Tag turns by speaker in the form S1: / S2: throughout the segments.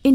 S1: In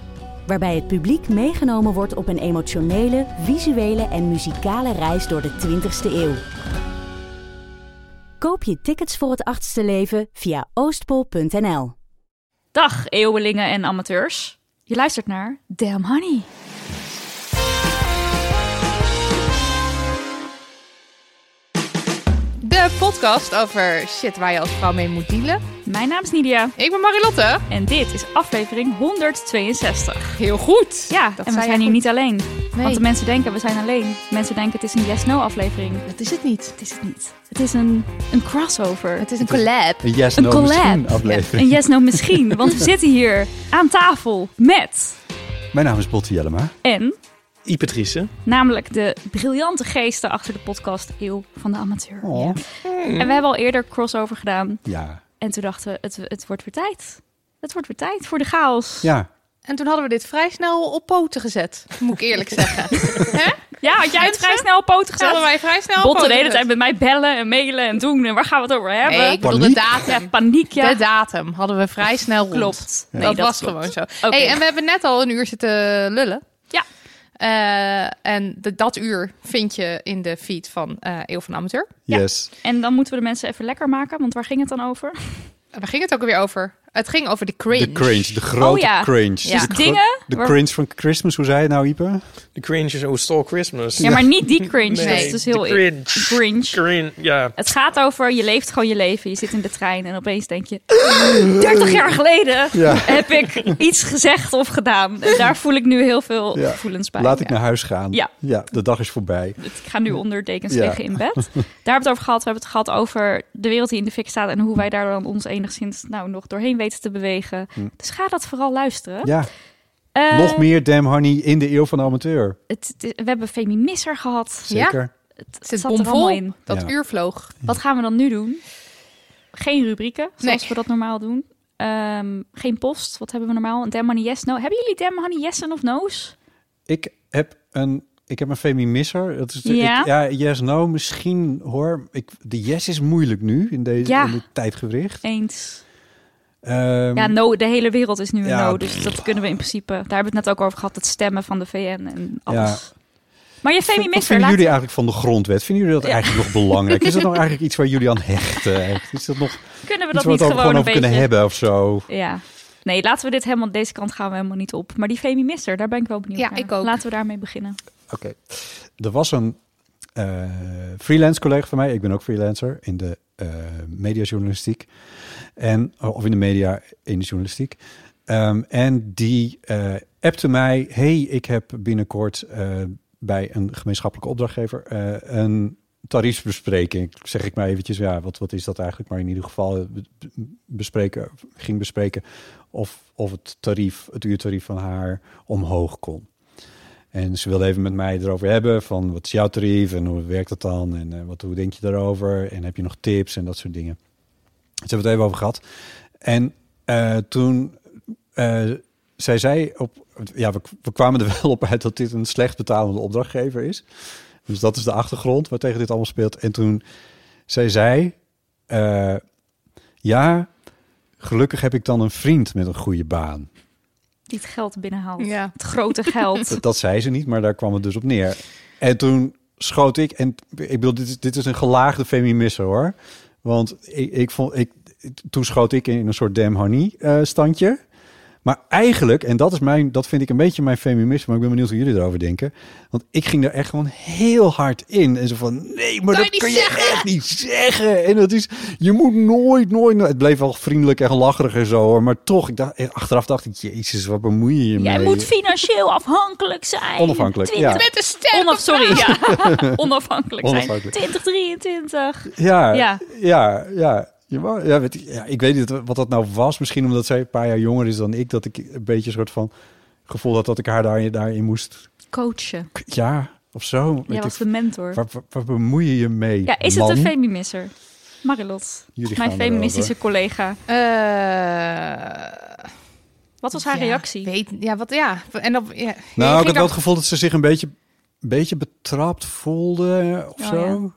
S1: Waarbij het publiek meegenomen wordt op een emotionele, visuele en muzikale reis door de 20ste eeuw. Koop je tickets voor het achtste leven via oostpol.nl.
S2: Dag, eeuwelingen en amateurs. Je luistert naar Damn Honey.
S3: De podcast over shit waar je als vrouw mee moet dealen.
S2: Mijn naam is Nidia
S3: Ik ben Marilotte.
S2: en dit is aflevering 162.
S3: Heel goed.
S2: Ja,
S3: dat
S2: en we
S3: zei
S2: zijn
S3: je
S2: hier
S3: goed.
S2: niet alleen. Want
S3: Nee.
S2: de mensen denken, we zijn alleen. Mensen denken, het is een yes-no aflevering.
S3: Dat is het niet.
S2: Het is het niet. Het is een, een crossover.
S3: Het is een collab.
S4: Een yes,
S2: Een
S4: no,
S2: collab.
S4: misschien aflevering.
S2: Een yes-no misschien, want we zitten hier aan tafel met
S4: Mijn naam is Botti Jellema.
S2: en...
S5: Ipatrice.
S2: Namelijk de briljante geesten achter de podcast Eeuw van de Amateur.
S4: Oh.
S2: En we hebben al eerder crossover gedaan.
S4: Ja.
S2: En toen dachten we, het, het wordt weer tijd. Het wordt weer tijd voor de chaos.
S4: Ja.
S3: En toen hadden we dit vrij snel op poten gezet. Moet ik eerlijk zeggen.
S2: Ja, had jij het
S3: Mensen?
S2: vrij snel op poten
S3: Ze hadden
S2: gezet?
S3: wij vrij snel op
S2: Botten
S3: poten
S2: de hele tijd met
S3: gezet.
S2: mij bellen en mailen en doen. En waar gaan we het over hebben?
S3: Nee, ik bedoel de
S4: Paniek.
S3: datum.
S2: ja, paniek, ja.
S3: De datum hadden we vrij snel rond.
S2: Klopt. Nee,
S3: dat,
S2: dat
S3: was
S2: klopt.
S3: gewoon zo.
S2: Oké.
S3: Hey, en we hebben net al een uur zitten lullen.
S2: Ja.
S3: Eh, en de- dat uur vind je in de feed van eh Eeuw van de Amateur.
S2: Ja.
S4: Yes.
S2: En dan moeten we de mensen even lekker maken, want waar ging het dan over?
S3: Waar ging het ook weer over? Het ging over de cringe.
S4: De cringe. De grote
S2: Oh ja.
S4: cringe.
S2: Dus
S4: De gro-
S2: dingen
S4: De
S2: waar-
S4: cringe van Christmas, hoe zei je het nou, Ipe?
S5: De cringe is Oh Stall Christmas.
S2: Ja, maar niet die cringe. Dat is dus heel
S5: de cringe.
S2: cringe.
S5: Cringe, ja.
S2: Het gaat over, je leeft gewoon je leven. Je zit in de trein en opeens denk je... 30 jaar geleden
S4: Ja.
S2: heb ik iets gezegd of gedaan. En daar voel ik nu heel veel
S4: Ja.
S2: gevoelens bij.
S4: Laat ik
S2: Ja.
S4: naar huis gaan.
S2: Ja.
S4: ja. De dag is voorbij.
S2: Ik ga nu onder dekens
S4: Ja.
S2: liggen in bed. Daar hebben we het over gehad. We hebben het gehad over de wereld die in de fik staat... en hoe wij daar dan ons enigszins nou, nog doorheen weten te bewegen. Dus ga dat vooral luisteren.
S4: Hm. Ja.
S2: Eh,
S4: Nog meer Damn Honey in de eeuw van de amateur.
S2: het- het- we hebben Feminisser gehad.
S3: Ja.
S4: Zeker.
S2: Het
S3: Zit
S2: zat er allemaal
S3: bomvol.
S2: in.
S3: Dat
S4: Ja.
S3: uur vloog.
S2: Wat gaan we dan nu doen? Geen rubrieken, zoals
S3: Nee.
S2: we dat normaal doen. Ehm, geen post, wat hebben we normaal? Een Damn Honey Yes No. Hebben jullie Damn Honey Yes en of No's?
S4: Ik heb een... Ik heb een femi-misser. Dat is de-
S2: Ja.
S4: ik- ja, yes, no, misschien hoor. Ik, de yes is moeilijk nu in deze
S2: Ja.
S4: in dit tijdgewricht.
S2: Eens.
S4: Ehm,
S2: Ja, no, de hele wereld is nu een
S4: ja,
S2: no, dus dat kunnen we in principe... Daar hebben we het net ook over gehad, het stemmen van de VN en alles. Maar je Femi
S4: Wat
S2: Misser,
S4: vinden
S2: laat...
S4: jullie eigenlijk van de grondwet? Vinden jullie dat eigenlijk nog belangrijk? Is dat nou eigenlijk iets waar jullie aan hechten? Echt? Is dat nog
S2: kunnen we dat
S4: iets wat
S2: niet
S4: we
S2: gewoon,
S4: gewoon
S2: een
S4: over
S2: beetje...
S4: kunnen hebben of zo?
S2: Ja. Nee, laten we dit helemaal... Deze kant gaan we helemaal niet op. Maar die Femi Misser, daar ben ik wel benieuwd
S3: Ja,
S2: naar.
S3: ik ook.
S2: Laten we daarmee beginnen.
S4: Oké. Er was een eh, freelance collega van mij. Ik ben ook freelancer in de eh, mediajournalistiek. En, oh, of in de media, in de journalistiek. Ehm, en die eh, appte mij... hey, ik heb binnenkort eh, bij een gemeenschappelijke opdrachtgever... eh, een tariefbespreking. Zeg ik maar eventjes, ja, wat, wat is dat eigenlijk? Maar in ieder geval eh, be- be- bespreken, ging bespreken... of, of het tarief, het uurtarief van haar omhoog kon. En ze wilde even met mij erover hebben van wat is jouw tarief en hoe werkt dat dan en eh, wat, hoe denk je daarover en heb je nog tips en dat soort dingen. Dus hebben we het even over gehad. En eh, toen eh, zij zei, op, ja, we, we kwamen er wel op uit dat dit een slecht betalende opdrachtgever is. Dus dat is de achtergrond waar tegen dit allemaal speelt. En toen zij zei, eh, ja, gelukkig heb ik dan een vriend met een goede baan.
S2: Die het geld binnenhaalt.
S3: Ja.
S2: Het grote geld.
S4: Dat, dat zei ze niet, maar daar kwam het dus op neer. En toen schoot ik, en ik bedoel, dit is, dit is een gelaagde feminisse hoor. Want ik, ik vond, ik, toen schoot ik in een soort damn honey eh, standje. Maar eigenlijk, en dat, is mijn, dat vind ik een beetje mijn feminisme, maar ik ben benieuwd hoe jullie erover denken. Want ik ging er echt gewoon heel hard in. En zo van, nee, maar
S3: Kan je
S4: dat
S3: niet
S4: kun je
S3: zeggen?
S4: echt niet zeggen. En dat is, je moet nooit, nooit, nooit. Het bleef wel vriendelijk en lacherig en zo hoor. Maar toch, ik dacht, achteraf dacht ik, jezus, wat bemoei je je
S2: Jij
S4: mee?
S2: moet financieel afhankelijk zijn.
S4: Onafhankelijk, ja.
S3: Met een sterke
S2: Onaf, sorry,
S3: vrouw.
S2: ja. Onafhankelijk zijn.
S4: Onafhankelijk.
S2: 2023.
S4: Ja, ja,
S2: Ja.
S4: ja, ja. Je wou- ja, weet ik, ja, ik weet niet wat dat nou was. Misschien omdat zij een paar jaar jonger is dan ik, dat ik een beetje een soort van gevoel had dat ik haar daar, daarin moest.
S2: Coachen.
S4: Ja, of zo. Weet
S2: Jij
S4: ik
S2: was de
S4: veel.
S2: mentor.
S4: Waar, waar- waar bemoei je je mee?
S2: Ja, is het
S4: man?
S2: een feminisser? Marilot,
S4: Jullie
S2: mijn
S4: gaan erover.
S2: feministische collega.
S3: Eh,
S2: Wat was haar
S3: ja,
S2: reactie?
S3: Weet, ja, wat, ja. En dan, ja.
S4: Nou, ik
S3: ging
S4: heb wel
S3: dan-
S4: het gevoel dat ze zich een beetje, een beetje betrapt voelde of
S2: Oh,
S4: zo.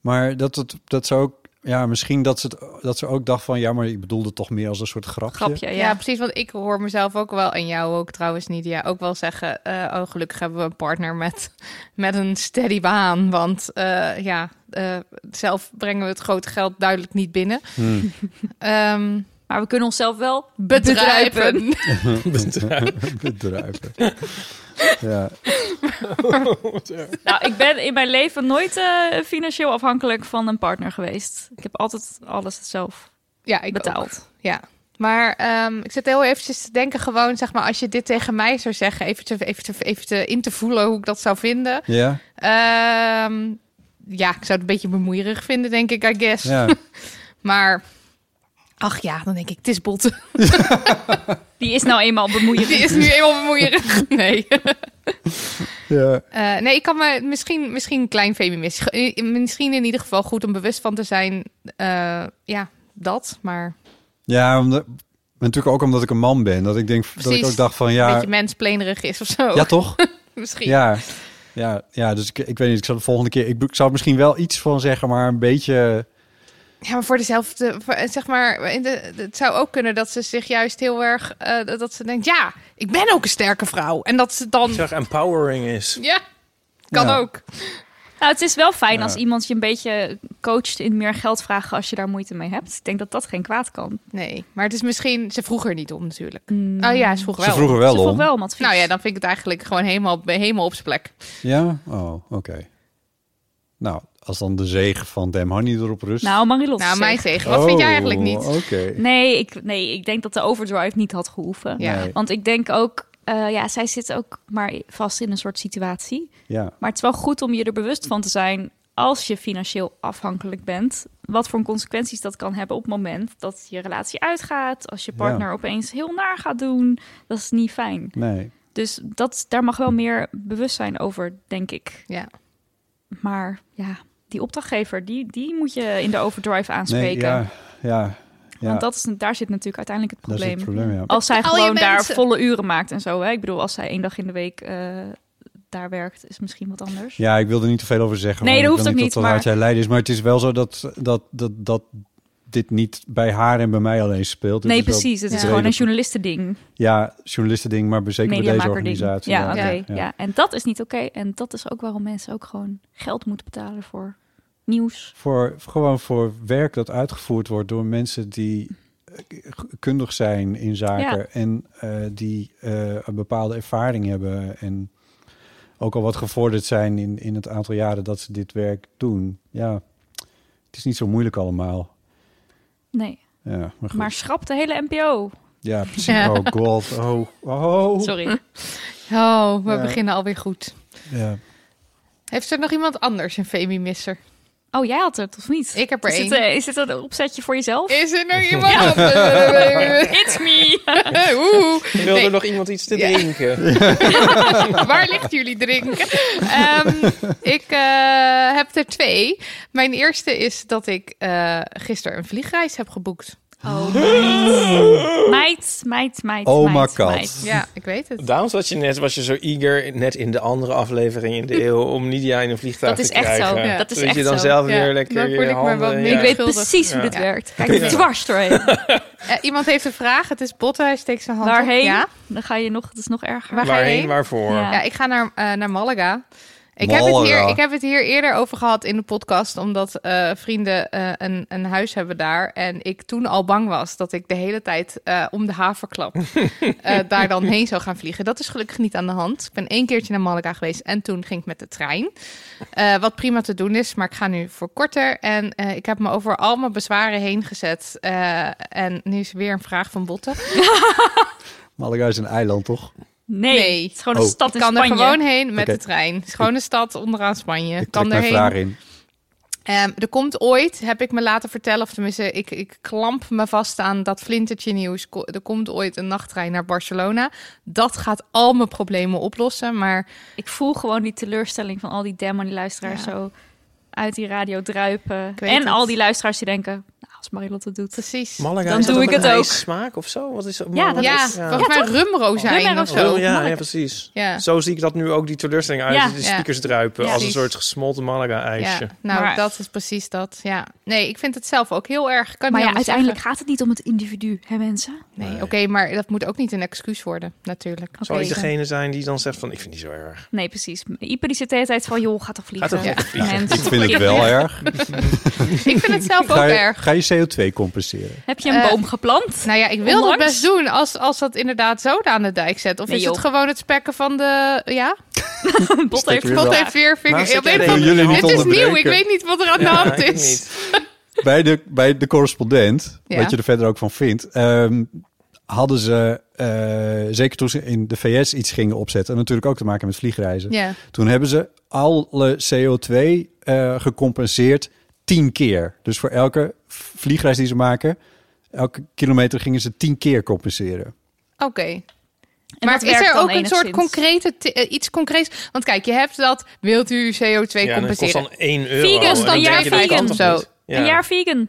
S4: Maar dat, het, dat ze ook, ja, misschien dat ze, het, dat ze ook dacht van, ja, maar ik bedoelde toch meer als een soort grapje.
S2: Grapje,
S3: Ja,
S2: ja.
S3: precies. Want ik hoor mezelf ook wel, en jou ook trouwens, Nidia, ook wel zeggen... eh, oh, gelukkig hebben we een partner met, met een steady baan. Want eh, ja, eh, zelf brengen we het grote geld duidelijk niet binnen.
S4: Hmm.
S3: Ehm,
S2: Maar we kunnen onszelf wel bedrijven.
S3: bedrijven.
S4: Bedruipen. ja.
S2: Nou, ik ben in mijn leven nooit eh, financieel afhankelijk van een partner geweest. Ik heb altijd alles zelf
S3: ja, ik ook.
S2: betaald.
S3: Ja. Maar ehm, ik zit heel eventjes te denken, gewoon zeg maar, als je dit tegen mij zou zeggen, even, te, even, te, even te in te voelen hoe ik dat zou vinden.
S4: Ja,
S3: Ehm, ja, ik zou het een beetje bemoeierig vinden, denk ik, I guess.
S4: ja.
S3: Maar, ach ja, dan denk ik, het is botten.
S2: Die is nou eenmaal
S3: Dit
S2: bemoeiend.
S3: is nu eenmaal bemoeierig. Nee.
S4: ja.
S3: Eh, nee, ik kan me misschien, misschien een klein feminist. Misschien in ieder geval goed om bewust van te zijn. eh, ja, dat. Maar
S4: Ja, omdat, natuurlijk ook omdat ik een man ben. Dat ik denk dat ik
S3: Precies.
S4: ook dacht van
S3: een
S4: ja,
S3: beetje mensplenerig is of zo.
S4: ja toch?
S3: misschien.
S4: ja. Ja, ja, dus ik, ik weet niet. Ik zal de volgende keer. Ik, ik zou er misschien wel iets van zeggen, maar een beetje.
S3: Ja, maar voor dezelfde, voor- eh, zeg maar, in de, het zou ook kunnen dat ze zich juist heel erg, eh, dat ze denkt, ja, ik ben ook een sterke vrouw. En dat ze dan,
S5: Ik zag empowering is.
S3: ja, kan
S4: Ja.
S3: ook.
S2: Nou, het is wel fijn
S4: Ja.
S2: als iemand je een beetje coacht in meer geld vragen als je daar moeite mee hebt. Ik denk dat dat geen kwaad kan.
S3: Nee, maar het is misschien, ze vroeg er niet om natuurlijk. Oh ja, ze vroeg
S4: Ze
S3: wel.
S4: vroegen wel
S2: Ze
S4: om.
S2: vroeg Dus wel om advies.
S3: Nou ja, dan vind ik het eigenlijk gewoon helemaal, helemaal op zijn plek.
S4: Ja? Oh, oké. Nou, als dan de zegen van Dem Honey erop rust.
S2: Nou, Marilot.
S3: nou,
S2: zegt-
S3: mijn tegen. Wat vind jij eigenlijk
S4: Oh,
S3: niet?
S4: Oké.
S2: Nee ik, nee, ik denk dat de overdrive niet had gehoeven.
S3: Ja.
S4: Nee.
S2: Want ik denk ook, eh, ja, zij zit ook maar vast in een soort situatie.
S4: Ja.
S2: Maar het is wel goed om je er bewust van te zijn als je financieel afhankelijk bent. Wat voor consequenties dat kan hebben op het moment dat je relatie uitgaat. Als je partner opeens heel naar gaat doen. Dat is niet fijn.
S4: Nee.
S2: Dus dat, daar mag wel meer bewustzijn over, denk ik.
S3: Ja.
S2: Maar ja, die opdrachtgever, die, die moet je in de overdrive
S4: Nee,
S2: aanspreken.
S4: ja. Ja. ja.
S2: Want dat is, daar zit natuurlijk uiteindelijk het
S4: Dat is
S2: probleem.
S4: het probleem, ja.
S2: Als zij
S3: Al je
S2: gewoon daar
S3: mensen.
S2: volle uren maakt en zo. Hè? Ik bedoel, als zij één dag in de week eh, daar werkt, is misschien wat anders.
S4: Ja, ik wil er niet te veel over zeggen.
S2: Nee,
S4: want
S2: dat
S4: ik wil
S2: hoeft ook
S4: dat
S2: niet,
S4: dat jij lijden is. Maar het is wel zo dat, dat, dat, dat dit niet bij haar en bij mij alleen speelt. Dit
S2: nee,
S4: is wel
S2: precies. Het
S4: de
S2: is
S3: Ja.
S2: gewoon een
S4: reden-
S2: journalistending,
S4: Ja, journalistending, maar zeker bij deze
S2: mediamaker ding. Ja,
S4: organisatie.
S2: oké.
S3: ja,
S2: ja. En dat is niet oké. En dat is ook waarom mensen ook gewoon geld moeten betalen voor nieuws.
S4: Voor, gewoon voor werk dat uitgevoerd wordt door mensen die eh, kundig zijn in zaken
S2: Ja.
S4: en eh, die eh, een bepaalde ervaring hebben en ook al wat gevorderd zijn in, in het aantal jaren dat ze dit werk doen. Ja, het is niet zo moeilijk allemaal.
S2: Nee,
S4: Ja, maar goed.
S2: maar schrap de hele NPO.
S4: Ja, precies.
S3: Ja.
S4: Oh god, oh, oh.
S2: Sorry.
S3: Oh, we
S4: Ja.
S3: beginnen alweer goed.
S4: Ja.
S3: Heeft er nog iemand anders een femi-misser?
S2: Oh, jij had het, of niet?
S3: Ik heb er
S2: is,
S3: één.
S2: het, eh, is het een opzetje voor jezelf?
S3: Is er nog iemand anders?
S2: It's me!
S3: Oeh.
S5: Wilde
S3: Nee.
S5: nog iemand iets te
S3: Ja.
S5: drinken?
S3: Waar ligt jullie drinken? Ehm, ik eh, heb er twee. Mijn eerste is dat ik eh, gisteren een vliegreis heb geboekt.
S2: Oh, meid. Meid, meid, meid.
S4: Oh,
S2: meid,
S4: maar kat.
S2: meid.
S3: Ja, ik weet het.
S5: Daarom was je, net, was je zo eager, net in de andere aflevering in de eeuw, om Nidia in een vliegtuig
S2: Dat is
S5: te
S2: echt
S5: krijgen.
S2: zo.
S3: Ja.
S2: Dat is
S5: Zodat
S2: echt
S5: je dan
S2: zo.
S5: zelf
S3: Ja,
S5: weer lekker
S3: daar
S5: je
S3: word ik maar wat
S5: handen-
S3: mee
S5: ja.
S2: Ik weet
S3: Schuldig.
S2: precies hoe
S5: Ja.
S2: dit werkt. Kijk er dwars doorheen.
S3: Eh, iemand heeft een vraag. Het is botten. Hij steekt zijn hand op.
S2: Waarheen?
S3: Ja.
S2: Dan ga je nog, het is nog erger.
S3: Waar ga je
S5: Waarheen,
S3: heen?
S5: waarvoor?
S2: Ja.
S3: ja, ik ga naar, eh, naar Malaga. Ik heb, het hier,
S5: Malaga.
S3: ik heb het hier eerder over gehad in de podcast, omdat eh, vrienden eh, een, een huis hebben daar. En ik toen al bang was dat ik de hele tijd eh, om de haverklap eh, daar dan heen zou gaan vliegen. Dat is gelukkig niet aan de hand. Ik ben één keertje naar Malaga geweest en toen ging ik met de trein. Eh, wat prima te doen is, maar ik ga nu voor korter. En eh, ik heb me over al mijn bezwaren heen gezet. Eh, en nu is weer een vraag van Botten.
S4: Malaga is een eiland, toch?
S2: Nee,
S3: Nee.
S2: het is gewoon een
S4: Oh.
S2: stad in
S3: kan er
S2: Spanje.
S3: gewoon heen met
S4: Oké.
S3: de trein. Het is gewoon een stad onderaan Spanje.
S4: Ik trek
S3: kan
S4: mijn
S3: erheen.
S4: vraag in.
S3: Ehm, er komt ooit, heb ik me laten vertellen, of tenminste, ik, ik klamp me vast aan dat flintertje nieuws. Ko- Er komt ooit een nachttrein naar Barcelona. Dat gaat al mijn problemen oplossen. Maar
S2: Ik voel gewoon die teleurstelling van al die demon die luisteraars
S3: Ja.
S2: zo uit die radio druipen.
S3: Ik weet
S2: En
S3: het.
S2: al die luisteraars die denken, nou, als Marilotte het doet.
S3: precies.
S5: Malaga
S2: Dan
S5: is
S2: doe
S5: dat
S2: ik
S5: een
S2: het ook.
S5: smaak of zo? Wat is dat?
S2: Ja, dat
S5: Malaga
S3: ja,
S5: is- ja.
S4: eh,
S3: volgens mij rumrozijn
S2: Rumrozijn
S3: of
S2: of
S3: zo.
S5: Oh, ja, ja,
S2: Malaga.
S5: precies.
S3: Ja.
S5: Zo zie ik dat nu ook die teleurstelling uit
S2: Ja.
S5: de
S3: Ja.
S5: speakers druipen.
S2: Ja.
S5: Als een
S3: Precies.
S5: soort gesmolten Malaga-ijsje.
S3: Ja, nou,
S2: Maar-
S3: dat is precies dat. Ja. Nee, ik vind het zelf ook heel erg.
S2: Maar
S3: Kan niet
S2: ja,
S3: anders
S2: uiteindelijk
S3: zeggen.
S2: gaat het niet om het individu, hè mensen?
S3: Nee, oké, maar dat moet ook niet een excuus worden, natuurlijk.
S2: Oké.
S5: Zal ik degene zijn die dan zegt van, ik vind die zo erg.
S2: Nee, precies. Ipe die zit de hele tijd van, joh, ga toch vliegen.
S5: Ga toch lekker vliegen.
S2: Mensen,
S4: Ik vind het wel erg.
S3: ik vind het zelf ook
S4: Ga je,
S3: erg.
S4: ga je CO2 compenseren?
S2: Heb je een
S3: Eh,
S2: boom geplant?
S3: Nou ja, ik wil dat
S2: Onlangs?
S3: best doen als, als dat inderdaad zoden aan de dijk zet. Of
S2: Nee,
S3: is het
S2: joh.
S3: gewoon het spekken van de... Ja?
S2: Bot
S4: Steek
S2: heeft
S4: weer
S3: Pot
S4: wel.
S3: heeft weer
S5: Maar
S3: vinger...
S5: zet
S3: Op een
S5: jij
S3: of
S5: de
S3: andere-
S5: hele
S4: Jullie niet
S3: Dit is nieuw,
S4: onderbreken.
S3: ik weet niet wat er aan de
S5: Ja,
S3: hand
S5: ik
S3: Nou, is.
S5: niet.
S4: bij, de, bij de correspondent,
S3: Ja.
S4: wat je er verder ook van vindt, ehm, hadden ze, eh, zeker toen ze in de VS iets gingen opzetten, en natuurlijk ook te maken met vliegreizen,
S3: Ja.
S4: toen hebben ze alle CO2 eh, gecompenseerd tien keer. Dus voor elke vliegreis die ze maken, elke kilometer gingen ze tien keer compenseren.
S3: Oké.
S2: En
S3: Maar
S2: dat
S3: is
S2: werkt
S3: er
S2: dan
S3: ook een soort
S2: enigszins.
S3: concrete, ti- eh, iets concreets? Want kijk, je hebt dat, wilt u CO2
S5: Ja, en dat kost
S3: compenseren?
S5: dan 1 euro.
S2: Vegan,
S5: En
S2: dan
S5: denk
S2: jij
S5: je, dat
S2: vegan.
S5: kan toch
S3: Zo.
S5: niet? Ja.
S2: Een jaar vegan.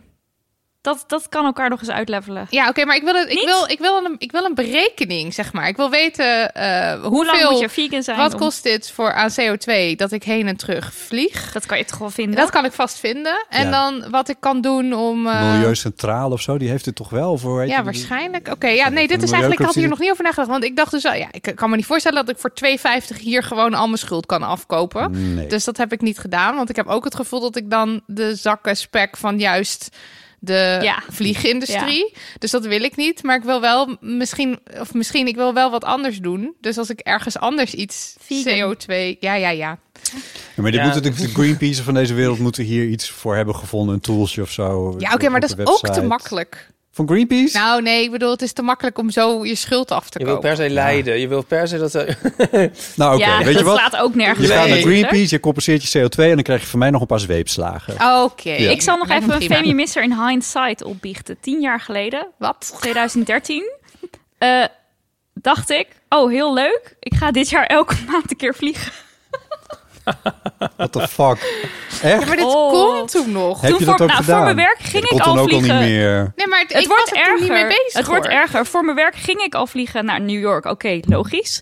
S2: Dat, dat kan elkaar nog eens uitlevelen.
S3: Ja, oké, maar ik wil, het, ik,
S2: Niet?
S3: wil, ik, wil een, ik wil een berekening, zeg maar. Ik wil weten eh,
S2: Hoe
S3: hoeveel,
S2: lang moet je vegan zijn?
S3: wat
S2: om-
S3: kost dit voor aan CO2 dat ik heen en terug vlieg?
S2: Dat kan je toch wel vinden?
S3: Dat kan ik vast vinden. En
S4: Ja.
S3: dan wat ik kan doen om... eh,
S4: Milieucentraal of zo, die heeft het toch wel voor. weet
S3: Ja,
S4: je,
S3: waarschijnlijk. Oké, ja, nee,
S4: van
S3: dit
S4: de
S3: is eigenlijk, ik had hier
S4: milieuclubs
S3: nog niet over nagedacht. Want ik dacht dus, wel, ja, ik kan me niet voorstellen dat ik voor 2,50 hier gewoon al mijn schuld kan afkopen.
S4: Nee.
S3: Dus dat heb ik niet gedaan. Want ik heb ook het gevoel dat ik dan de zakken spek van juist de
S2: Ja.
S3: vliegindustrie. Dus dat wil ik niet. Maar ik wil wel misschien, of misschien, ik wil wel wat anders doen. Dus als ik ergens anders iets
S2: Vegan.
S3: CO2, ja, ja, ja.
S4: Ja, maar dit
S5: Ja.
S4: moeten natuurlijk de Greenpeace van deze wereld moeten hier iets voor hebben gevonden, een toolsje of zo.
S3: Ja, oké, maar dat is ook te makkelijk.
S4: Van Greenpeace?
S3: Nou, nee, ik bedoel, het is te makkelijk om zo je schuld af te
S5: Je wil
S3: kopen.
S5: per se lijden. Je wil per se dat... eh,
S4: Nou, oké.
S2: ja,
S4: weet
S2: dat
S4: je wat?
S2: slaat ook
S4: Je
S2: nergens
S4: gaat
S2: op,
S4: naar
S2: natuurlijk.
S4: Greenpeace, je compenseert je CO2 en dan krijg je van mij nog een paar zweepslagen.
S3: Oké.
S4: Ja.
S2: Ik zal nog
S3: Lijkt
S2: even
S3: me
S2: een
S3: prima.
S2: Femi-misser in hindsight opbiechten. Tien jaar geleden,
S3: Wat?
S2: 2013, eh, dacht ik... Oh, heel leuk. Ik ga dit jaar elke maand een keer vliegen.
S4: What the fuck? Echt?
S3: Ja, maar dit
S2: Oh.
S3: komt toen nog.
S4: Heb
S2: Toen
S4: je
S2: voor,
S4: dat ook
S2: nou,
S4: gedaan?
S2: voor mijn werk ging
S4: Dat
S2: ik
S4: kon
S2: al
S4: dan ook al
S2: vliegen.
S4: niet meer.
S3: Nee, maar het,
S2: Het
S3: ik
S2: wordt
S3: was er
S2: erger.
S3: toen niet mee bezig.
S2: het wordt
S3: hoor.
S2: erger. Voor mijn werk ging ik al vliegen naar New York. Oké, logisch.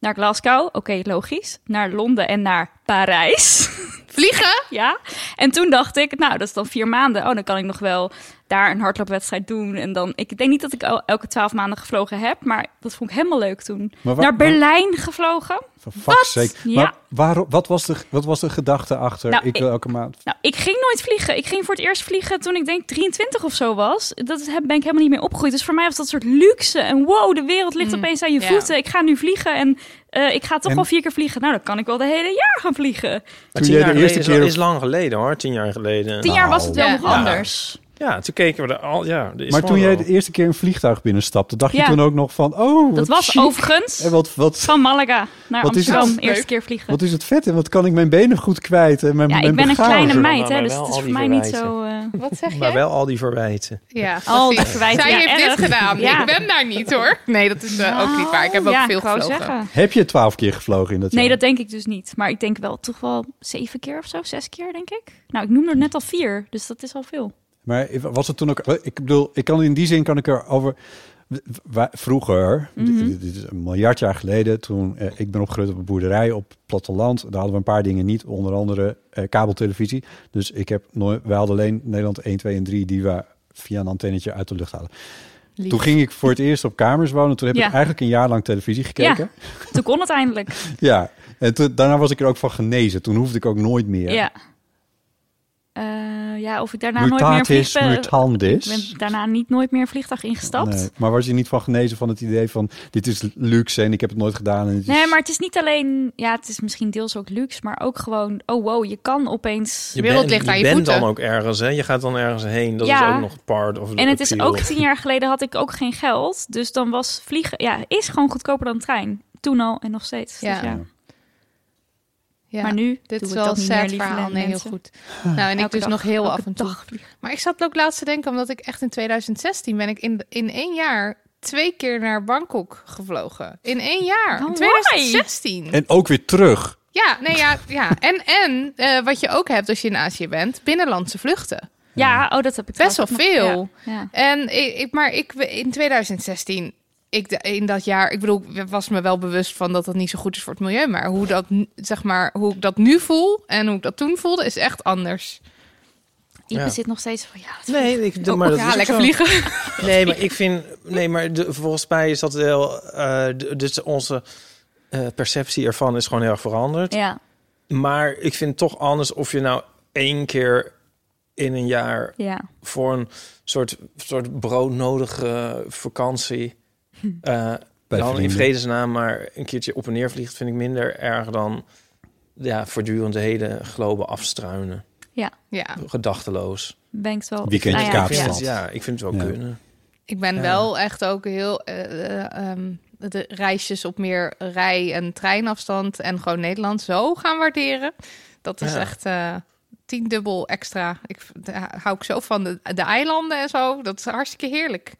S2: Naar Glasgow. Oké, logisch. Naar Londen en naar Parijs.
S3: Vliegen?
S2: ja. En toen dacht ik, nou, dat is dan vier maanden. Oh, dan kan ik nog wel daar een hardloopwedstrijd doen. En dan, ik denk niet dat ik el- elke twaalf maanden gevlogen heb, maar dat vond ik helemaal leuk toen.
S4: Maar wa-
S2: naar Berlijn gevlogen.
S4: Van fuck's Oh, sake.
S2: Ja.
S4: Maar waarom, wat, was de, wat was de gedachte achter?
S2: Nou,
S4: ik wil elke maand.
S2: Nou, ik ging nooit vliegen. Ik ging voor het eerst vliegen toen ik denk 23 of zo was. Dat heb- ben ik helemaal niet meer opgegroeid. Dus voor mij was dat soort luxe. En wow, de wereld ligt opeens aan je
S3: Mm, ja.
S2: voeten. Ik ga nu vliegen en eh, ik ga toch
S4: En-
S2: wel vier keer vliegen. Nou, dan kan ik wel de hele jaar gaan vliegen.
S5: Maar
S4: Toen
S5: tien
S4: jij
S5: jaar
S4: de eerste
S5: geleden nou is
S4: keer
S5: wel-
S4: op-
S5: is lang geleden hoor, tien jaar geleden.
S2: Tien jaar was het wel
S3: Ja.
S2: nog
S3: Nou. Ja.
S2: anders.
S5: Ja, toen keken we er al. Ja, er is
S4: Maar
S5: gewoon
S4: toen jij
S5: wel-
S4: de eerste keer een vliegtuig binnenstapte, dacht
S2: Ja.
S4: je toen ook nog van, oh, wat
S2: Dat was
S4: chic.
S2: overigens
S4: En wat, wat,
S2: van Malaga naar
S4: Wat is
S2: Amsterdam.
S4: dat?
S2: Eerste
S3: Leuk.
S2: keer vliegen.
S4: wat is het vet en wat kan ik mijn benen goed kwijt? En mijn,
S2: ja,
S4: mijn
S2: ik ben een
S4: bagage.
S2: kleine meid, hè,
S5: Maar
S2: dus
S5: wel
S2: het is
S5: al
S2: voor
S5: die
S2: mij niet
S5: verwijten.
S2: zo... eh,
S3: Wat zeg
S5: Maar
S3: je?
S5: wel al die verwijten.
S3: Ja,
S2: Al die
S3: precies.
S2: verwijten,
S3: Zij
S2: ja,
S3: heeft
S2: erg.
S3: dit gedaan.
S2: Ja.
S3: Ik ben daar niet hoor. Nee, dat is eh, ook niet waar. Ik heb
S2: ja,
S3: ook veel
S2: ik wou
S3: gevlogen.
S2: zeggen.
S4: Heb je twaalf keer gevlogen in dat
S2: Nee,
S4: jaar?
S2: dat denk ik dus niet. Maar ik denk wel toch wel zeven keer of zo, zes keer denk ik. Nou, ik noem er net al vier, dus dat is al veel.
S4: Maar was het toen ook... Ik bedoel, ik kan in die zin kan ik er over... wa- Vroeger,
S2: Mhm.
S4: dit dit is een miljard jaar geleden, toen eh, ik ben opgegroeid op een boerderij op het platteland, daar hadden we een paar dingen niet, onder andere eh, kabeltelevisie. Dus ik heb nooit, wij hadden alleen Nederland 1, 2 en 3 die we via een antennetje uit de lucht halen.
S3: Lief.
S4: Toen ging ik voor het eerst op kamers wonen, toen heb
S2: Ja.
S4: ik eigenlijk een jaar lang televisie gekeken.
S2: Ja, toen kon het eindelijk.
S4: Ja, En toen- daarna was ik er ook van genezen. Toen hoefde ik ook nooit meer.
S2: Ja. Eh, ja, of ik daarna nooit meer een
S4: mutatis
S2: vliegtuig...
S4: mutandis.
S2: Ik ben daarna niet nooit meer een vliegtuig ingestapt.
S4: Nee, maar was je niet van genezen van het idee van... dit is luxe en ik heb het nooit gedaan. En het is-
S2: Nee, maar het is niet alleen... Ja, het is misschien deels ook luxe, maar ook gewoon... Oh wow, je kan opeens...
S3: De wereld ligt aan je
S5: bent
S3: voeten.
S5: dan ook ergens, hè? Je gaat dan ergens heen. Dat
S2: Ja.
S5: is ook nog part of the
S2: En het is
S5: appeal.
S2: ook tien jaar geleden had ik ook geen geld. Dus dan was vliegen... Ja, is gewoon goedkoper dan trein. Toen al en nog steeds. Dus
S3: Ja.
S2: ja.
S3: Ja.
S2: Maar nu
S3: Dit
S2: doe
S3: is
S2: ik
S3: wel
S2: dat
S3: een
S2: niet meer,
S3: sad
S2: lieve
S3: verhaal. Nee, heel
S2: mensen.
S3: goed. Nou, en ik
S2: Elke
S3: dus
S2: dag,
S3: nog heel
S2: elke
S3: af en toe.
S2: dag vliegen.
S3: Maar ik zat ook laatst te denken, omdat ik echt in 2016 ben ik in, in één jaar twee keer naar Bangkok gevlogen. In één jaar.
S2: Oh,
S3: in 2016.
S4: En ook weer terug.
S3: Ja, nee, ja, ja. En, en eh, wat je ook hebt als je in Azië bent, binnenlandse vluchten.
S2: Ja, oh, dat heb ik
S3: Best wel
S2: trouwens nog-
S3: veel.
S2: Ja, ja.
S3: En ik, ik- maar ik, in 2016, ik, de- in dat jaar, ik bedoel, ik was me wel bewust van dat dat niet zo goed is voor het milieu. Maar hoe, dat, nu- zeg maar hoe ik dat nu voel en hoe ik dat toen voelde, is echt anders.
S2: Ipe
S5: Ja.
S2: zit nog steeds van... Oh, Ja, dat
S5: Nee, ik, maar dat is
S3: ja,
S5: ook
S3: lekker
S5: zo.
S3: vliegen.
S5: Nee, maar ik vind. Nee, maar de- volgens mij is dat wel. eh, de- dus onze eh, perceptie ervan is gewoon heel erg veranderd.
S2: ja.
S5: Maar ik vind het toch anders of je nou één keer in een jaar
S2: ja.
S5: voor een soort, soort broodnodige vakantie. eh, dan in
S4: vrienden.
S5: vredesnaam maar een keertje op en neer vliegt, vind ik minder erg dan ja, voortdurend de hele globe afstruinen.
S3: Ja,
S5: Gedachteloos.
S2: Ben ik het wel... Nou
S4: Weekendje
S2: ja,
S5: Ik vind
S4: Kaapstad.
S5: het- ja, ik vind het wel
S4: Ja.
S5: kunnen.
S3: ik ben
S5: Ja.
S3: wel echt ook heel... eh, eh, ehm, de reisjes op meer rij- en treinafstand en gewoon Nederland zo gaan waarderen. Dat is
S5: Ja.
S3: echt... eh Tiendubbel extra. Ik v- daar hou ik zo van de, de eilanden en zo. Dat is hartstikke heerlijk.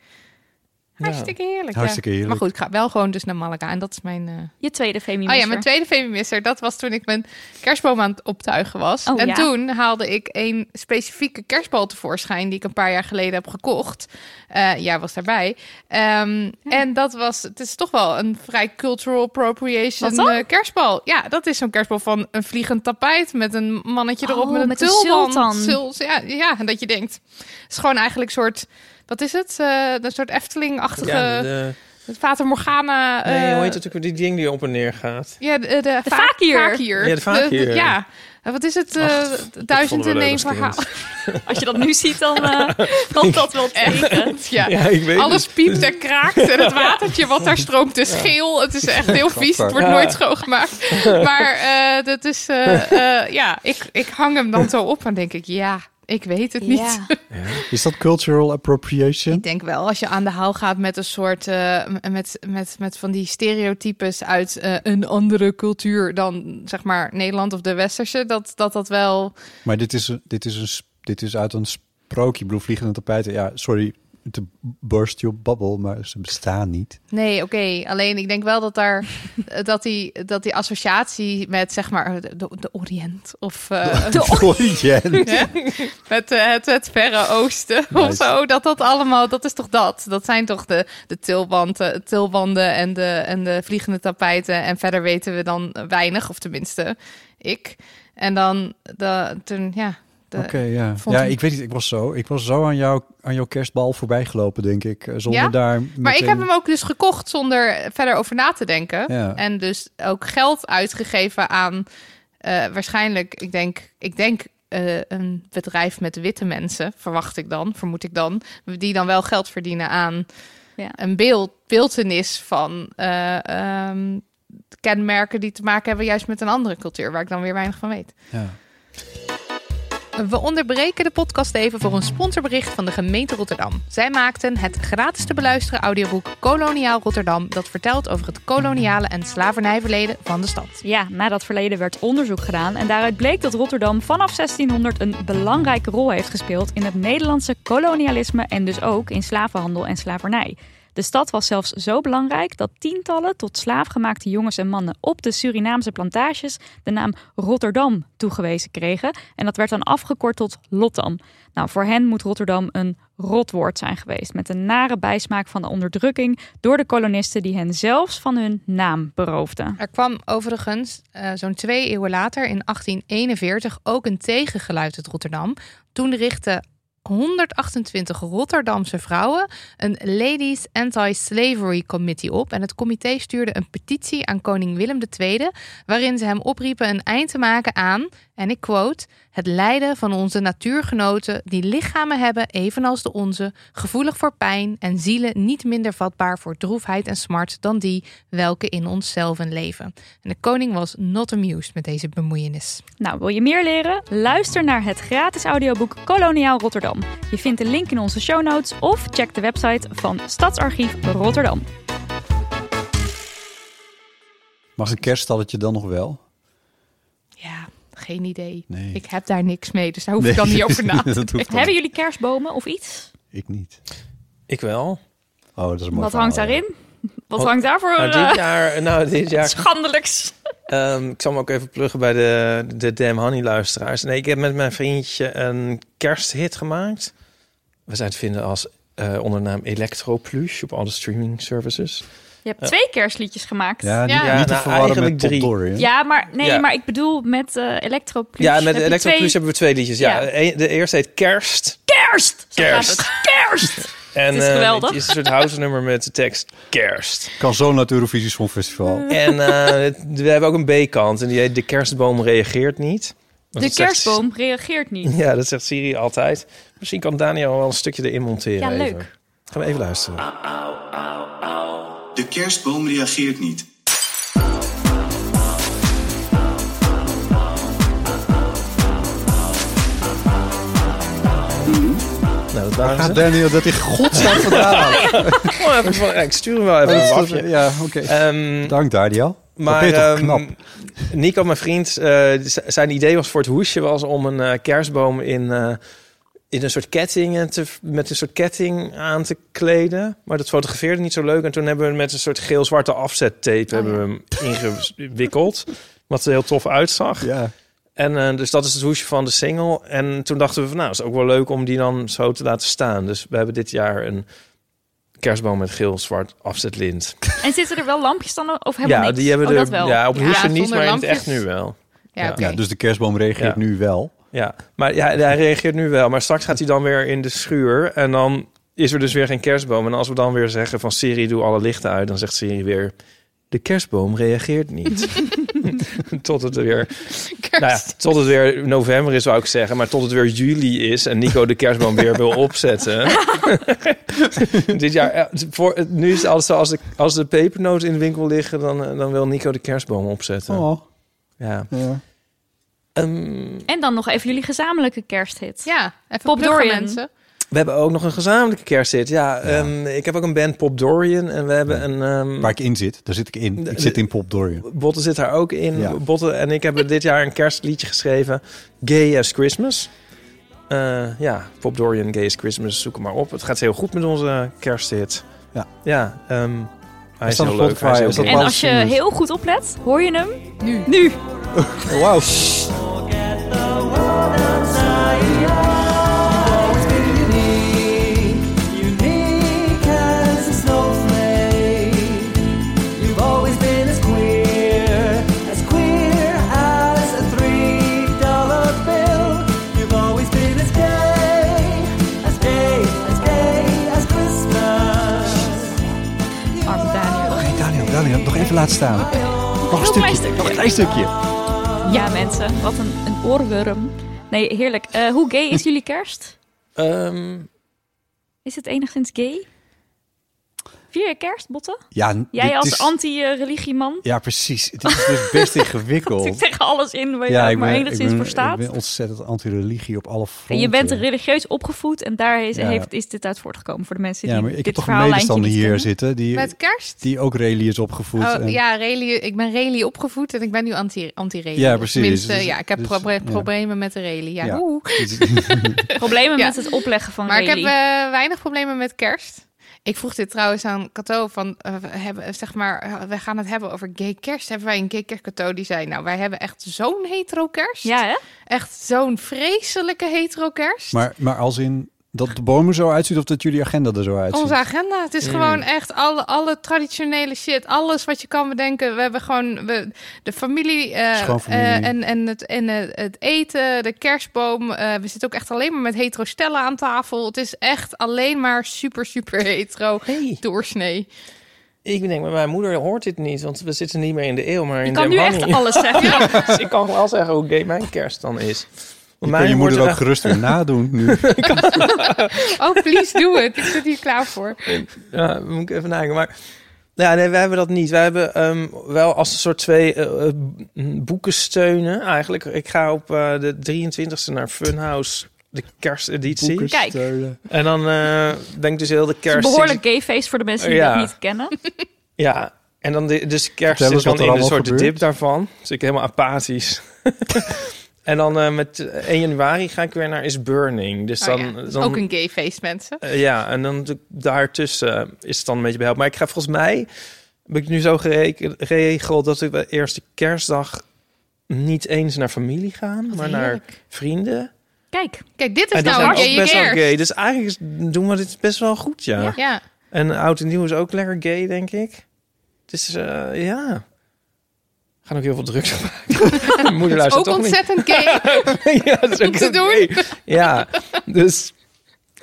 S5: Ja.
S3: Hartstikke heerlijk. ja.
S4: Hartstikke heerlijk.
S3: Maar goed, ik ga wel gewoon dus naar Malaga. En dat is mijn... eh,
S2: Je tweede feminist.
S3: Oh ja, mijn tweede feminister. Dat was toen ik mijn kerstboom aan het optuigen was.
S2: Oh,
S3: en
S2: ja.
S3: toen haalde ik een specifieke kerstbal tevoorschijn... die ik een paar jaar geleden heb gekocht. Eh jij was daarbij. Ehm, En dat was... Het is toch wel een vrij cultural
S2: Wat
S3: appropriation
S2: dan?
S3: eh, kerstbal. Ja, dat is zo'n kerstbal van een vliegend tapijt... met een mannetje erop
S2: Oh,
S3: met een
S2: met een
S3: tulband.
S2: sultan.
S3: Sul- ja, ja, en dat je denkt... Het is gewoon eigenlijk een soort... Wat is het? Eh, een soort Efteling-achtige...
S5: Ja, de,
S3: het Vater Morgana...
S5: nee,
S3: eh,
S5: hoe heet het ook weer, die ding die op en neer gaat?
S3: ja, de, de, va-
S2: fakir.
S5: Ja, de fakir.
S3: ja. En Wat is het? eh,
S5: Ach, dat
S3: duizend
S5: vonden
S3: en
S5: we leuk
S3: één
S5: als kind.
S3: verhaal.
S2: Als je dat nu ziet, dan eh, valt dat wel tegen.
S3: Ja.
S5: ik weet
S3: Alles piept en kraakt en het watertje wat daar stroomt is geel. Het is echt heel vies, het wordt nooit schoongemaakt. Maar eh, dat is, eh, eh, ja, ik, ik hang hem dan zo op en denk ik, ja, ik weet het niet.
S2: Ja.
S4: Is dat cultural appropriation?
S3: Ik denk wel, als je aan de haal gaat met een soort, eh, m- met, met, met van die stereotypes uit eh, een andere cultuur dan, zeg maar, Nederland of de Westerse, dat dat, dat wel...
S4: Maar dit is, dit, is een, sp- dit is uit een sprookje. Ik bedoel, vliegende tapijten. Ja, sorry to burst your bubble, maar ze bestaan niet.
S3: Nee, oké. Alleen ik denk wel dat daar eh, dat die, dat die associatie met zeg maar de, de Oriënt of eh,
S4: Orient.
S3: met eh, het, het Verre Oosten of
S4: Nice.
S3: zo, dat dat allemaal, dat is toch dat? Dat zijn toch de, de tilbanden, tilbanden en, de, en de vliegende tapijten en verder weten we dan weinig, of tenminste ik. En dan de, toen, ja. De,
S4: Oké, ja.
S3: vond
S4: Ja,
S3: hem-
S4: ik weet niet. Ik was zo, ik was zo aan, jou, aan jouw kerstbal voorbij gelopen, denk ik. eh, Zonder
S3: Ja?
S4: daar
S3: Maar ik
S4: meteen-
S3: heb hem ook dus gekocht zonder verder over na te denken.
S4: Ja.
S3: En dus ook geld uitgegeven aan eh, waarschijnlijk, ik denk, ik denk eh, een bedrijf met witte mensen, verwacht ik dan, vermoed ik dan, die dan wel geld verdienen aan
S2: Ja.
S3: een beeld, beeldenis van eh, ehm, kenmerken die te maken hebben juist met een andere cultuur, waar ik dan weer weinig van weet.
S4: Ja.
S3: We onderbreken de podcast even voor een sponsorbericht van de gemeente Rotterdam. Zij maakten het gratis te beluisteren audioboek Koloniaal Rotterdam... dat vertelt over het koloniale en slavernijverleden van de stad.
S2: Ja, na dat verleden werd onderzoek gedaan en daaruit bleek dat Rotterdam vanaf 1600 een belangrijke rol heeft gespeeld in het Nederlandse kolonialisme en dus ook in slavenhandel en slavernij. De stad was zelfs zo belangrijk dat tientallen tot slaafgemaakte jongens en mannen op de Surinaamse plantages de naam Rotterdam toegewezen kregen. En dat werd dan afgekort tot Lottam. Nou, voor hen moet Rotterdam een rotwoord zijn geweest. Met een nare bijsmaak van de onderdrukking door de kolonisten die hen zelfs van hun naam beroofden.
S3: Er kwam overigens eh, zo'n twee eeuwen later, in 1841, ook een tegengeluid uit Rotterdam. Toen richtte 128 Rotterdamse vrouwen een Ladies Anti-Slavery Committee op. En het comité stuurde een petitie aan koning Willem II, waarin ze hem opriepen een eind te maken aan, en ik quote, het lijden van onze natuurgenoten die lichamen hebben, evenals de onze, gevoelig voor pijn en zielen niet minder vatbaar voor droefheid en smart dan die welke in onszelf leven. En de koning was not amused met deze bemoeienis.
S2: Nou, wil je meer leren? Luister naar het gratis audioboek Koloniaal Rotterdam. Je vindt de link in onze show notes of check de website van Stadsarchief Rotterdam.
S4: Mag een kerststalletje dan nog wel?
S3: Ja, Ah, geen idee.
S4: Nee.
S3: Ik heb daar niks mee, dus daar hoef ik dan niet over na.
S4: dat hoeft dan.
S2: Hebben jullie kerstbomen of iets?
S4: Ik niet.
S5: Ik wel.
S4: Oh, dat is een
S2: Wat
S4: mooi verhaal,
S2: hangt
S4: ja.
S2: daarin? Wat
S5: Oh,
S2: hangt daarvoor?
S5: Nou,
S2: eh,
S5: dit jaar, nou, dit jaar
S2: Schandelijks.
S5: Ehm, ik zal hem ook even pluggen bij de, de Damn Honey luisteraars. Nee, ik heb met mijn vriendje een kersthit gemaakt. We zijn te vinden als eh ondernaam Electroplus op alle streaming services.
S2: Je hebt twee kerstliedjes gemaakt.
S4: Ja, niet,
S3: Ja.
S4: niet
S5: Ja,
S4: te
S5: nou,
S4: verwarren met
S5: eigenlijk
S4: Pop
S5: drie.
S4: Dorian.
S2: Ja, maar nee,
S5: Ja.
S2: maar ik bedoel met eh Electroplus.
S5: ja,
S2: heb
S5: met
S2: je
S5: Electroplus
S2: twee-
S5: hebben we twee liedjes. Ja,
S2: Ja.
S5: e- de eerste heet Kerst.
S2: Kerst! Zo
S5: Kerst.
S2: gaat het. Kerst!
S5: En
S2: Het is
S5: eh,
S2: geweldig.
S5: het is een soort house nummer met de tekst Kerst.
S4: Kan zo naar het Eurovisie Songfestival.
S5: En eh, het- we hebben ook een B-kant en die heet De kerstboom reageert niet. Dat
S2: De
S5: zegt-
S2: kerstboom reageert niet.
S5: Ja, dat zegt Siri altijd. Misschien kan Daniel wel een stukje erin monteren.
S2: Ja, leuk.
S5: Even. Gaan we even luisteren.
S6: De kerstboom reageert niet.
S5: Nou, dat waren ze.
S4: Gaat Ah, Daniel dat in godsnaam vandaan?
S5: Oh, even van- ja, ik stuur hem wel even een wafje.
S4: ja, oké.
S5: Ehm,
S4: Dank Daniel. Maar,
S5: maar
S4: dat ben je toch
S5: ehm,
S4: knap.
S5: Nico, mijn vriend, eh, z- zijn idee was voor het hoesje was om een eh, kerstboom in, eh, in een soort kettingen te, met een soort ketting aan te kleden. Maar dat fotografeerde niet zo leuk. En toen hebben we hem met een soort geel-zwarte afzettape hebben we hem ingewikkeld. Wat er heel tof uitzag.
S4: Ja.
S5: En eh, dus dat is het hoesje van de single. En toen dachten we van nou, is het ook wel leuk om die dan zo te laten staan. Dus we hebben dit jaar een kerstboom met geel-zwart afzetlint.
S2: En zitten er wel lampjes dan of helemaal
S5: ja,
S2: niks?
S5: die hebben
S2: Oh,
S5: er,
S2: dat wel.
S5: Ja, op
S3: Ja,
S5: Hoesje niet,
S3: zonder
S5: maar in het echt
S3: lampjes.
S5: nu wel.
S3: Ja, oké.
S4: ja, dus de kerstboom reageert
S5: Ja.
S4: nu wel.
S5: Ja, maar ja, hij reageert nu wel. Maar straks gaat hij dan weer in de schuur en dan is er dus weer geen kerstboom. En als we dan weer zeggen van Siri, doe alle lichten uit, dan zegt Siri weer... De kerstboom reageert niet. tot, het weer, nou ja, tot het weer november is, zou ik zeggen. Maar tot het weer juli is en Nico de kerstboom weer wil opzetten. Dit jaar, eh, voor, nu is het altijd zo, als de, als de pepernoten in de winkel liggen... dan, eh, dan wil Nico de kerstboom opzetten.
S4: Oh,
S5: Ja.
S4: ja.
S5: Ehm,
S2: En dan nog even jullie gezamenlijke kersthit.
S3: Ja, even
S2: Pop
S3: pluggen,
S2: Dorian.
S3: mensen.
S5: we hebben ook nog een gezamenlijke kerstzit. Ja, ehm, ik heb ook een band Pop Dorian en we hebben een... ehm,
S4: Eh, Waar ik in zit, daar zit ik in. Ik zit in Pop Dorian.
S5: Botte zit daar ook in.
S4: Ja.
S5: Botte en ik hebben dit jaar een kerstliedje geschreven. Gay as Christmas. Eh, ja, Pop Dorian, Gay as Christmas. Zoek hem maar op. Het gaat heel goed met onze kersthit.
S4: Ja.
S5: Ja, ehm, hij is
S4: staat
S5: heel
S4: op
S5: leuk. Hij is
S4: Spotify,
S5: heel
S4: is dat
S5: gay.
S2: En
S4: wel
S2: als je
S4: singers.
S2: heel goed oplet, hoor je hem
S3: Nu.
S2: nu.
S4: Oh, Wauw.
S7: unique as a snowflake. You've always been as queer, as queer as a three dollar bill. You've always been as gay, as gay, as gay as Christmas.
S2: Arme Daniel.
S4: Hey, Daniel, Daniel, nog even laten staan. Nog een
S2: Heel klein
S4: stukje.
S2: stukje.
S4: Nog een klein stukje.
S2: Ja, mensen. Wat een, een oorworm. Nee, heerlijk. Eh, hoe gay is jullie kerst?
S5: Ehm,
S2: Is het enigszins gay? Vier je kerst, Botte?
S4: Ja,
S2: Jij
S4: dit
S2: als
S4: is-
S2: anti-religieman?
S4: Ja, precies. Het is dus best
S2: Ik
S4: ingewikkeld.
S2: tegen alles in waar je ja, maar enigszins
S4: ik ben,
S2: verstaat.
S4: Ik ben ontzettend anti-religie op alle
S2: en
S4: fronten.
S2: je bent religieus opgevoed en daar is,
S4: Ja.
S2: heeft, is dit uit voortgekomen voor de mensen die
S4: Ja, maar ik
S2: dit
S4: heb toch een
S2: verhaallijntje
S4: medestander
S2: niet
S4: hier
S2: kennen.
S4: zitten die,
S3: Met kerst?
S4: die ook reli is opgevoed.
S3: Oh,
S4: en-
S3: ja, rally, ik ben rally opgevoed en ik ben nu anti- anti-rally.
S4: Ja, precies.
S3: Tenminste,
S4: Dus-
S3: ja, ik heb
S4: dus-
S3: proble-
S4: ja.
S3: problemen met de rally. Ja,
S4: Ja.
S3: oeh.
S2: Problemen
S3: Ja.
S2: met het opleggen van
S3: Maar ik heb
S2: reli.
S3: eh, weinig problemen met kerst. Ik vroeg dit trouwens aan Cato van, eh, we hebben, zeg maar, eh, we gaan het hebben over gay kerst. Hebben wij een gay kerst? Cato die zei, nou, wij hebben echt zo'n hetero kerst.
S2: Ja, hè?
S3: Echt zo'n vreselijke hetero kerst.
S4: Maar, maar als in dat de boom er zo uitziet of dat jullie agenda er zo uitziet?
S3: Onze agenda. Het
S4: Mm.
S3: is gewoon echt alle, alle traditionele shit. Alles wat je kan bedenken. We hebben gewoon we, de familie, eh,
S4: Schoon familie.
S3: eh, en, en, het, en eh, het eten, de kerstboom. Eh, we zitten ook echt alleen maar met hetero stellen aan tafel. Het is echt alleen maar super, super hetero.
S5: Hey.
S3: Doorsnee.
S5: Ik denk, maar mijn moeder hoort dit niet, want we zitten niet meer in de eeuw, maar in
S2: Je kan
S5: de
S2: nu echt
S5: money.
S2: alles zeggen.
S5: Dus ik kan wel zeggen hoe gay mijn kerst dan is.
S4: Je
S5: Mijn
S4: kan je moeder
S5: wordt
S4: ook
S5: echt-
S4: gerust weer nadoen nu.
S3: Oh, please doe het. Ik zit hier klaar voor. Oh,
S5: Ja, moet ik even nadenken. Maar Nou ja, nee, we hebben dat niet. We hebben ehm, wel als een soort twee eh, eh, boeken steunen eigenlijk. Ik ga op eh, de 23e naar Funhouse, de kersteditie.
S4: Boeken
S2: Kijk.
S4: steunen.
S5: En dan eh, denk ik dus heel de
S2: Het is
S5: kerst...
S2: een behoorlijk gay feest voor de mensen die
S5: Ja.
S2: dat niet kennen.
S5: Ja, en dan de, dus kerst
S4: Vertel
S5: is
S4: eens wat
S5: dan
S4: er
S5: in een
S4: allemaal
S5: soort
S4: gebeurt.
S5: dip daarvan. Dus ik helemaal apathisch. en dan eh, met eh, 1 januari ga ik weer naar Is Burning. Dus dan,
S3: Oh ja, dat is
S5: dan
S3: ook een gay feest, mensen.
S5: Eh, ja, en dan natuurlijk daartussen eh, is het dan een beetje behelpen. Maar ik ga volgens mij, heb ik nu zo gereken- geregeld dat ik de eerste kerstdag niet eens naar familie ga, maar naar vrienden.
S2: Kijk,
S3: Kijk, dit is
S5: dat
S3: nou een
S5: ook
S3: gay
S5: best wel
S3: kerst.
S5: gay. Dus eigenlijk is- doen we dit best wel goed, ja.
S3: Ja.
S5: En oud en nieuw is ook lekker gay, denk ik. Dus eh, ja, We gaan ook heel veel drugs gebruiken. Mijn moeder
S3: Het is
S5: luistert
S3: ook
S5: toch niet.
S3: ontzettend gay.
S5: ja, dat is ook
S3: te
S5: oké.
S3: doen.
S5: Ja, dus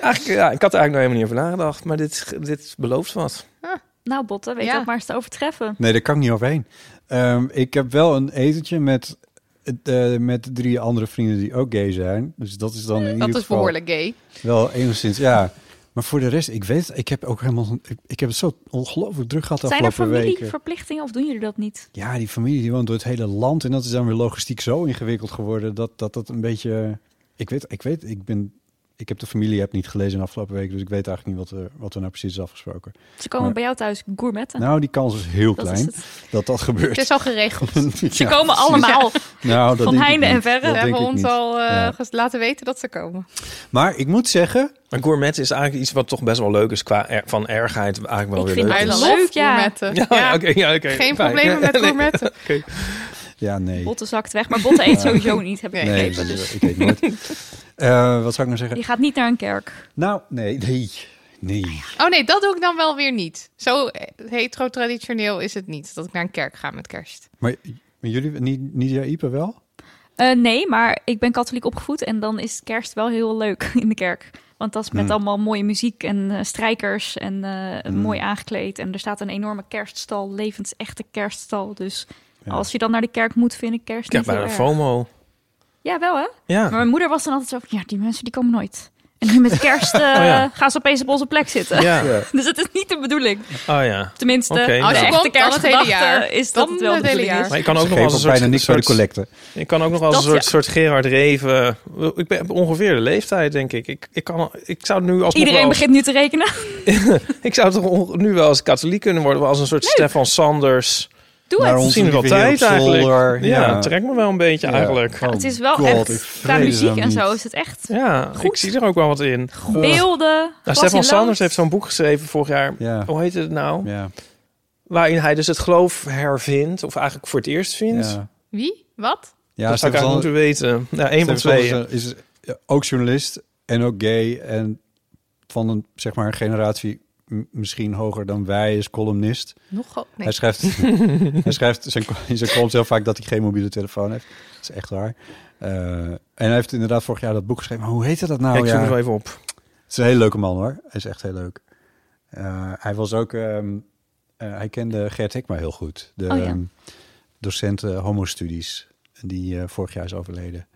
S5: eigenlijk, ja, ik had er eigenlijk nog helemaal niet over nagedacht, maar dit, dit belooft wat.
S2: nou Botte, weet
S3: Ja.
S2: dat maar eens te overtreffen.
S4: Nee, daar kan ik niet overheen. Ehm, ik heb wel een etentje met, eh, met drie andere vrienden die ook gay zijn. Dus dat is dan in ieder
S3: Dat is
S4: geval
S3: behoorlijk gay.
S4: wel enigszins, ja. Maar voor de rest, ik weet, ik heb ook helemaal, ik, ik heb het zo ongelooflijk druk gehad de
S2: Zijn er
S4: afgelopen weken.
S2: familieverplichtingen of doen jullie dat niet?
S4: Ja, die familie die woont door het hele land. En dat is dan weer logistiek zo ingewikkeld geworden dat dat, dat een beetje. Ik weet, ik weet, ik ben. Ik heb de familie heb niet gelezen de afgelopen week, dus ik weet eigenlijk niet wat er, wat er nou precies is afgesproken.
S2: Ze komen
S4: Maar-
S2: bij jou thuis gourmetten.
S4: Nou, die kans is heel
S2: dat
S4: klein
S2: is het.
S4: dat dat
S3: Het
S4: gebeurt.
S3: is al geregeld.
S2: Ze komen allemaal.
S4: nou, dat
S2: van
S4: denk ik
S2: heinde en
S4: niet.
S2: verre.
S4: Dat
S3: We
S4: denk
S3: hebben
S4: ik
S3: ons
S4: niet.
S3: al eh,
S4: Ja.
S3: ges- laten weten dat ze komen.
S4: Maar ik moet zeggen,
S5: Maar gourmet is eigenlijk iets wat toch best wel leuk is qua er- van ergheid. Eigenlijk wel
S2: Ik
S5: weer
S2: vind
S5: leuk.
S2: het
S5: is.
S2: wel leuk, ja.
S3: gourmetten.
S5: Ja, ja, oké, ja, oké,
S3: Geen
S5: fijn.
S3: problemen met
S5: Nee.
S3: gourmetten.
S4: ja, nee.
S2: Botte zakt weg, maar Botte eet sowieso niet, heb ik
S3: Nee.
S4: Nee,
S2: begrepen. Dus
S4: ik weet nooit. Eh, wat zou ik nou
S2: je
S4: zeggen?
S2: gaat niet naar een kerk.
S4: Nou, nee, nee,
S2: Nou
S4: nee.
S3: Oh nee, dat doe ik dan wel weer niet. Zo eh, hetero-traditioneel is het niet dat ik naar een kerk ga met kerst.
S4: Maar, maar jullie, niet, niet jij Ipe wel?
S2: Eh, nee, maar ik ben katholiek opgevoed en dan is kerst wel heel leuk in de kerk. Want dat is met
S4: Hmm.
S2: allemaal mooie muziek en eh, strijkers en eh,
S4: Mm.
S2: mooi aangekleed. En er staat een enorme kerststal, levensechte kerststal. Dus
S4: Ja.
S2: als je dan naar de kerk moet, vind ik kerst
S5: Ik heb
S2: niet heel
S5: bijna
S2: erg.
S5: FOMO.
S2: Ja, wel hè?
S5: Ja.
S2: Maar mijn moeder was dan altijd zo van, ja, die mensen die komen nooit. En nu met kerst eh,
S5: Oh ja.
S2: gaan ze opeens op onze plek zitten.
S5: ja.
S4: Ja.
S2: Dus het is niet de bedoeling.
S5: Oh ja.
S2: Tenminste,
S5: Oké,
S2: als
S5: nou.
S2: je
S5: Als je
S2: echte
S3: komt, dan het hele
S2: kerstgedachte
S3: jaar.
S2: is dat
S3: Dan
S2: het wel de
S3: het hele
S2: bedoeling
S3: jaar.
S2: is.
S5: Maar je kan ook
S4: Ze
S5: nog wel
S4: geven
S5: als een
S4: ons
S5: soort...
S4: bijna niks voor de
S5: soort-
S4: collecte.
S5: Ik kan ook nog wel als
S2: Dat,
S5: een soort,
S2: ja.
S5: soort Gerard Reven. Ik ben ongeveer de leeftijd, denk ik. Ik, ik, kan, ik zou nu als
S2: Iedereen begint nu te rekenen.
S5: Ik zou toch on- nu wel als katholiek kunnen worden, wel als een soort Stefan Sanders.
S2: Doe
S4: Naar
S2: het.
S4: ons
S5: Misschien wel
S4: lieve heer
S5: tijd
S4: op zolder.
S5: eigenlijk. Ja,
S4: Ja.
S5: trek me wel een beetje
S4: Ja.
S5: eigenlijk.
S4: Oh
S2: het is wel
S4: God, ik
S2: echt,
S4: vrees
S2: qua muziek
S4: hem
S2: en zo
S4: niet.
S2: is het echt
S5: Ja, ik
S2: Goed.
S5: zie er ook wel wat in.
S2: beelden.
S5: Nou,
S2: Bas in
S5: Stefan
S2: Lood.
S5: Sanders heeft zo'n boek geschreven vorig jaar.
S4: Ja.
S5: Hoe heet het nou?
S4: Ja,
S5: Waarin hij dus het geloof hervindt, of eigenlijk voor het eerst vindt.
S4: ja.
S3: Wie? Wat?
S4: ja
S5: dat zou ik
S4: Stefan-
S5: eigenlijk moeten weten. Ja, één van
S4: Stefan
S5: twee.
S4: Sanders is eh, ook journalist en ook gay en van een zeg maar een generatie m- misschien hoger dan wij is columnist.
S3: Nog? go- Nee.
S4: Hij schrijft, hij schrijft zijn, in zijn columns heel vaak dat hij geen mobiele telefoon heeft. Dat is echt waar. Eh, en hij heeft inderdaad vorig jaar dat boek geschreven. Maar hoe heette dat nou?
S5: ik zoek
S4: ja?
S5: het wel even op.
S4: Het is een hele leuke man hoor. Hij is echt heel leuk. Eh, hij was ook. ehm, eh, hij kende Gert Hekma heel goed. De
S2: Oh ja.
S4: ehm, docent eh, homostudies. Die eh, vorig jaar is overleden.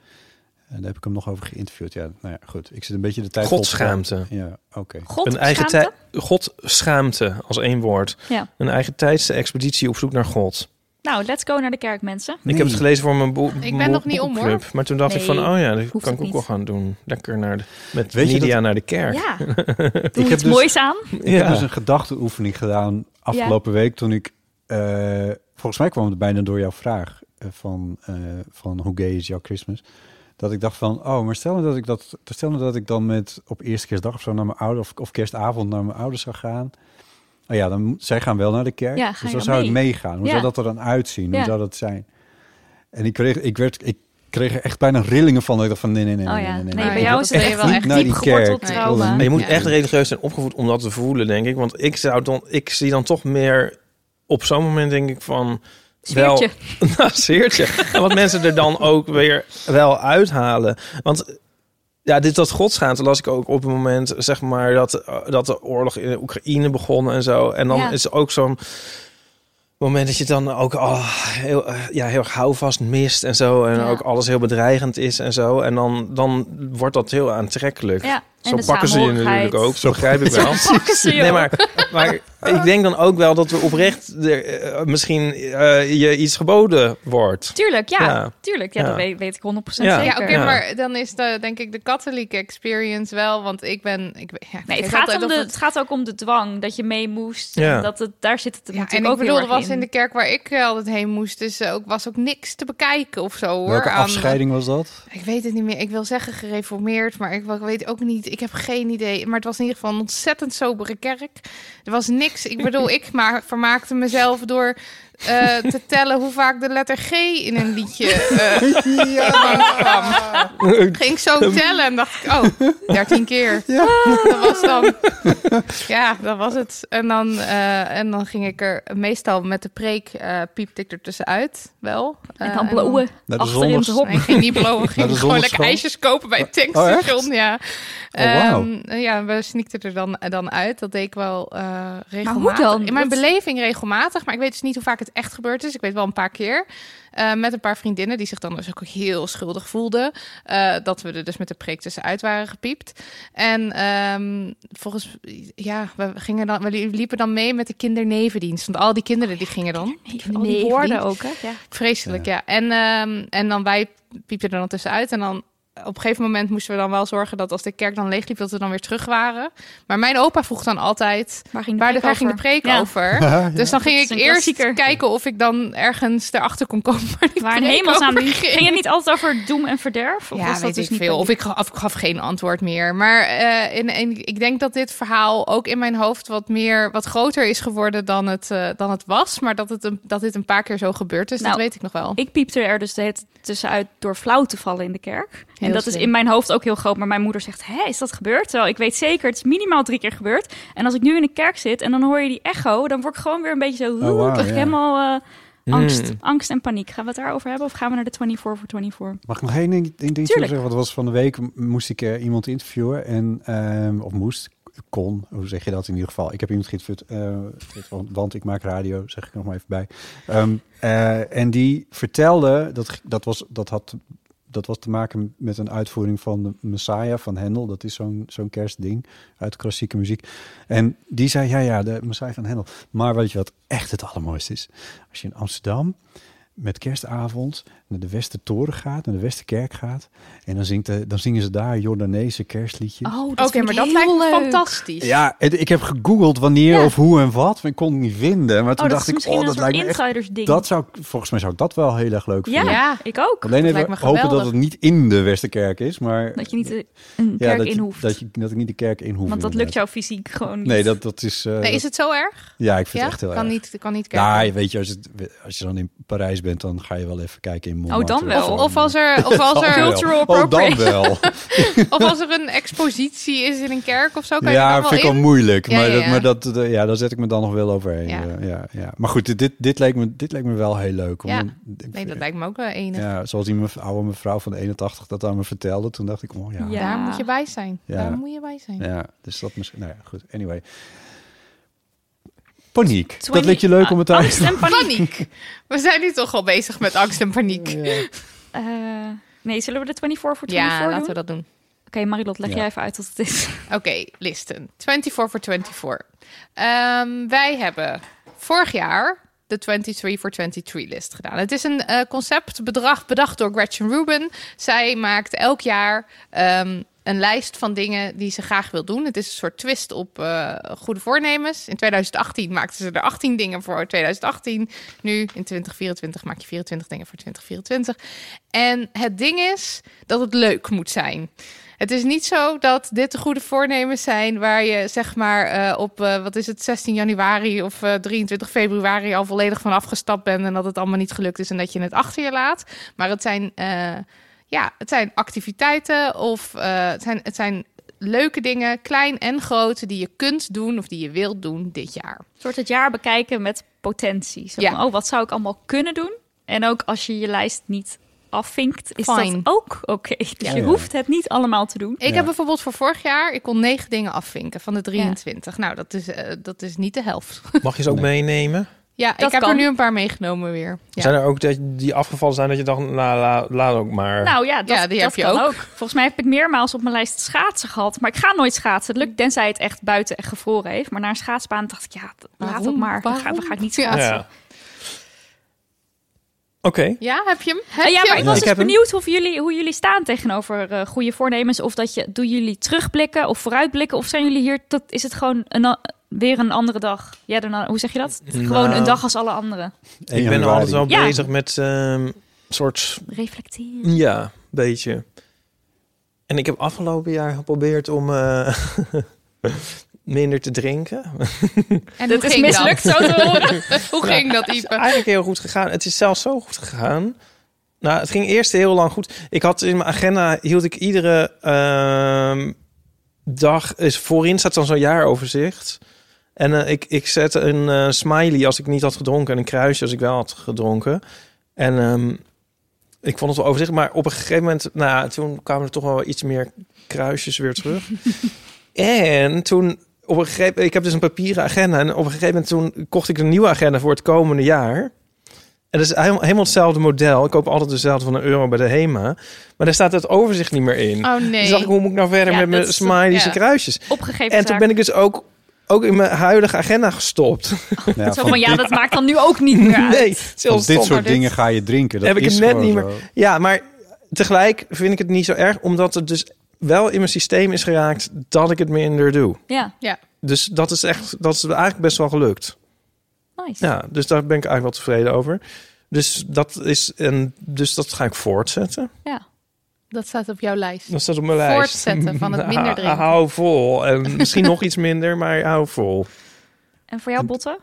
S4: En daar heb ik hem nog over geïnterviewd. Ja, nou ja, goed. Ik zit een beetje de tijd. vol te
S5: Godschaamte.
S4: praten. Ja, oké.
S2: God,
S5: Een eigen tijd.
S2: schaamte.
S5: God schaamte als één woord.
S2: Ja.
S5: Een eigen tijdse expeditie op zoek naar God.
S2: Nou, let's go naar de kerk, mensen.
S5: Ik heb het gelezen voor mijn boek.
S3: Ik ben nog niet om, hoor.
S5: Maar toen dacht
S2: Nee,
S5: ik van, oh ja, dat
S2: hoeft ook
S5: kan ik ook
S2: niet.
S5: wel gaan doen. Lekker naar de, met
S4: Weet je
S5: media
S4: dat-
S5: naar de kerk.
S2: Ja,
S4: Ik
S2: doe
S4: heb
S2: iets
S4: dus-
S2: moois aan.
S4: Ik heb
S5: Ja.
S4: dus een gedachteoefening gedaan afgelopen week toen ik. eh, volgens mij kwam het bijna door jouw vraag eh, van, eh, van hoe gay is jouw Christmas. Dat ik dacht van, oh, maar stel nou dat ik dat, stel nou dat ik dan met op eerste kerstdag of zo naar mijn ouders of, of kerstavond naar mijn ouders zou gaan. Oh ja, dan moet- zij gaan wel naar de kerk.
S2: Ja, ga
S4: dus
S2: je
S4: dan
S2: dan
S4: zou ik
S2: mee?
S4: meegaan. Hoe
S2: Ja.
S4: zou dat er dan uitzien? Hoe
S2: Ja.
S4: zou dat zijn? En ik kreeg, ik werd, ik kreeg er echt bijna rillingen van. Ik dacht van nee, nee, nee.
S2: Oh
S4: nee,
S2: ja.
S4: nee, nee,
S2: Nee,
S4: nee.
S2: bij
S4: Ik
S2: jou
S4: wil
S2: is het
S4: echt
S2: wel
S4: niet
S2: echt
S4: naar die
S2: diep geworteld
S4: kerk. Ik wil
S2: trauma.
S4: niet-
S5: En je moet
S3: Ja.
S5: echt religieus zijn opgevoed om dat te voelen, denk ik. Want ik zou dan, ik zie dan toch meer op zo'n moment, denk ik van.
S2: Sfeertje.
S5: Wel, nou, zeertje. en wat mensen er dan ook weer wel uithalen. Want ja, dit dat godschaante las ik ook op het moment, zeg maar, dat, eh, dat de oorlog in Oekraïne begon en zo. En dan
S2: Ja.
S5: is er ook zo'n moment dat je dan ook ah, heel, eh, ja, heel erg houvast mist en zo. En
S2: Ja.
S5: ook alles heel bedreigend is en zo. En dan, dan wordt dat heel aantrekkelijk.
S2: Ja, en
S5: Zo
S2: de
S5: pakken ze je natuurlijk ook,
S2: saamhorigheid.
S5: zo begrijp ik wel.
S2: Fuck ze, joh.
S5: Nee, maar, maar ik denk dan ook wel dat we oprecht er, eh, misschien eh, je iets geboden wordt.
S2: Tuurlijk, ja.
S5: Ja.
S2: Tuurlijk, ja,
S5: Ja.
S2: dat weet, weet ik 100%
S5: Ja.
S2: zeker.
S5: Ja,
S3: Ja, oké,
S5: Ja.
S3: maar dan is de, denk ik de katholieke experience wel, want ik ben... Ik, ben- ja, ik
S2: Nee, het
S3: vergeet
S2: gaat,
S3: altijd
S2: om
S3: of
S2: de,
S3: het-
S2: het gaat ook om de dwang dat je mee moest.
S5: Ja.
S2: En dat het, daar zit het
S3: Ja,
S2: natuurlijk
S3: en ik
S2: ook
S3: bedoel,
S2: heel
S3: er
S2: erg
S3: was
S2: in.
S3: in de kerk waar ik eh, altijd heen moest, dus eh, ook, was ook niks te bekijken of zo, hoor.
S4: Welke
S3: aan-
S4: afscheiding was dat?
S3: Ik weet het niet meer. Ik wil zeggen gereformeerd, maar ik wel- ik weet ook niet. Ik heb geen idee. Maar het was in ieder geval een ontzettend sobere kerk. Er was niks. Ik bedoel, ik maar vermaakte mezelf door eh, te tellen hoe vaak de letter G in een liedje eh ja. kwam. Ging ik zo tellen en dacht ik, oh, 13 keer. Dat was dan. Ja, dat was het. En dan, eh, en dan ging ik er meestal met de preek eh piepte ik er tussenuit. Wel.
S2: En
S3: Eh,
S2: dan blauwe
S4: Naar de
S2: achterin
S4: zondags-
S2: te hop.
S3: Nee, ik ging niet blowen.
S4: Naar
S3: Ging
S4: de
S3: gewoon lekker
S4: zonneschans?
S3: ijsjes kopen bij het
S4: Oh,
S3: tankstation.
S4: echt?
S3: ja.
S4: Oh, wauw.
S3: Ehm, ja, we sneakten er dan, dan uit. Dat deed ik wel eh, regelmatig.
S2: dan?
S3: In mijn
S2: Wat-
S3: beleving regelmatig. Maar ik weet dus niet hoe vaak het echt gebeurd is. Ik weet wel een paar keer. eh, met een paar vriendinnen die zich dan dus ook heel schuldig voelden. eh, dat we er dus met de preek tussenuit waren gepiept. En ehm, volgens... Ja, we, gingen dan, we liepen dan mee met de kindernevendienst. Want al die kinderen die gingen dan.
S2: Al die
S3: Nee,
S2: woorden
S3: vriend.
S2: ook, hè? Ja.
S3: Vreselijk, ja. En, ehm, en dan wij piepten er dan tussenuit. En dan op een gegeven moment moesten we dan wel zorgen dat als de kerk dan leegliep, dat we dan weer terug waren. Maar mijn opa vroeg dan altijd,
S2: Waar ging de
S3: waar de,
S2: preek
S3: waar ging de
S2: over?
S3: preek
S2: Ja.
S3: over?
S4: Ja.
S3: Dus dan ging
S2: Dat is
S3: ik
S2: een
S3: eerst
S2: klassieker.
S3: kijken of ik dan ergens erachter kon komen. Waar, die
S2: Waar in
S3: preek
S2: hemelsnaam
S3: over
S2: ging het niet altijd over doem en verderf? Of
S3: ja,
S2: was dat
S3: weet
S2: dus
S3: ik
S2: niet
S3: veel.
S2: bij
S3: Of ik gaf, ik gaf geen antwoord meer. Maar eh, in, in- ik denk dat dit verhaal ook in mijn hoofd wat meer, wat groter is geworden dan het, eh, dan het was. Maar dat, het een, dat dit een paar keer zo gebeurd is, dat
S2: Nou,
S3: weet ik nog wel.
S2: Ik piepte er dus de hele tijd tussenuit door flauw te vallen in de kerk.
S3: Heel
S2: en dat
S3: slim.
S2: is in mijn hoofd ook heel groot. Maar mijn moeder zegt, hé, is dat gebeurd? Terwijl ik weet zeker, het is minimaal drie keer gebeurd. En als ik nu in de kerk zit en dan hoor je die echo... dan word ik gewoon weer een beetje zo... Oh,
S4: wauw,
S2: krijg ik
S4: ja.
S2: helemaal eh, angst,
S4: Hmm.
S5: Mm.
S2: angst en paniek. Gaan we het daarover hebben of gaan we naar de 24 voor
S3: Oh,
S2: 24?
S4: Mag ik nog één ding, ding, ding
S2: Tuurlijk.
S4: zeggen? Want het was van de week m- moest ik eh, iemand interviewen. En, ehm, of moest, kon, hoe zeg je dat in ieder geval? Ik heb iemand geïnterviewd, eh, dit, want, want ik maak radio, zeg ik er nog maar even bij. Ehm, eh, en die vertelde, dat, dat, was, dat, had, dat was te maken met een uitvoering van de Messiah van Hendel. Dat is zo'n zo'n kerstding uit klassieke muziek. En die zei, ja, ja, de Messiah van Hendel. Maar weet je wat echt het allermooiste is? Als je in Amsterdam met kerstavond naar de Westertoren gaat, naar de Westerkerk gaat. En dan, zingt de, dan zingen ze daar Jordaanese kerstliedjes.
S2: Oh,
S3: Oké, maar dat lijkt me fantastisch.
S4: Ja, het- ik heb gegoogeld wanneer
S2: Ja.
S4: of hoe en wat. Maar ik kon het niet vinden. Maar toen
S2: Oh, dat
S4: dacht
S2: is
S4: ik,
S2: misschien
S4: oh,
S2: een
S4: dat
S2: soort
S4: lijkt me echt...
S2: insiders-ding.
S4: Dat zou, ik- volgens mij zou ik dat wel heel erg leuk
S2: ja,
S4: vinden.
S3: Ja.
S2: ik ook.
S4: Alleen
S3: dat
S4: even
S3: lijkt me
S4: hopen dat het
S3: geweldig.
S4: niet in de Westerkerk is. Maar
S2: Dat je niet eh, een
S4: ja,
S2: kerk
S4: dat, je-
S2: in hoeft.
S4: Dat, je, dat ik niet de kerk in hoef.
S2: Want dat lukt
S4: inderdaad.
S2: jou fysiek gewoon niet.
S4: Nee, dat, dat is... eh,
S3: Nee, is het zo erg?
S4: Ja, ik vind
S3: ja?
S4: het echt heel
S3: kan
S4: erg. Nou,
S3: Niet, kan niet
S4: Ja,
S2: eh,
S3: kerken.
S4: je weet je, als, het, als je dan in Parijs bent, dan ga je wel even kijken in
S2: Oh, dan
S4: Montmartre.
S2: wel.
S4: zo.
S3: of, of als er, of als
S4: Dan
S3: er,
S4: wel.
S2: Cultural
S4: Oh, dan
S2: appropriation.
S4: wel.
S3: of als er een expositie is in een kerk of zo, kan je
S4: ja,
S3: er dan
S4: vind ik
S3: wel
S4: wel
S3: in.
S4: moeilijk.
S3: Ja,
S4: maar
S3: ja,
S4: dat,
S3: ja.
S4: maar dat, eh, ja, daar zet ik me dan nog wel overheen.
S3: Ja.
S4: Ja. ja, ja. Maar goed, dit- dit, dit, leek me, dit leek me wel heel leuk.
S3: Ja.
S4: omdat ik-
S3: Nee, dat lijkt me ook wel enig.
S4: ja, zoals die mevrouw, oude mevrouw van 81 dat aan me vertelde, toen dacht ik, oh ja. Ja,
S2: Ja.
S3: Daar moet je bij zijn.
S4: Ja.
S3: Daar moet je bij zijn.
S4: dus dat misschien... Nou ja, goed. Anyway. Paniek. dat
S2: 20
S4: leek je leuk om
S3: Ah,
S4: het
S2: Angst
S4: daar...
S2: en paniek.
S3: Paniek. We zijn nu toch al bezig met angst en paniek. Ja,
S2: Eh, nee, zullen we de 24 voor 24 doen?
S3: laten we dat doen.
S2: Oké, Marilot, leg
S4: Ja.
S2: jij even uit wat het is.
S3: Oké, listen. 24 voor 24. Ehm, wij hebben vorig jaar de 23 voor 23 list gedaan. Het is een eh, concept bedrag, bedacht door Gretchen Rubin. Zij maakt elk jaar ehm, een lijst van dingen die ze graag wil doen. Het is een soort twist op eh, goede voornemens. In 2018 maakten ze er 18 dingen voor 2018. Nu in 2024 maak je 24 dingen voor 2024. En het ding is dat het leuk moet zijn. Het is niet zo dat dit de goede voornemens zijn waar je zeg maar eh, op eh, wat is het 16 januari of eh, 23 februari al volledig van afgestapt bent en dat het allemaal niet gelukt is en dat je het achter je laat. Maar het zijn, eh, ja, het zijn activiteiten of eh, het, zijn, het zijn leuke dingen, klein en groot, die je kunt doen of die je wilt doen dit jaar.
S2: Een soort het jaar bekijken met potentie. Zo van,
S3: Ja.
S2: oh, wat zou ik allemaal kunnen doen? En ook als je je lijst niet afvinkt, is
S3: Fine.
S2: dat ook oké. Dus
S4: Ja.
S2: je
S4: Ja.
S2: hoeft het niet allemaal te doen.
S3: Ik
S4: Ja.
S3: heb bijvoorbeeld voor vorig jaar, ik kon negen dingen afvinken van de 23. Nou, dat is, eh, dat is niet de helft.
S5: Mag je ze ook meenemen?
S3: ja,
S2: Dat
S3: ik heb
S2: kan.
S3: er nu een paar meegenomen weer. Ja.
S5: Zijn er ook dat die afgevallen zijn dat je dacht, nou, la, laat ook maar.
S2: Nou ja, dat,
S3: Ja, die
S2: dat
S3: heb je
S2: kan
S3: ook.
S2: ook. Volgens mij heb ik meermaals op mijn lijst schaatsen gehad. Maar ik ga nooit schaatsen. Het lukt, tenzij het echt buiten echt gevroren heeft. Maar naar een schaatsbaan dacht ik, ja, d- laat
S3: Waarom?
S2: het maar. Dan ga, dan
S3: Waarom?
S2: ga ik niet
S3: Ja.
S2: schaatsen.
S5: ja. Oké.
S3: Ja, heb je hem? Heb
S2: Eh, ja,
S3: je
S2: maar
S3: hem?
S2: ik was
S5: Ik
S2: dus
S5: heb hem.
S2: benieuwd of jullie, hoe jullie staan tegenover eh, goede voornemens. Of dat je, doen jullie terugblikken of vooruitblikken? Of zijn jullie hier, tot, is het gewoon een, a- weer een andere dag? Ja, dan, hoe zeg je dat? Gewoon
S5: Nou.
S2: een dag als alle anderen.
S5: Ik ben altijd wel
S2: Ja.
S5: bezig met ehm soort,
S2: Reflecteren.
S5: ja, beetje. En ik heb afgelopen jaar geprobeerd om eh, minder te drinken.
S3: En
S2: Dat
S3: hoe
S2: is
S3: ging
S2: mislukt, zo te horen.
S3: dat? Hoe ging dat,
S5: Het is
S3: Ipe?
S5: eigenlijk heel goed gegaan. Het is zelfs zo goed gegaan. Nou, het ging eerst heel lang goed. Ik had in mijn agenda, hield ik iedere ehm, dag, is, voorin staat dan zo'n jaaroverzicht. En eh, ik, ik zette een eh, smiley als ik niet had gedronken en een kruisje als ik wel had gedronken. En ehm, ik vond het wel overzicht, maar op een gegeven moment, nou, ja, toen kwamen er toch wel iets meer kruisjes weer terug. En toen op een gegeven ik heb dus een papieren agenda en op een gegeven moment toen kocht ik een nieuwe agenda voor het komende jaar. En dat is helemaal, helemaal hetzelfde model. Ik koop altijd dezelfde van een euro bij de Hema, maar daar staat het overzicht niet meer in.
S3: Oh nee.
S5: Toen dacht ik, hoe moet ik nou verder
S3: Ja,
S5: met mijn
S3: dat is-
S5: smileys
S3: ja.
S5: en kruisjes?
S2: Opgegeven
S5: En toen ben ik dus ook, ook in mijn huidige agenda gestopt.
S3: oh,
S4: Nou Ja,
S2: Zo
S4: van,
S2: van, ja, dat maakt dan nu ook niet meer uit.
S5: nee, het is heel
S4: van dit
S5: stom.
S4: soort dingen ga je drinken. Dat
S5: Heb ik
S4: is
S5: het net
S4: gewoon
S5: niet meer.
S4: zo.
S5: Ja, maar tegelijk vind ik het niet zo erg, omdat het dus wel in mijn systeem is geraakt dat ik het minder doe.
S2: Ja,
S5: Dus dat is echt, dat is eigenlijk best wel gelukt.
S2: nice.
S5: Ja, dus daar ben ik eigenlijk wel tevreden over. Dus dat is, en dus dat ga ik voortzetten.
S3: Dat staat op jouw lijst.
S5: Dat staat op mijn lijst.
S3: Voortzetten van het minder drinken.
S5: Ha- Hou vol. En misschien nog iets minder, maar hou vol.
S2: En voor jou, Botte?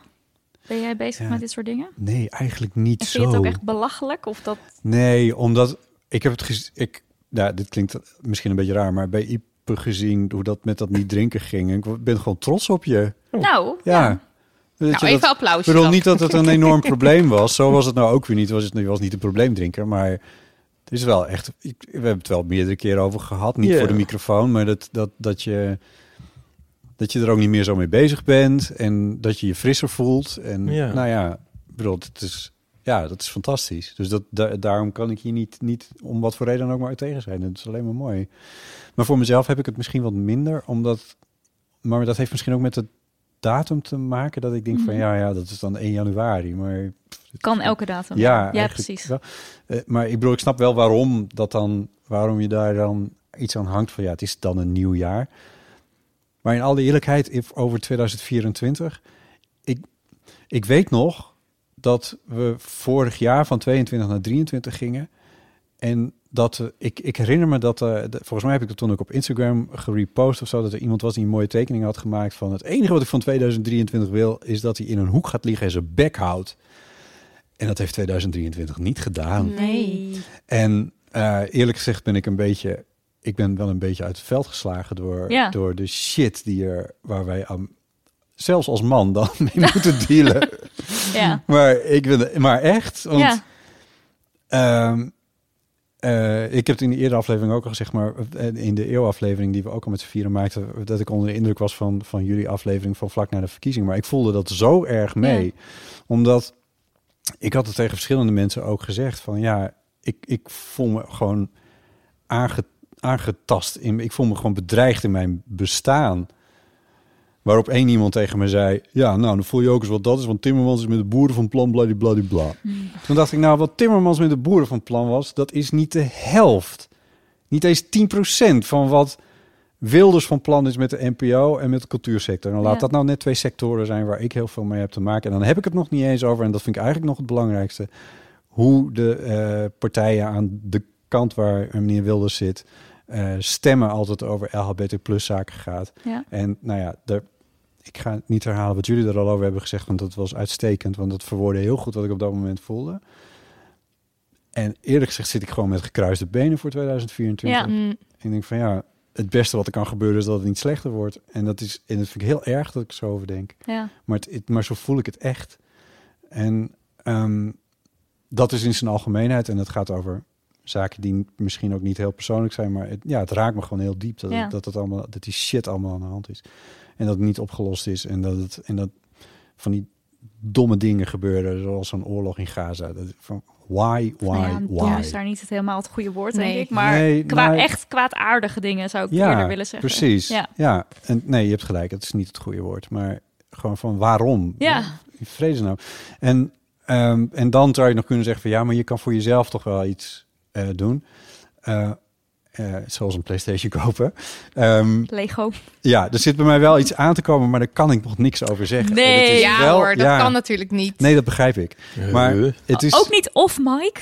S2: Ben jij bezig
S4: Ja.
S2: met dit soort dingen?
S4: Nee, eigenlijk niet
S2: En
S4: zo.
S2: vind je het ook echt belachelijk? Of dat...
S4: Nee, omdat ik heb het gez- ik, nou, dit klinkt misschien een beetje raar, maar bij Ipe gezien hoe dat met dat niet drinken ging. Ik ben gewoon trots op je.
S2: Nou,
S4: Ja. Weet
S3: Nou,
S4: je,
S3: even
S4: dat-
S3: applaus.
S4: ik bedoel
S3: dan.
S4: niet dat het een enorm probleem was. Zo was het nou ook weer niet. Was het nu was niet een probleemdrinker, maar het is wel echt. ik- we hebben het wel meerdere keren over gehad, niet
S5: Ja.
S4: voor de microfoon, maar dat dat dat je dat je er ook niet meer zo mee bezig bent en dat je je frisser voelt en
S5: Ja.
S4: nou ja, ik bedoel, het is ja, dat is fantastisch. Dus dat, da- daarom kan ik hier niet, niet om wat voor reden dan ook maar tegen zijn. Dat is alleen maar mooi. Maar voor mezelf heb ik het misschien wat minder, omdat. Maar dat heeft misschien ook met de datum te maken dat ik denk van ja, ja, dat is dan 1 januari. Maar
S2: kan elke datum.
S4: ja,
S2: ja
S4: eigenlijk
S2: precies.
S4: wel. Eh, maar ik bedoel, ik snap wel waarom dat dan, waarom je daar dan iets aan hangt van ja, het is dan een nieuw jaar. Maar in alle eerlijkheid if- over 2024, ik, ik weet nog dat we vorig jaar van 22 naar 23 gingen en dat we- ik, ik herinner me dat, eh, de- volgens mij heb ik dat toen ook op Instagram gerepost of zo, dat er iemand was die een mooie tekening had gemaakt van het enige wat ik van 2023 wil, is dat hij in een hoek gaat liggen en zijn bek houdt. En dat heeft 2023 niet gedaan.
S1: Mm.
S2: Nee.
S4: En eh, eerlijk gezegd ben ik een beetje, ik ben wel een beetje uit het veld geslagen door,
S2: Ja.
S4: door de shit die er, waar wij aan, zelfs als man dan mee moeten dealen.
S2: Ja.
S4: Maar ik ben, maar echt, want
S2: ja.
S4: Ehm, eh, ik heb het in de eerdere aflevering ook al gezegd, maar eh, in de eeuwaflevering die we ook al met z'n vieren maakten, dat ik onder de indruk was van, van jullie aflevering van vlak na de verkiezing. Maar ik voelde dat zo erg mee. Omdat ik had het tegen verschillende mensen ook gezegd van ja, ik, ik voel me gewoon aange- aangetast. In, ik voel me gewoon bedreigd in mijn bestaan. Waarop één iemand tegen me zei: Ja, nou, dan voel je ook eens wat dat is, want Timmermans is met de boeren van plan, bladibladibla. Toen dacht ik, nou, wat Timmermans met de boeren van plan was, dat is niet de helft. Niet eens 10% van wat Wilders van plan is met de NPO en met de cultuursector. En laat
S2: Ja.
S4: dat nou net twee sectoren zijn waar ik heel veel mee heb te maken. En dan heb ik het nog niet eens over, en dat vind ik eigenlijk nog het belangrijkste, hoe de eh, partijen aan de kant waar meneer Wilders zit, eh, stemmen altijd over LHBT plus zaken gaat.
S2: Ja.
S4: En nou ja, daar- ik ga niet herhalen wat jullie er al over hebben gezegd, want dat was uitstekend, want dat verwoordde heel goed wat ik op dat moment voelde. En eerlijk gezegd zit ik gewoon met gekruiste benen voor 2024.
S2: Ja.
S3: Mm.
S4: En ik denk van ja, het beste wat er kan gebeuren is dat het niet slechter wordt. En dat, is, en dat vind ik heel erg dat ik er zo over denk.
S2: Ja.
S4: Maar, het, het- maar zo voel ik het echt. En ehm, dat is in zijn algemeenheid. En dat gaat over zaken die misschien ook niet heel persoonlijk zijn. Maar het, ja, het raakt me gewoon heel diep. Dat,
S2: Ja.
S4: dat, het allemaal, dat die shit allemaal aan de hand is. En dat het niet opgelost is. En dat, het, en dat van die domme dingen gebeuren. Zoals zo'n oorlog in Gaza. Dat, van why, why,
S2: Nou ja, dom
S4: why?
S2: is daar niet het helemaal het goede woord,
S3: Nee.
S2: denk ik. Maar
S4: Nee,
S2: qua
S4: nou-
S2: echt kwaadaardige dingen zou ik eerder willen zeggen.
S4: Precies. Ja.
S2: Ja.
S4: en nee, je hebt gelijk, het is niet het goede woord, maar gewoon van waarom?
S2: Ja.
S4: In vredesnaam. En, ehm, en dan zou je nog kunnen zeggen van ja, maar je kan voor jezelf toch wel iets eh, doen. Eh, eh, zoals een PlayStation kopen. Ehm,
S2: Lego.
S4: ja, er zit bij mij wel iets aan te komen, maar daar kan ik nog niks over zeggen.
S2: Nee.
S4: Dat is
S3: Ja
S4: wel-
S3: hoor, dat
S4: ja.
S3: kan natuurlijk niet.
S4: Nee, dat begrijp ik. Maar
S5: Eh.
S4: het is.
S2: ah, Ook niet of Mike.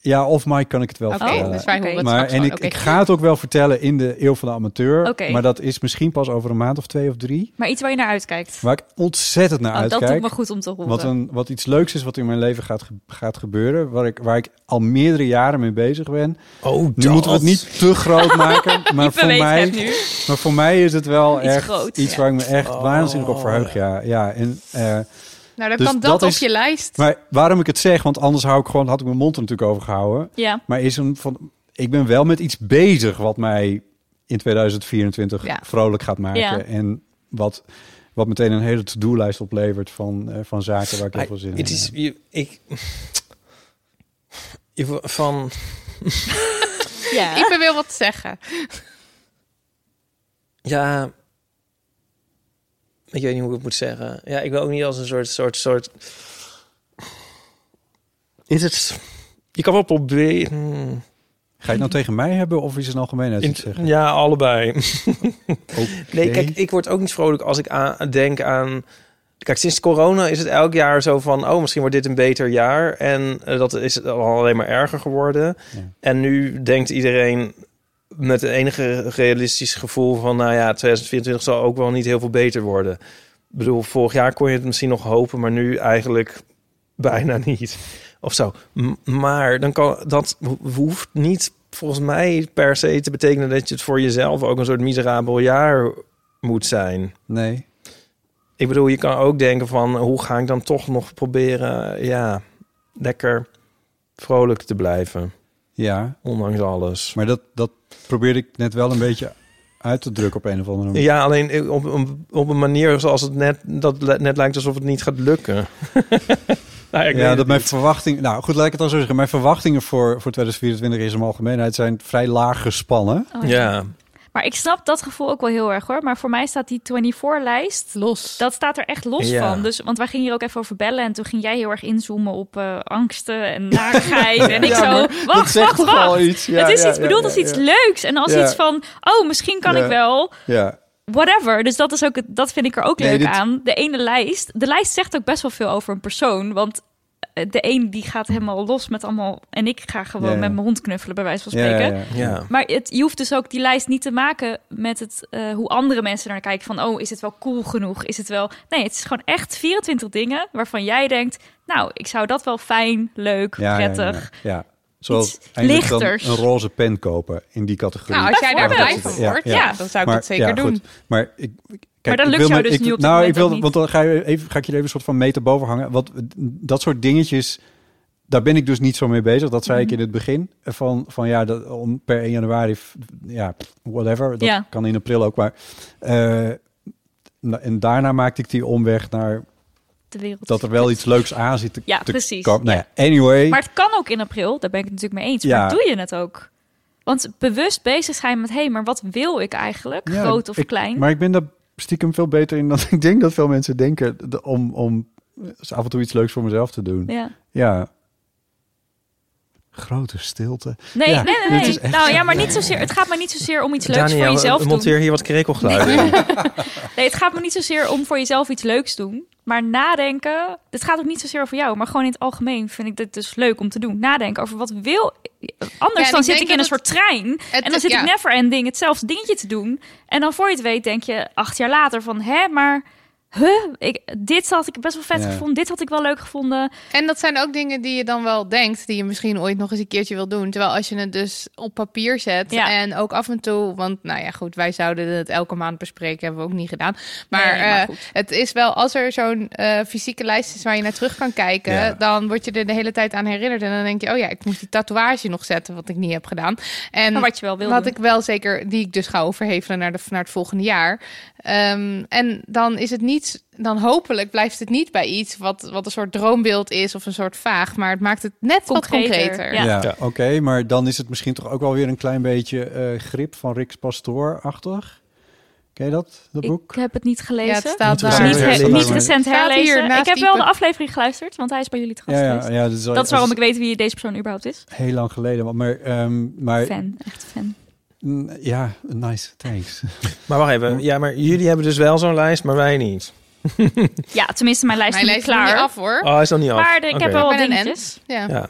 S4: Ja, of Mike kan ik het wel
S3: Oké,
S4: vertellen.
S3: dus wij
S2: Oké.
S3: horen het
S4: Maar,
S3: straks
S4: en
S3: wel.
S4: ik,
S3: Oké.
S4: ik ga het ook wel vertellen in de Eeuw van de Amateur.
S2: Oké.
S4: Maar dat is misschien pas over een maand of twee of drie.
S2: Maar iets waar je naar uitkijkt.
S4: Waar ik ontzettend naar
S2: Oh, dat doet
S4: uitkijk.
S2: me goed om te horen.
S4: wat, een, wat iets leuks is wat in mijn leven gaat, ge- gaat gebeuren. Waar ik, waar ik al meerdere jaren mee bezig ben.
S5: Oh,
S4: Nu moeten we het niet te groot maken. Maar, voor
S2: Verweet
S4: mij,
S2: het nu.
S4: maar voor mij is het wel
S2: Iets
S4: echt
S2: groots,
S4: iets
S2: ja.
S4: waar ik me echt
S5: Oh.
S4: waanzinnig op verheug. Ja, ja en... eh,
S3: Nou, dan
S4: Dus
S3: kan dat,
S4: dat
S3: op
S4: is-
S3: je lijst.
S4: maar waarom ik het zeg, want anders hou ik gewoon, had ik mijn mond er natuurlijk over gehouden.
S2: Ja.
S4: Maar is een van, ik ben wel met iets bezig wat mij in 2024
S3: Ja.
S4: vrolijk gaat maken.
S2: Ja.
S4: En wat, wat meteen een hele to-do-lijst oplevert van, eh, van zaken waar ik heel
S5: Ah,
S4: veel zin
S5: het
S4: in
S5: is,
S4: heb.
S5: je- ik, je vo- van,
S2: Ja.
S3: Ik wil wat zeggen.
S5: ja, ik weet niet hoe ik het moet zeggen. Ja, ik wil ook niet als een soort, soort, soort, is het, je kan wel proberen, hmm.
S4: Ga je het nou tegen mij hebben of is het een algemeenheid
S5: In-
S4: iets zeggen?
S5: ja, allebei.
S4: Oké.
S5: Nee, kijk, ik word ook niet vrolijk als ik aan, denk aan... Kijk, sinds corona is het elk jaar zo van... oh, misschien wordt dit een beter jaar. En eh, dat is al alleen maar erger geworden.
S4: Ja.
S5: En nu denkt iedereen met het enige realistisch gevoel van... nou ja, 2024 zal ook wel niet heel veel beter worden. Ik bedoel, vorig jaar kon je het misschien nog hopen... maar nu eigenlijk bijna niet. Of zo. M- maar dan kan, dat ho- hoeft niet volgens mij per se te betekenen... dat je het voor jezelf ook een soort miserabel jaar moet zijn.
S4: Nee.
S5: Ik bedoel, je kan ook denken van hoe ga ik dan toch nog proberen, ja, lekker vrolijk te blijven,
S4: Ja,
S5: ondanks alles.
S4: maar dat, dat probeerde ik net wel een beetje uit te drukken op een of andere manier.
S5: Ja, alleen eh, op, een- op een manier zoals het net, dat le- net lijkt alsof het niet gaat lukken. Nou, ik weet
S4: ja,
S5: het
S4: dat mijn
S5: niet.
S4: verwachting. Nou goed, laat ik het dan zo zeggen. Mijn verwachtingen voor, voor 2024 in zijn algemeenheid zijn vrij laag gespannen.
S2: Oh,
S5: Ja,
S2: Maar ik snap dat gevoel ook wel heel erg hoor. Maar voor mij staat die 24-lijst.
S3: Los.
S2: Dat staat er echt los
S5: Ja.
S2: van. Dus, want wij gingen hier ook even over bellen. En toen ging jij heel erg inzoomen op eh, angsten en narigheid. en ik
S4: Ja, maar
S2: zo. Wacht, wacht,
S4: toch wel
S2: wacht.
S4: iets. Ja,
S2: het is
S4: ja,
S2: iets
S4: ja,
S2: bedoeld
S4: ja,
S2: als iets
S4: ja.
S2: leuks. En als
S4: Ja.
S2: iets van. Oh, misschien kan
S4: Ja.
S2: ik wel.
S4: Ja,
S2: whatever. Dus dat, is ook, het- dat vind ik er ook
S4: Nee,
S2: leuk
S4: dit-
S2: aan. De ene lijst. De lijst zegt ook best wel veel over een persoon. Want eh, de een die gaat helemaal los met allemaal. En ik ga gewoon
S4: Ja, ja.
S2: met mijn hond knuffelen, bij wijze van
S4: ja,
S2: spreken.
S4: ja, ja.
S5: ja.
S2: Maar het, je hoeft dus ook die lijst niet te maken met het, eh, hoe andere mensen naar kijken. Van, oh, is het wel cool genoeg? Is het wel... Nee, het is gewoon echt 24 dingen waarvan jij denkt... Nou, ik zou dat wel fijn, leuk, prettig.
S4: Ja, ja. Zoals
S2: Iets
S4: eindelijk dan
S2: lichters.
S4: een roze pen kopen in die categorie.
S3: Nou, als jij daar blij
S2: Bijvoorbeeld.
S3: van
S4: Ja,
S3: wordt,
S4: ja.
S3: ja, dan zou ik dat zeker
S4: ja,
S3: doen.
S4: goed. Maar ik, ik- kijk,
S2: dat
S4: ik
S2: lukt
S4: wil
S2: jou
S4: me-
S2: dus
S4: ik,
S2: nu op dit
S4: Nou, ik
S2: moment
S4: wil,
S2: ook niet.
S4: want dan ga, je even, ga ik jullie even een soort van meter boven hangen. Wat, dat soort dingetjes, daar ben ik dus niet zo mee bezig. Dat zei ik in het begin. Van, van ja, dat, om per 1 januari, f- ja, pff, whatever. Dat
S2: Ja.
S4: kan in april ook, maar... eh, nou, en daarna maakte ik die omweg naar
S2: De wereld.
S4: dat er wel iets leuks aan zit te,
S2: Ja,
S4: te
S2: precies.
S4: komen. Nou ja, anyway.
S2: Maar het kan ook in april, daar ben ik het natuurlijk mee eens.
S4: Ja.
S2: Maar doe je het ook? Want bewust bezig zijn met, hé, hey, maar wat wil ik eigenlijk?
S4: Ja,
S2: Groot of
S4: ik-
S2: klein?
S4: Maar ik ben daar stiekem veel beter in dan ik denk dat veel mensen denken. de- om, om eens af en toe iets leuks voor mezelf te doen. Ja.
S2: Ja.
S4: Grote stilte.
S2: Nee,
S4: Ja,
S2: nee, nee.
S4: dit
S2: nee.
S4: is echt-
S2: nou ja, maar niet zozeer, het gaat me niet zozeer om iets leuks voor
S5: Daniel,
S2: jezelf doen.
S5: monteer hier wat krekelgeluiden.
S2: Nee, het gaat me niet zozeer om voor jezelf iets leuks doen. Maar nadenken, dit gaat ook niet zozeer over jou, maar gewoon in het algemeen vind ik dit dus leuk om te doen. Nadenken over wat wil. Anders
S3: ik
S2: dan zit ik
S3: denk
S2: in een
S3: dat
S2: soort trein en dan
S3: het-
S2: zit
S3: ja.
S2: ik never ending hetzelfde dingetje te doen. En dan voor je het weet denk je acht jaar later van, hè, maar huh, ik, dit had ik best wel vet
S4: Ja.
S2: gevonden, dit had ik wel leuk gevonden.
S3: En dat zijn ook dingen die je dan wel denkt, die je misschien ooit nog eens een keertje wil doen. Terwijl als je het dus op papier zet
S2: Ja.
S3: en ook af en toe, want nou ja, goed, wij zouden het elke maand bespreken, hebben we ook niet gedaan. Maar,
S2: Nee, maar
S3: eh,
S2: goed.
S3: het is wel, als er zo'n eh, fysieke lijst is waar je naar terug kan kijken,
S4: Ja.
S3: dan word je er de hele tijd aan herinnerd. En dan denk je, oh ja, ik moest die tatoeage nog zetten, wat ik niet heb gedaan. En
S2: Maar wat je wel wil
S3: Wat
S2: doen.
S3: ik wel zeker, die ik dus ga overhevelen naar, de, naar het volgende jaar. Ehm, en dan is het niet, dan hopelijk blijft het niet bij iets wat, wat een soort droombeeld is of een soort vaag, maar het maakt het net
S2: Concreter,
S3: wat concreter.
S2: ja.
S4: Ja,
S5: Ja.
S4: oké, maar dan is het misschien toch ook wel weer een klein beetje eh, grip van Riks Pastoor-achtig. Ken je dat, dat boek?
S2: Ik heb het niet
S3: Ja,
S2: gelezen. Dus
S3: het staat
S4: Niet
S3: daar.
S4: recent
S2: niet,
S4: herlezen.
S2: re-
S4: Maar-
S2: niet recent
S3: Staat hier
S2: herlezen.
S3: naast
S2: ik heb
S3: die
S2: wel
S3: pe-
S2: de aflevering geluisterd, want hij is bij jullie te gast
S4: Ja, ja,
S2: geweest.
S4: ja, dat is, al-
S2: Dat is waarom ik
S4: dat
S2: weet wie deze persoon überhaupt is.
S4: is heel lang geleden. maar- Maar, ehm, maar
S2: Fan, echt fan.
S4: mm, ja, nice, thanks.
S5: Maar wacht even. Ja, maar jullie hebben dus wel zo'n lijst, maar wij niet.
S2: Ja, tenminste, mijn lijst
S3: Mijn
S2: is
S3: lijst is nog
S2: klaar.
S3: niet af hoor.
S5: Oh, is dat niet af?
S2: Maar de- ik
S5: Oké.
S2: heb wel wat
S3: Ik ben een
S2: dingetjes.
S3: Ja.
S5: Ja.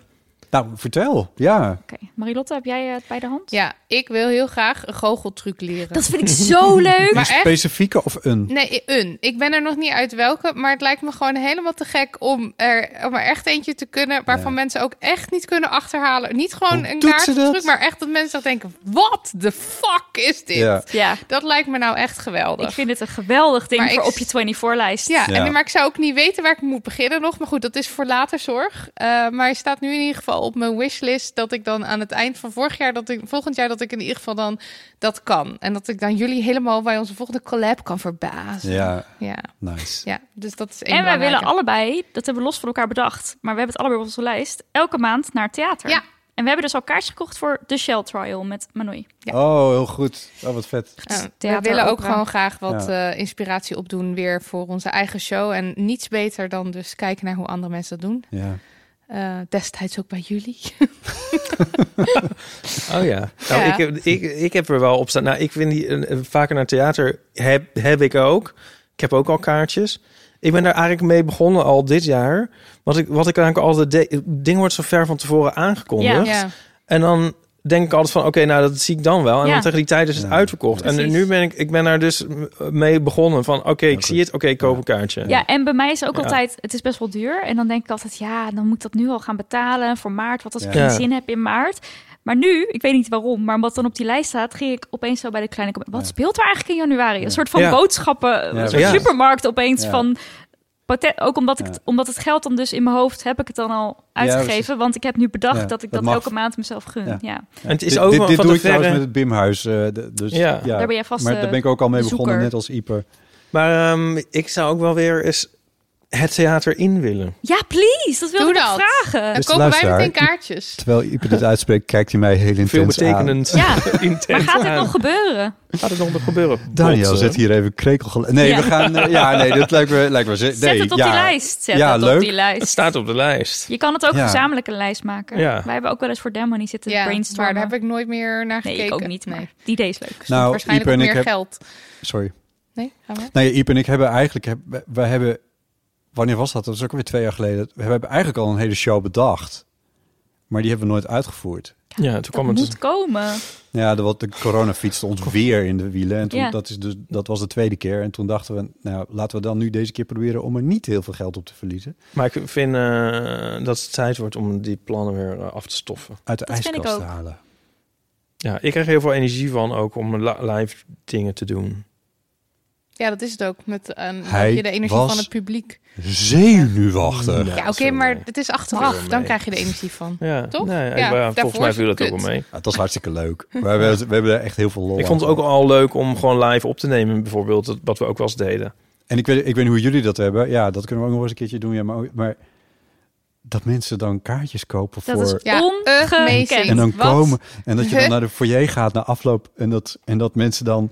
S4: nou, vertel. Ja,
S2: Oké, Marilotte, heb jij eh, het bij de hand?
S3: ja, ik wil heel graag een goocheltruc leren.
S2: Dat vind ik zo leuk.
S3: maar echt,
S4: specifieke of een?
S3: Nee, een. Ik ben er nog niet uit welke, maar het lijkt me gewoon helemaal te gek om er, om er echt eentje te kunnen waarvan
S4: Ja.
S3: mensen ook echt niet kunnen achterhalen. Niet gewoon
S4: Hoe
S3: een
S4: doet ze
S3: kaartentruc,
S4: dat?
S3: maar echt dat mensen echt denken: wat de fuck is dit?
S4: Ja.
S2: Ja,
S3: Dat lijkt me nou echt geweldig.
S2: ik vind het een geweldig ding
S3: Maar ik-
S2: voor op je 24-lijst.
S3: Ja,
S4: Ja.
S3: En, maar ik zou ook niet weten waar ik moet beginnen nog. Maar goed, dat is voor later zorg. Eh, maar hij staat nu in ieder geval op mijn wishlist dat ik dan aan het eind van vorig jaar, dat ik, volgend jaar, dat ik in ieder geval dan dat kan. En dat ik dan jullie helemaal bij onze volgende collab kan verbazen.
S4: Ja,
S3: Ja,
S4: nice.
S3: ja dus dat is één
S2: En wij willen
S3: belangrijke.
S2: allebei, dat hebben we los van elkaar bedacht, maar we hebben het allebei op onze lijst, elke maand naar het theater.
S3: Ja.
S2: En we hebben dus al kaartjes gekocht voor de Shell Trial met Manoy.
S4: Oh, heel goed. Oh, wat vet.
S3: Ja, we
S2: Theater,
S3: willen ook
S2: opera.
S3: gewoon graag wat eh, inspiratie opdoen weer voor onze eigen show. En niets beter dan dus kijken naar hoe andere mensen dat doen.
S4: Ja.
S3: Eh, destijds ook bij jullie.
S5: Oh ja. Nou,
S3: Ja.
S5: Ik, heb, ik, ik heb er wel op staan. Nou, ik vind die eh, vaker naar theater heb, heb ik ook. Ik heb ook al kaartjes. Ik ben daar eigenlijk mee begonnen al dit jaar. Wat ik, wat ik eigenlijk altijd deed. Het ding wordt zo ver van tevoren aangekondigd.
S3: Ja.
S5: En dan denk ik altijd van, oké, nou dat zie ik dan wel. En
S2: Ja.
S5: dan tegen die tijd is het
S4: Ja.
S5: uitverkocht. En
S2: Precies.
S5: nu ben ik, ik ben daar dus mee begonnen van, oké, ik
S4: goed.
S5: zie het, oké, ik koop een kaartje.
S2: Ja, en bij mij is ook
S5: Ja.
S2: altijd, het is best wel duur. En dan denk ik altijd, ja, dan moet ik dat nu al gaan betalen voor maart. Wat als ik
S4: Ja.
S2: geen
S5: Ja.
S2: zin heb in maart. Maar nu, ik weet niet waarom, maar omdat dan op die lijst staat, ging ik opeens zo bij de kleine. Wat
S4: Ja.
S2: speelt er eigenlijk in januari? Een soort van
S5: Ja.
S2: boodschappen,
S4: Ja,
S2: een soort
S5: precies.
S2: supermarkt opeens
S4: Ja.
S2: van. poten- Ook omdat, ik,
S4: Ja.
S2: het- omdat het geld dan dus in mijn hoofd heb ik het dan al uitgegeven.
S4: precies.
S2: want ik heb nu bedacht
S4: Ja,
S2: dat ik
S4: dat
S2: dat,
S4: mag.
S2: elke maand mezelf gun.
S4: Ja.
S2: Ja.
S5: En het is
S4: dit
S5: ook
S4: dit,
S5: wel
S4: dit
S5: van
S4: doe
S5: de
S4: ik trouwens
S5: verre-
S4: met het Bimhuis. eh, de- dus, ja.
S5: Ja.
S2: Daar ben jij vast,
S4: maar
S2: eh,
S4: daar ben ik ook al mee
S2: bezoeker.
S4: begonnen, net als Ieper.
S5: Maar ehm, ik zou ook wel weer eens het theater in willen.
S2: Ja, please, dat wilde
S3: Doe
S2: ik ook
S3: dat.
S2: vragen.
S3: Dan
S4: Beste
S3: kopen wij
S4: luisteraar,
S3: meteen kaartjes.
S4: Terwijl Ieper dit uitspreekt, kijkt hij mij heel intens
S5: Veel
S4: aan.
S5: betekenend.
S2: Ja,
S5: Intens
S2: maar gaat dit
S5: aan.
S2: nog gebeuren?
S5: Gaat het nog gebeuren? eh.
S4: Daniel
S5: Botsen.
S4: zet hier even krekel. Nee,
S2: Ja.
S4: we gaan. eh, ja, nee, dat lijkt me. Lijkt me ze- nee,
S2: Zet het op
S4: ja,
S2: die lijst. Zet
S4: ja,
S2: het op
S4: leuk.
S2: die lijst.
S5: Het staat op de lijst.
S2: Je kan het ook
S4: Ja.
S2: gezamenlijk een lijst maken.
S5: Ja.
S2: Wij hebben ook wel eens voor Demony zitten
S3: Ja, maar
S2: brainstormen.
S3: daar heb ik nooit meer naar
S2: nee,
S3: gekeken.
S2: ik ook niet, maar
S3: Nee.
S2: het idee is leuk. Dus
S4: Nou,
S3: waarschijnlijk
S4: Iep en
S3: ook
S4: ik
S3: meer
S4: heb-
S3: geld.
S4: Sorry.
S3: Nee, ga maar.
S4: Nee, Iep en ik hebben eigenlijk. heb- we- we hebben. Wanneer was dat? Dat is ook weer twee jaar geleden. We hebben eigenlijk al een hele show bedacht. Maar die hebben we nooit uitgevoerd.
S5: Ja, toen
S2: Dat
S5: kwam het.
S2: moet komen.
S4: Ja, de, wat de corona fietste ons weer in de wielen. En toen,
S2: Ja.
S4: dat, is dus, dat was de tweede keer. En toen dachten we, nou laten we dan nu deze keer proberen om er niet heel veel geld op te verliezen.
S5: Maar ik vind eh, dat het tijd wordt om die plannen weer eh, af te stoffen.
S4: Uit de
S2: Dat vind ik
S4: ijskast te
S2: ook.
S4: halen.
S5: Ja, ik krijg heel veel energie van ook om li- live dingen te doen.
S3: Ja, dat is het ook. Met eh, dan
S4: Hij
S3: heb je de energie
S4: was-
S3: van het publiek.
S4: Zenuwachtig.
S3: Ja,
S5: Ja,
S3: oké,
S5: dat is wel
S3: maar
S5: mee.
S3: het is
S5: wel
S3: achteraf.
S5: mee.
S3: Dan krijg je de energie van.
S5: Ja,
S3: Toch?
S5: Nee, ik-
S3: Ja,
S5: maar volgens
S3: daarvoor
S5: mij
S3: is
S5: viel
S3: het
S5: dat ook
S3: kut.
S5: wel mee.
S4: Ja, het was hartstikke leuk. Maar we, hebben- we hebben er echt heel veel lol
S5: Ik vond
S4: aan
S5: het ook al leuk om gewoon live op te nemen, bijvoorbeeld. dat- Wat we ook wel eens deden.
S4: En ik weet, ik weet niet hoe jullie dat hebben. Ja, dat kunnen we ook nog eens een keertje doen. Ja, maar, maar dat mensen dan kaartjes kopen
S2: Dat
S4: voor...
S2: is
S3: Ja,
S2: ongekend.
S3: amazing.
S4: en dan
S3: wat?
S4: komen. En dat je dan
S3: Huh?
S4: naar de foyer gaat na afloop. En dat, en dat mensen dan...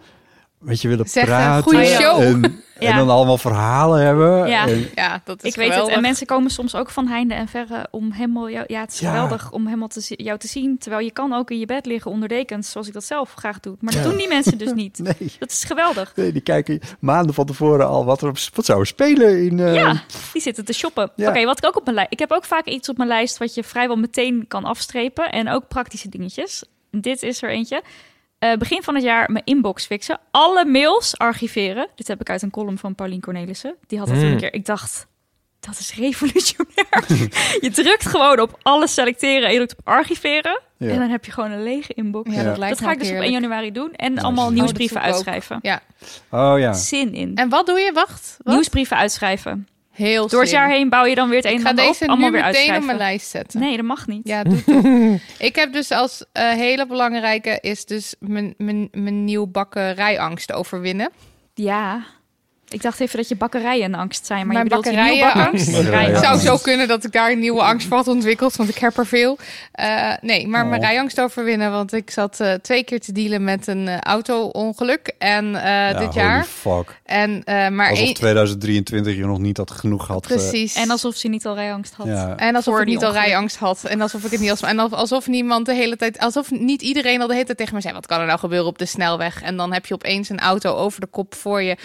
S4: Weet je, willen
S3: Zeggen,
S4: praten.
S3: "Goeie show."
S4: En,
S2: Ja.
S4: En dan allemaal verhalen hebben.
S2: Ja.
S4: En,
S3: Ja, dat is
S2: Ik weet
S3: geweldig.
S2: het. En mensen komen soms ook van heinde en verre om helemaal jou... Ja, het is
S4: Ja.
S2: geweldig om helemaal te, zi- jou te zien. Terwijl je kan ook in je bed liggen onder dekens, zoals ik dat zelf graag doe. Maar dat doen die mensen dus niet.
S4: nee.
S2: Dat is geweldig.
S4: nee, die kijken maanden van tevoren al wat, er op, wat zou er spelen in... eh,
S2: Ja, die zitten te shoppen.
S4: Ja.
S2: Oké, wat ik ook op mijn lijst... Ik heb ook vaak iets op mijn lijst wat je vrijwel meteen kan afstrepen. En ook praktische dingetjes. Dit is er eentje. Eh, begin van het jaar mijn inbox fixen. Alle mails archiveren. Dit heb ik uit een column van Paulien Cornelissen. Die had dat
S4: Hmm.
S5: Mm.
S2: een keer. Ik dacht, dat is revolutionair. je drukt gewoon op alles selecteren en je drukt op archiveren.
S4: Ja.
S2: En dan heb je gewoon een lege inbox.
S3: Ja,
S4: Ja.
S3: dat lijkt
S2: Dat
S3: me
S2: ga
S3: ook
S2: ik dus op 1
S3: heerlijk.
S2: januari doen. En allemaal
S4: Oh,
S2: nieuwsbrieven
S3: dat doe ik ook.
S2: uitschrijven.
S3: Ja.
S4: Oh ja.
S2: Zin in.
S3: En wat doe je? Wacht. Wat?
S2: Nieuwsbrieven uitschrijven.
S3: Heel
S2: Door het
S3: slim.
S2: jaar heen bouw je dan weer het een
S3: Ik
S2: en
S3: ga
S2: ander op.
S3: deze
S2: Allemaal
S3: nu
S2: weer
S3: meteen op
S2: uitschrijven.
S3: mijn lijst zetten.
S2: Nee, dat mag niet.
S3: Ja, doe toch. ik heb dus als eh, hele belangrijke is dus mijn, mijn, mijn nieuwbakken rijangst overwinnen.
S2: Ja. Ik dacht even dat je bakkerijen angst zijn, maar
S3: Mijn
S2: je bedoelt je
S3: bakkerijenangst?
S2: nieuwbakkenangst?
S5: Bakkerijenangst.
S3: Het
S5: Ja.
S3: zou zo kunnen dat ik daar een nieuwe angst voor had ontwikkeld, want ik heb er veel. Eh, nee, maar mijn
S4: Oh.
S3: rijangst overwinnen, want ik zat eh, twee keer te dealen met een eh, auto-ongeluk en eh,
S4: Ja,
S3: dit
S4: Holy
S3: jaar.
S4: fuck.
S3: En, eh, maar
S4: Alsof
S3: één-
S4: 2023 je nog niet had genoeg had. eh,
S3: Precies.
S2: En alsof ze niet al rijangst had.
S4: ja.
S3: En alsof
S2: Voor
S3: ik
S2: die
S3: niet al
S2: ongeluk.
S3: rijangst had. En alsof ik het niet als. En al- alsof niemand de hele tijd. Alsof niet iedereen al de hele tijd tegen me zei: wat kan er nou gebeuren op de snelweg? En dan heb je opeens een auto over de kop voor je.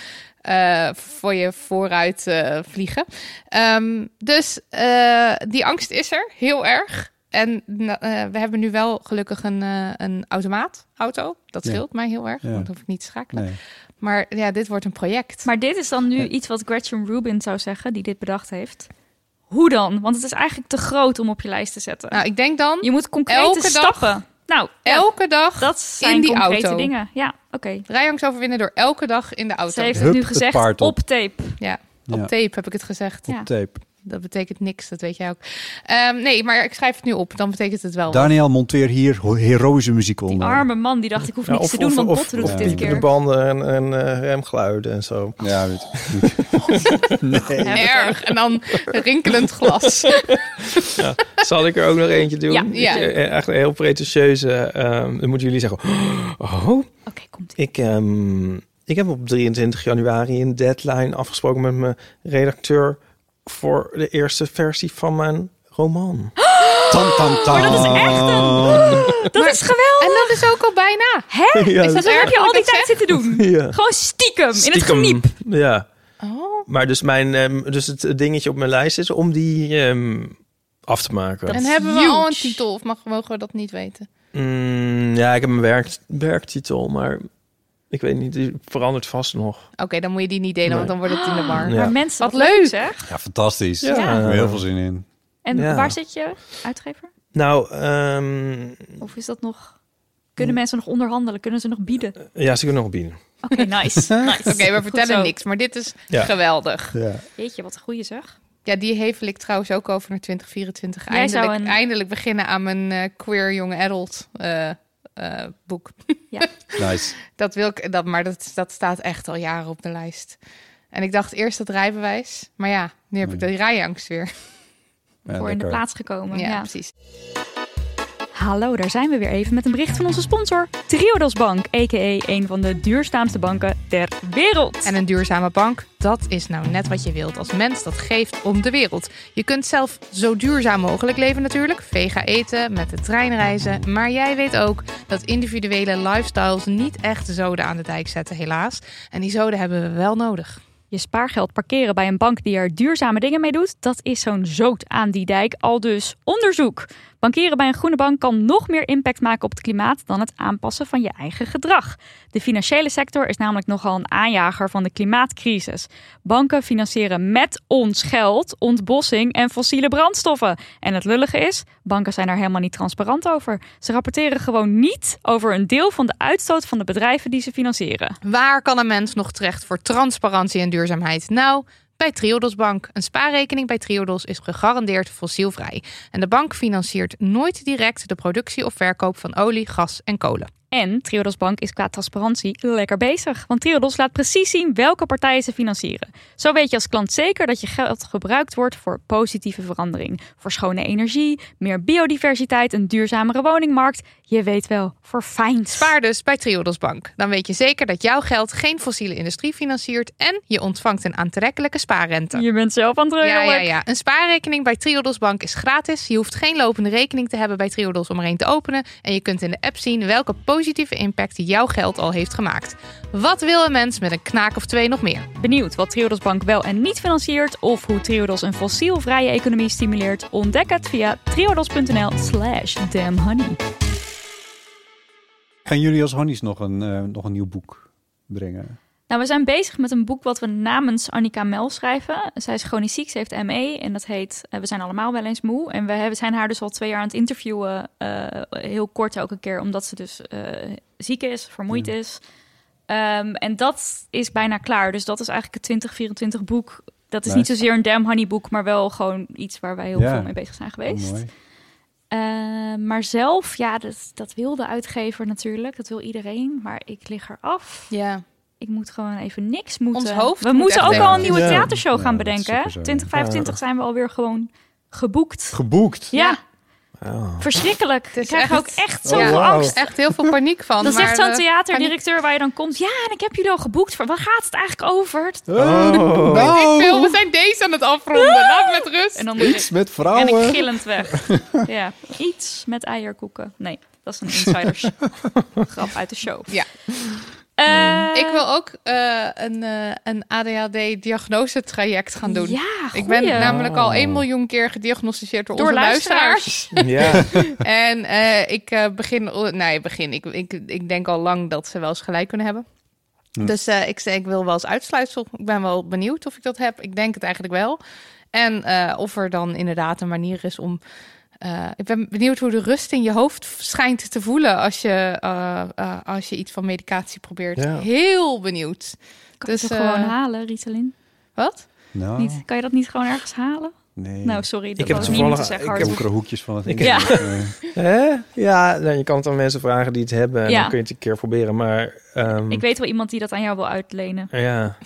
S3: eh, voor je vooruit eh, vliegen. Ehm, dus eh, die angst is er heel erg. En nou, eh, we hebben nu wel gelukkig een, eh, een automaatauto. Dat
S4: Ja.
S3: scheelt mij heel erg.
S4: Ja.
S3: Want dan hoef ik niet te schakelen.
S4: Nee.
S3: Maar ja, dit wordt een project.
S2: Maar dit is dan nu iets wat Gretchen Rubin zou zeggen, die dit bedacht heeft. Hoe dan? Want het is eigenlijk te groot om op je lijst te zetten.
S3: nou, ik denk dan
S2: je moet concrete
S3: elke dag-
S2: stappen. nou, ja,
S3: elke dag
S2: dat zijn
S3: in die
S2: concrete
S3: auto.
S2: dingen. Ja, oké.
S3: rijangst overwinnen door elke dag in de auto.
S2: Ze heeft
S4: Hup,
S2: het nu
S4: het paard
S2: gezegd
S4: op.
S2: op tape.
S3: Ja, op
S4: Ja.
S3: tape heb ik het gezegd.
S2: Ja.
S4: Op tape.
S3: Dat betekent niks, dat weet jij ook. Ehm, nee, maar ik schrijf het nu op, dan betekent het wel. wat.
S4: Daniel, monteer hier ho- heroïsche muziek
S2: Die
S4: onder.
S2: arme man die dacht, ik hoef
S5: Ja,
S2: niks
S5: of-
S2: te doen,
S5: of-
S2: want
S5: of-
S2: Botter
S5: of
S2: hoeft dit
S5: piepende
S2: keer.
S5: banden en, en eh, remgeluiden en zo.
S4: Ja, weet ik.
S2: Ja, dat-
S3: Erg. En dan rinkelend glas.
S5: Zal ik er ook nog eentje doen?
S2: Ja.
S3: Ja.
S5: Ik, eh, echt een heel pretentieuze. ehm, dan moeten jullie zeggen, oh,
S2: Oké, komt ie.
S5: ik, ehm, ik heb op 23 januari een deadline afgesproken met mijn redacteur voor de eerste versie van mijn roman.
S4: Tam, tam, tam.
S2: Maar Oh, dat is echt een... Dat is geweldig!
S3: En dat is ook al bijna.
S2: Hè?
S5: Ja,
S2: is dat
S5: dat
S3: is
S2: heb
S3: erg
S2: je al
S3: dat
S2: die
S3: ik
S2: tijd
S3: zeg.
S2: zitten doen?
S5: Ja.
S2: Gewoon stiekem, in het
S5: Stiekem.
S2: geniep.
S5: Ja.
S3: Oh.
S5: Maar dus, mijn, ehm, dus het dingetje op mijn lijst is om die ehm, af te maken.
S2: Dat-
S3: En
S2: is
S3: hebben we al een
S2: huge.
S3: titel of mag, mogen we dat niet weten?
S5: Mm, ja, ik heb een werk, werktitel, maar ik weet niet, die verandert vast nog.
S3: Oké, dan moet je die niet delen, want dan wordt het in de war.
S5: Ja.
S2: Maar mensen,
S3: Wat
S2: wat, leuk
S3: leuk.
S2: zeg.
S4: Ja, fantastisch.
S5: Ja.
S4: Ik heb er
S5: Eh,
S4: heel veel zin in.
S2: En
S5: Ja.
S2: waar zit je uitgever?
S5: Nou, ehm,
S2: Of is dat nog... Kunnen mensen nog onderhandelen? Kunnen ze nog bieden? Oké,
S5: ja, ze kunnen nog bieden.
S2: nice. nice.
S3: Oké, we
S2: Goed
S3: vertellen
S2: zo.
S3: niks, maar dit is
S5: Ja.
S3: geweldig.
S4: Ja.
S2: Jeetje, wat een goeie zeg.
S3: Ja, die hevel ik trouwens ook over naar 2024.
S2: Jij zou
S3: Eindelijk,
S2: een-
S3: eindelijk beginnen aan mijn eh, queer young adult eh, eh, boek.
S4: Nice.
S3: Dat wil ik, dat, maar dat, dat staat echt al jaren op de lijst. En ik dacht eerst dat rijbewijs, maar ja, nu heb ik de rijangst weer.
S2: Voor
S4: Ja,
S2: in de
S4: lekker.
S2: plaats gekomen.
S3: ja,
S2: ja.
S3: precies.
S2: Hallo, daar zijn we weer even met een bericht van onze sponsor. Triodos Bank, a.k.a. e een van de duurzaamste banken ter wereld.
S3: En een duurzame bank, dat is nou net wat je wilt als mens dat geeft om de wereld. Je kunt zelf zo duurzaam mogelijk leven natuurlijk, vega eten, met de trein reizen. Maar jij weet ook dat individuele lifestyles niet echt zoden aan de dijk zetten, helaas. En die zoden hebben we wel nodig.
S2: Je spaargeld parkeren bij een bank die er duurzame dingen mee doet, dat is zo'n zoot aan die dijk. Al dus onderzoek. Bankeren bij een groene bank kan nog meer impact maken op het klimaat dan het aanpassen van je eigen gedrag. De financiële sector is namelijk nogal een aanjager van de klimaatcrisis. Banken financieren met ons geld ontbossing en fossiele brandstoffen. En het lullige is, banken zijn daar helemaal niet transparant over. Ze rapporteren gewoon niet over een deel van de uitstoot van de bedrijven die ze financieren.
S3: Waar kan een mens nog terecht voor transparantie en duurzaamheid? Nou, bij Triodos Bank. Een spaarrekening bij Triodos is gegarandeerd fossielvrij. En de bank financiert nooit direct de productie of verkoop van olie, gas en kolen.
S2: En Triodos Bank is qua transparantie lekker bezig. Want Triodos laat precies zien welke partijen ze financieren. Zo weet je als klant zeker dat je geld gebruikt wordt voor positieve verandering. Voor schone energie, meer biodiversiteit, een duurzamere woningmarkt. Je weet wel, voor fijn
S3: Spaar dus bij Triodos Bank. Dan weet je zeker dat jouw geld geen fossiele industrie financiert en je ontvangt een aantrekkelijke spaarrente.
S2: Je bent zelf aan het
S3: Ja, ja,
S2: reulen.
S3: ja. Een spaarrekening bij Triodos Bank is gratis. Je hoeft geen lopende rekening te hebben bij Triodos om er een te openen. En je kunt in de app zien welke positieve impact jouw geld al heeft gemaakt. Wat wil een mens met een knaak of twee nog meer?
S2: Benieuwd wat Triodos Bank wel en niet financiert of hoe Triodos een fossielvrije economie stimuleert? Ontdek het via triodos.nl slash damnhoney.
S4: Gaan jullie als Hannies nog een, eh, nog een nieuw boek brengen?
S2: Nou, we zijn bezig met een boek wat we namens Annika Mel schrijven. Zij is chronisch ziek, ze heeft ME en dat heet eh, We zijn allemaal wel eens moe. En we hebben- zijn haar dus al twee jaar aan het interviewen, eh, heel kort elke keer, omdat ze dus eh, ziek is, vermoeid is. Ehm, en dat is bijna klaar. Dus dat is eigenlijk het 2024 boek. Dat is niet
S4: Nice.
S2: zozeer een Damn Honey boek, maar wel gewoon iets waar wij heel
S4: Ja.
S2: veel mee bezig zijn
S4: Oh,
S2: geweest.
S4: mooi.
S2: Eh, maar zelf, ja, dat, dat wil de uitgever natuurlijk. Dat wil iedereen. Maar ik lig eraf.
S3: Ja.
S2: Ik moet gewoon even niks moeten.
S3: Ons hoofd
S2: we
S3: moet
S2: moeten
S3: echt
S2: ook al een
S3: leeg.
S2: nieuwe
S4: Ja.
S2: theatershow
S4: Ja,
S2: gaan
S4: dat is
S2: bedenken. hè?
S4: super zo, ja.
S2: 2025 zijn we alweer gewoon geboekt.
S4: Geboekt.
S2: ja,
S5: Oh.
S2: verschrikkelijk.
S3: is
S2: ik krijg
S3: echt-
S2: ook echt
S5: Oh,
S2: zoveel
S5: wauw.
S2: angst.
S3: Echt heel veel paniek van.
S2: Dan
S3: maar,
S2: zegt zo'n
S3: eh,
S2: theaterdirecteur waar je dan komt... Ja, en ik heb jullie al geboekt. Voor. Waar gaat het eigenlijk over?
S4: Oh,
S3: Phil, we zijn deze aan het afronden. Laat me met rust.
S2: En dan
S4: Iets met
S2: en ik
S4: vrouwen.
S2: gillend weg. ja, iets met eierkoeken. Nee, dat is een insiders grap uit de show.
S3: Ja.
S2: Eh,
S3: Ik wil ook eh, een, eh, een ADHD-diagnosetraject gaan doen.
S2: Ja,
S3: Ik ben
S2: goeie.
S3: namelijk al 1 miljoen keer gediagnosticeerd door,
S2: Door
S3: onze
S2: luisteraars.
S3: luisteraars.
S5: Ja,
S3: en eh, ik eh, begin, oh, nee, begin. Ik, ik, ik denk al lang dat ze wel eens gelijk kunnen hebben.
S4: Hm.
S3: Dus eh, ik, zei, ik wil wel eens uitsluitsel. Ik ben wel benieuwd of ik dat heb. Ik denk het eigenlijk wel. En eh, of er dan inderdaad een manier is om. eh, ik ben benieuwd hoe de rust in je hoofd schijnt te voelen als je, eh, eh, als je iets van medicatie probeert.
S5: Ja.
S3: Heel benieuwd.
S2: Kan je
S3: dus,
S2: ze
S3: eh,
S2: gewoon halen, Ritalin?
S3: Wat?
S5: Oh.
S4: Nou,
S2: Niet, kan je dat niet gewoon ergens halen?
S4: nee.
S2: Nou, sorry. Dat
S5: heb
S2: had
S5: het
S2: niet moeten
S5: toevallig-
S2: zeggen.
S5: ik heb
S4: ik heb
S2: hardop.
S4: ook er hoekjes van het
S5: Ik-
S4: internet, eh.
S5: Hè? ja nou, je kan het aan mensen vragen die het hebben. En
S2: Ja.
S5: dan kun je het een keer proberen. Maar ehm,
S2: ik weet wel iemand die dat aan jou wil uitlenen.
S5: ja,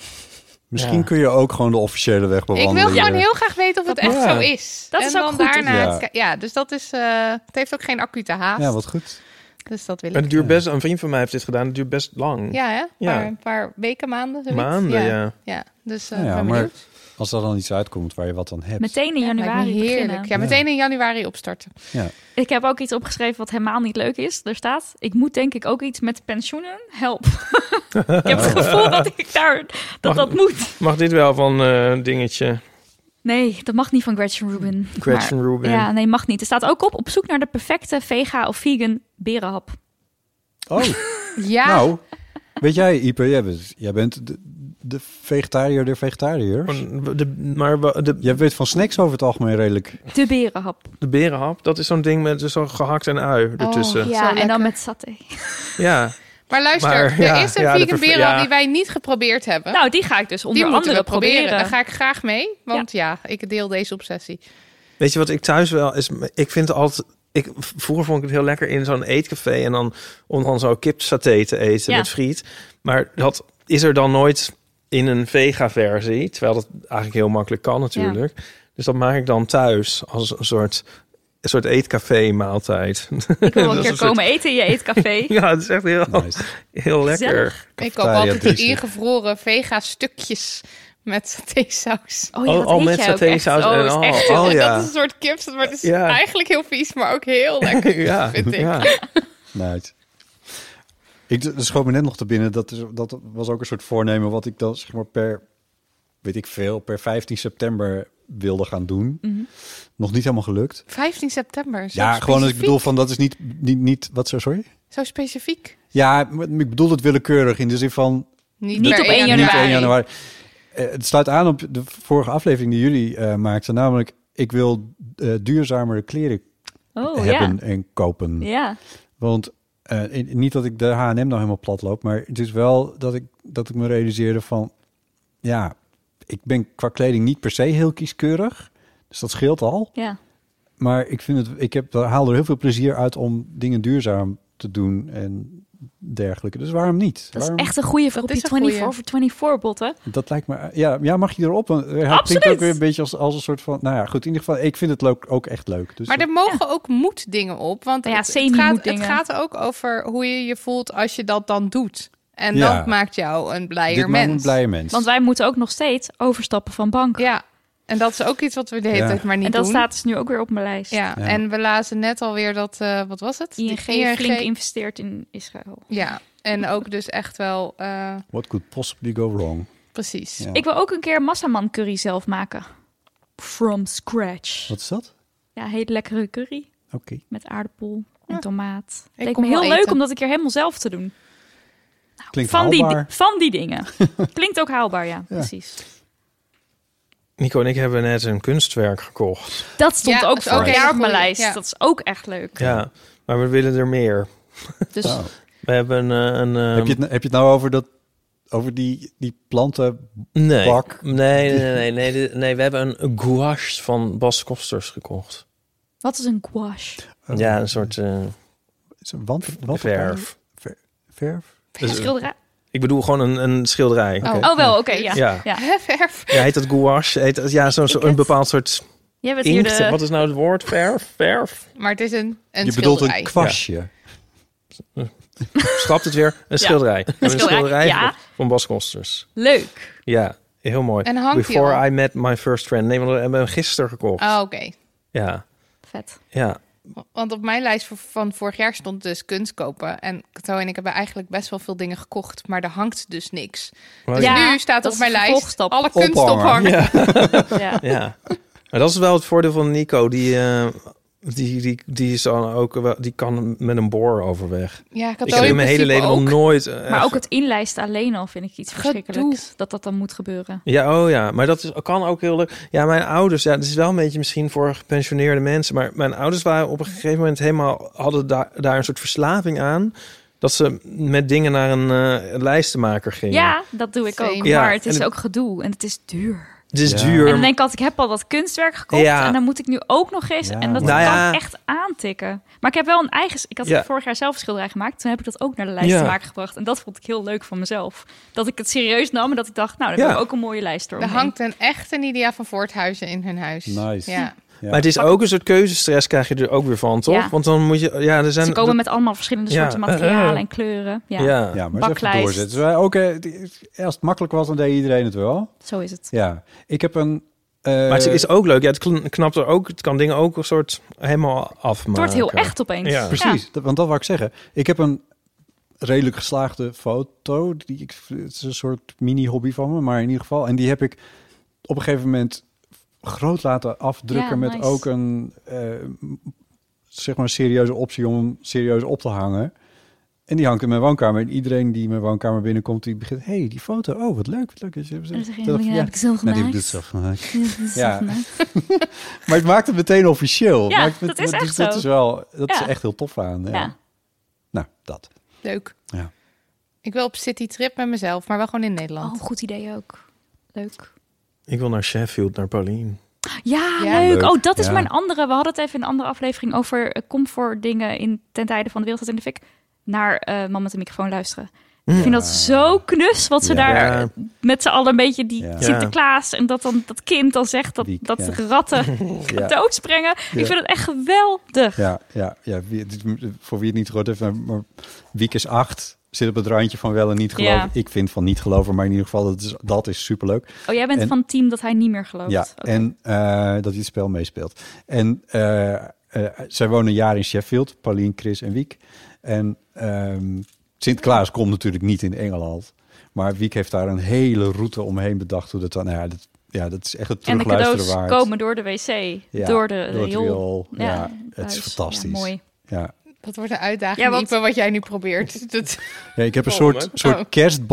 S4: Misschien
S5: Ja.
S4: kun je ook gewoon de officiële weg
S3: Ik
S4: bewandelen. Eh,
S3: wil gewoon heel graag weten of het echt
S5: Ja.
S3: zo is.
S2: Dat
S3: en
S2: is ook
S3: dan
S2: goed.
S3: daarna.
S4: Ja.
S3: het ki- Ja, dus dat is. eh, het heeft ook geen acute haast.
S4: Ja, wat goed.
S3: Dus dat wil
S5: En
S3: ik.
S5: het duurt best, een vriend van mij heeft dit gedaan. Het duurt best lang.
S3: Ja, hè?
S5: Ja.
S3: Paar- Een paar weken, maanden. zoiets.
S5: Maanden, ja.
S3: Ja, dus eh,
S4: Nou ja,
S3: ben
S4: maar
S3: benieuwd.
S4: Als er dan iets uitkomt waar je wat aan hebt.
S2: Meteen in
S3: Lijkt
S2: januari
S3: me heerlijk.
S2: beginnen.
S3: Ja, meteen in januari opstarten.
S4: Ja.
S2: Ik heb ook iets opgeschreven wat helemaal niet leuk is. Er staat, ik moet denk ik ook iets met pensioenen. Help. ik heb het gevoel dat ik daar, dat dat moet.
S5: Mag dit wel van eh, dingetje
S2: Nee, dat mag niet van Gretchen Rubin.
S5: Gretchen
S2: Maar-
S5: Rubin?
S2: Ja, nee, mag niet. Er staat ook op, op zoek naar de perfecte vega of vegan berenhap.
S4: Oh,
S3: Ja,
S4: nou. Weet jij, Ipe, jij bent, jij bent de, de vegetariër der vegetariërs.
S5: Van de- maar wa- de,
S4: Jij weet van snacks over het algemeen redelijk.
S2: De berenhap.
S5: de berenhap, dat is zo'n ding met dus zo'n gehakt en ui ertussen.
S3: ja.
S5: ja.
S3: Zo
S2: en
S3: lekker.
S2: dan met saté.
S3: maar luister,
S5: Maar, ja,
S3: er is een
S5: ja, de
S3: vegan
S5: ver-
S3: berenhap
S5: ja.
S3: die wij niet geprobeerd hebben.
S2: Nou, die ga ik dus onder
S3: die moeten
S2: andere
S3: we proberen.
S2: proberen.
S3: Daar ga ik graag mee, want ja. ik deel deze obsessie.
S5: Weet je wat ik thuis wel is? Ik vind het altijd. Ik, vroeger vond ik het heel lekker in zo'n eetcafé en dan om dan zo kipsaté te eten
S2: Ja.
S5: met friet. Maar dat is er dan nooit in een vega-versie, terwijl dat eigenlijk heel makkelijk kan natuurlijk. Dus dat maak ik dan thuis als een soort, een soort eetcafé-maaltijd.
S2: Ik wil wel een
S5: Dat is
S2: keer
S5: een soort-
S2: komen eten in je eetcafé.
S5: ja, het is echt heel,
S4: Nice.
S5: heel lekker.
S2: Gezellig.
S3: Ik koop altijd die
S4: Cafetariadrice.
S3: ingevroren vega stukjes met satésaus.
S2: Oh ja,
S5: Oh,
S2: dat
S5: oh,
S2: eet
S5: met
S2: jij ook echt.
S5: satésaus
S2: Oh,
S5: en
S2: dat is
S5: al.
S2: echt
S5: Oh,
S3: En
S5: ja.
S3: Dat is een soort kips, maar het is
S5: Ja.
S3: eigenlijk heel vies, maar ook heel lekker,
S5: Ja,
S3: vind ik.
S5: ja.
S4: Nice. Ik d- schoot me net nog te binnen. Dat, is, dat was ook een soort voornemen wat ik dan zeg maar per, weet ik veel, per 15 september wilde gaan doen.
S2: Mhm.
S4: Nog niet helemaal gelukt.
S3: 15 september. Zo
S4: ja, gewoon als ik
S3: specifiek.
S4: bedoel van dat is niet, niet, niet wat zo, sorry?
S3: Zo specifiek.
S4: Ja, maar ik bedoel het willekeurig in de zin van
S3: Niet,
S2: Niet
S3: per
S2: op 1
S4: niet
S2: januari.
S4: 1 januari. Eh, het sluit aan op de vorige aflevering die jullie eh, maakten, namelijk ik wil eh, duurzamere kleren
S2: Oh ja.
S4: hebben en kopen.
S2: Ja,
S4: Want eh, in- niet dat ik de H&M nou helemaal plat loop, maar het is wel dat ik, dat ik me realiseerde van... Ja, ik ben qua kleding niet per se heel kieskeurig, dus dat scheelt al.
S2: ja.
S4: Maar ik, vind het, ik heb, haal er heel veel plezier uit om dingen duurzaam te doen en dergelijke. Dus waarom niet?
S2: Dat
S4: waarom?
S2: is echt een goede voor
S3: Dat
S2: op
S3: is
S2: je
S3: een goeie.
S2: 24 voor 24 botten.
S4: Dat lijkt me. Ja, ja, mag je erop? Want eh, hij
S2: Absoluut.
S4: klinkt ook weer een beetje als, als een soort van. Nou ja, goed. In ieder geval, ik vind het leuk, ook echt leuk. Dus
S3: Maar
S4: dat-
S3: er mogen ook moeddingen op. Want
S2: Ja,
S3: het, het gaat,
S2: semi-moeddingen.
S3: het gaat ook over hoe je je voelt als je dat dan doet. En
S4: Ja.
S3: dat maakt jou een blijer
S4: dit maakt
S3: mens.
S4: me een blije mens.
S2: Want wij moeten ook nog steeds overstappen van bank.
S3: Ja, en dat is ook iets wat we de hele
S4: Ja.
S3: tijd maar niet
S2: en dat
S3: doen.
S2: staat dus nu ook weer op mijn lijst.
S3: Ja.
S4: Ja.
S3: en we lazen net alweer dat, eh, wat was het?
S2: ING,
S3: Die
S2: flink investeert in Israël.
S3: Ja, en ook dus echt wel, eh,
S4: What could possibly go wrong?
S3: precies.
S4: Ja.
S2: Ik wil ook een keer massaman curry zelf maken. From scratch.
S4: Wat is dat?
S2: Ja, hele lekkere curry
S4: Oké.
S2: met aardappel en
S3: Ja.
S2: tomaat.
S3: Ik
S2: Leek
S3: kom
S2: me heel
S3: wel
S2: leuk
S3: eten.
S2: om dat een keer helemaal zelf te doen.
S4: Klinkt
S2: van, die,
S4: haalbaar.
S2: van die dingen. Klinkt ook haalbaar, ja, precies.
S5: Nico en ik hebben net een kunstwerk gekocht.
S2: Dat stond
S3: Ja,
S2: ook
S3: is
S2: voor
S3: ook
S2: een
S3: een
S2: jaar op mijn
S3: goeie,
S2: lijst.
S3: ja.
S2: Dat is ook echt leuk.
S5: Ja, maar we willen er meer.
S2: Dus
S4: Nou,
S5: We hebben eh, een... ehm,
S4: heb, je het, heb je het nou over dat over die, die planten?
S5: eh, nee.
S4: bak?
S5: Nee, nee, nee, nee, nee, dit- nee, We hebben een gouache van Bas Kosters gekocht.
S2: wat is een gouache?
S4: eh,
S5: ja, een soort eh,
S4: is een wand, wand-
S5: verf.
S4: ver- verf?
S2: Een
S5: Dus, eh,
S2: schilderij?
S5: ik bedoel gewoon een, een schilderij.
S4: Oké.
S2: Oh wel, oké, ja.
S5: Ja.
S2: ja.
S3: Hè, Verf.
S5: Ja, heet dat gouache? Heet dat, ja, zo'n zo,
S2: het.
S5: een bepaald soort
S2: Jij bent hier eh,
S5: inkt.
S2: de...
S5: Wat is nou het woord? Verf? Verf?
S3: Maar het is een, een
S4: je bedoelt
S3: schilderij.
S4: een kwastje.
S5: Schrapt het weer? Een schilderij. We hebben Een
S2: schilderij,
S5: schilderij
S2: ja.
S5: van- van Bas Kosters.
S2: Leuk.
S5: Ja, heel mooi.
S3: En hangt die
S5: Before
S3: al?
S5: I Met My First Friend. Nee, want we hebben hem gisteren gekocht.
S3: Oh, oké.
S5: Ja,
S2: Vet.
S5: ja.
S3: Want op mijn lijst voor- van vorig jaar stond dus kunst kopen. En Cato en ik hebben eigenlijk best wel veel dingen gekocht, maar er hangt dus niks. Dus
S2: Ja,
S3: nu staat
S2: dat
S3: op
S2: is
S3: mijn
S2: de
S3: lijst
S2: vervolgstap.
S3: alle kunst
S4: Ophangen.
S3: ophangen.
S2: Ja.
S5: Ja. Maar dat is wel het voordeel van Nico. Die, eh, die, die, die, is dan ook wel, die kan met een boor overweg.
S3: Ja, Cato
S5: Ik heb
S3: in
S5: in mijn hele
S3: principe
S5: leven
S3: ook.
S5: nog nooit... eh,
S2: Maar ook het inlijsten alleen al vind ik iets
S3: Gedoe.
S2: verschrikkelijks. Dat dat dan moet gebeuren.
S5: Ja, oh ja, maar dat is, kan ook heel leuk. Ja, mijn ouders, ja, dat is wel een beetje misschien voor gepensioneerde mensen, maar mijn ouders waren op een gegeven moment helemaal, hadden daar daar een soort verslaving aan, dat ze met dingen naar een eh, lijstenmaker gingen.
S2: Ja, dat doe ik ook.
S3: Same.
S5: Ja,
S2: Maar het
S5: en
S2: is
S5: het-
S2: ook gedoe en het is duur.
S5: Het is
S4: Ja.
S5: duur.
S2: En dan denk ik altijd, ik heb al dat kunstwerk gekocht
S5: Ja.
S2: en dan moet ik nu ook nog eens.
S4: Ja,
S2: en dat
S4: Nou
S2: kan
S5: ja.
S2: echt aantikken. Maar ik heb wel een eigen... Ik had
S5: Ja.
S2: vorig jaar zelf een schilderij gemaakt. Toen heb ik dat ook naar de lijst
S5: Ja.
S2: te maken gebracht. En dat vond ik heel leuk van mezelf. Dat ik het serieus nam en dat ik dacht, nou, dan
S5: Ja.
S2: heb ik ook een mooie lijst
S3: Er
S2: eromheen.
S3: hangt een echte Nidia van Voorthuizen in hun huis.
S4: Nice.
S3: Ja.
S5: Maar het is ook een soort keuzestress krijg je er ook weer van, toch?
S2: Ja.
S5: Want dan moet je, ja, er zijn...
S2: Ze komen met allemaal verschillende
S5: Ja.
S2: soorten
S5: Eh, eh.
S2: materialen en kleuren. Ja,
S5: ja.
S4: Ja, maar eens even
S2: Baklijst.
S4: doorzetten. Dus wij ook, eh, die- als het makkelijk was, dan deed iedereen het wel.
S2: zo is het.
S4: Ja, ik heb een... eh,
S5: Maar het is ook leuk. Ja, het kn- knapt er ook. Het kan dingen ook een soort helemaal afmaken.
S2: Het wordt heel echt opeens.
S5: Ja.
S4: Precies, dat- want dat wou ik zeggen. Ik heb een redelijk geslaagde foto. Die ik, het is een soort mini-hobby van me, maar in ieder geval. En die heb ik op een gegeven moment groot laten afdrukken
S2: Ja,
S4: met
S2: nice.
S4: ook een eh, zeg maar serieuze optie om hem serieus op te hangen. En die hangt in mijn woonkamer. En iedereen die mijn woonkamer binnenkomt, die begint... hey, die foto. Oh, wat leuk, wat leuk. En dan
S2: En dan zeg je, ja, heb ik zelf
S4: Nee, die
S2: gemaakt.
S4: heb ik dit zelf gemaakt. Ja.
S2: Ja.
S4: Maar het maakt het meteen officieel.
S2: Ja,
S4: Maakt het-
S2: dat is
S4: dus
S2: echt
S4: dat
S2: zo.
S4: Is wel, dat is
S2: Ja.
S4: echt heel tof aan. Ja.
S2: Ja.
S4: Nou, dat.
S3: Leuk.
S4: Ja.
S3: Ik wil op citytrip met mezelf, maar wel gewoon in Nederland.
S2: Oh, goed idee ook. Leuk.
S5: Ik wil naar Sheffield, naar Pauline.
S2: Ja,
S3: Ja.
S2: leuk.
S4: Leuk,
S2: Oh, dat is
S4: ja.
S2: mijn andere. We hadden het even in een andere aflevering over eh, comfortdingen in ten tijde van de wereld staat in de fik. Naar eh man met de microfoon luisteren. Ik vind dat zo knus wat ze
S4: Ja.
S2: daar
S5: Ja.
S2: eh, met z'n allen een beetje die
S4: Ja.
S2: Sinterklaas en dat dan dat kind dan zegt dat,
S4: Die-
S2: dat
S4: ja.
S2: ratten
S4: Ja.
S2: doodsbrengen. Ik vind het echt geweldig.
S4: Ja, ja, ja. Wie- dit- voor wie het niet gehoord heeft, maar- maar Wiek is acht. Zit op het randje van wel en niet geloven.
S2: Ja.
S4: Ik vind van niet geloven, maar in ieder geval, dat is, dat is superleuk.
S2: Oh, jij bent
S4: En-
S2: van het team dat hij niet meer gelooft.
S4: Ja,
S2: Oké.
S4: en eh, dat hij het spel meespeelt. En eh, eh, zij wonen een jaar in Sheffield, Paulien, Chris en Wiek. En ehm, Sinterklaas komt natuurlijk niet in Engeland. Maar Wiek heeft daar een hele route omheen bedacht. Hoe dat dan, nou ja, dat, ja, dat is echt het
S2: En de
S4: terugluisteren
S2: cadeaus
S4: waard.
S2: komen door de wc,
S4: Ja,
S2: door de
S4: door het
S2: riool.
S4: riool. Ja, het
S2: thuis.
S4: is
S2: Ja,
S4: fantastisch.
S2: mooi.
S4: Ja.
S3: Dat wordt een uitdaging,
S2: Ja, want-
S3: Ipe, wat jij nu probeert. Dat...
S4: Ja, ik heb een
S5: Oh,
S4: soort,
S5: hè?
S4: soort
S3: Oh.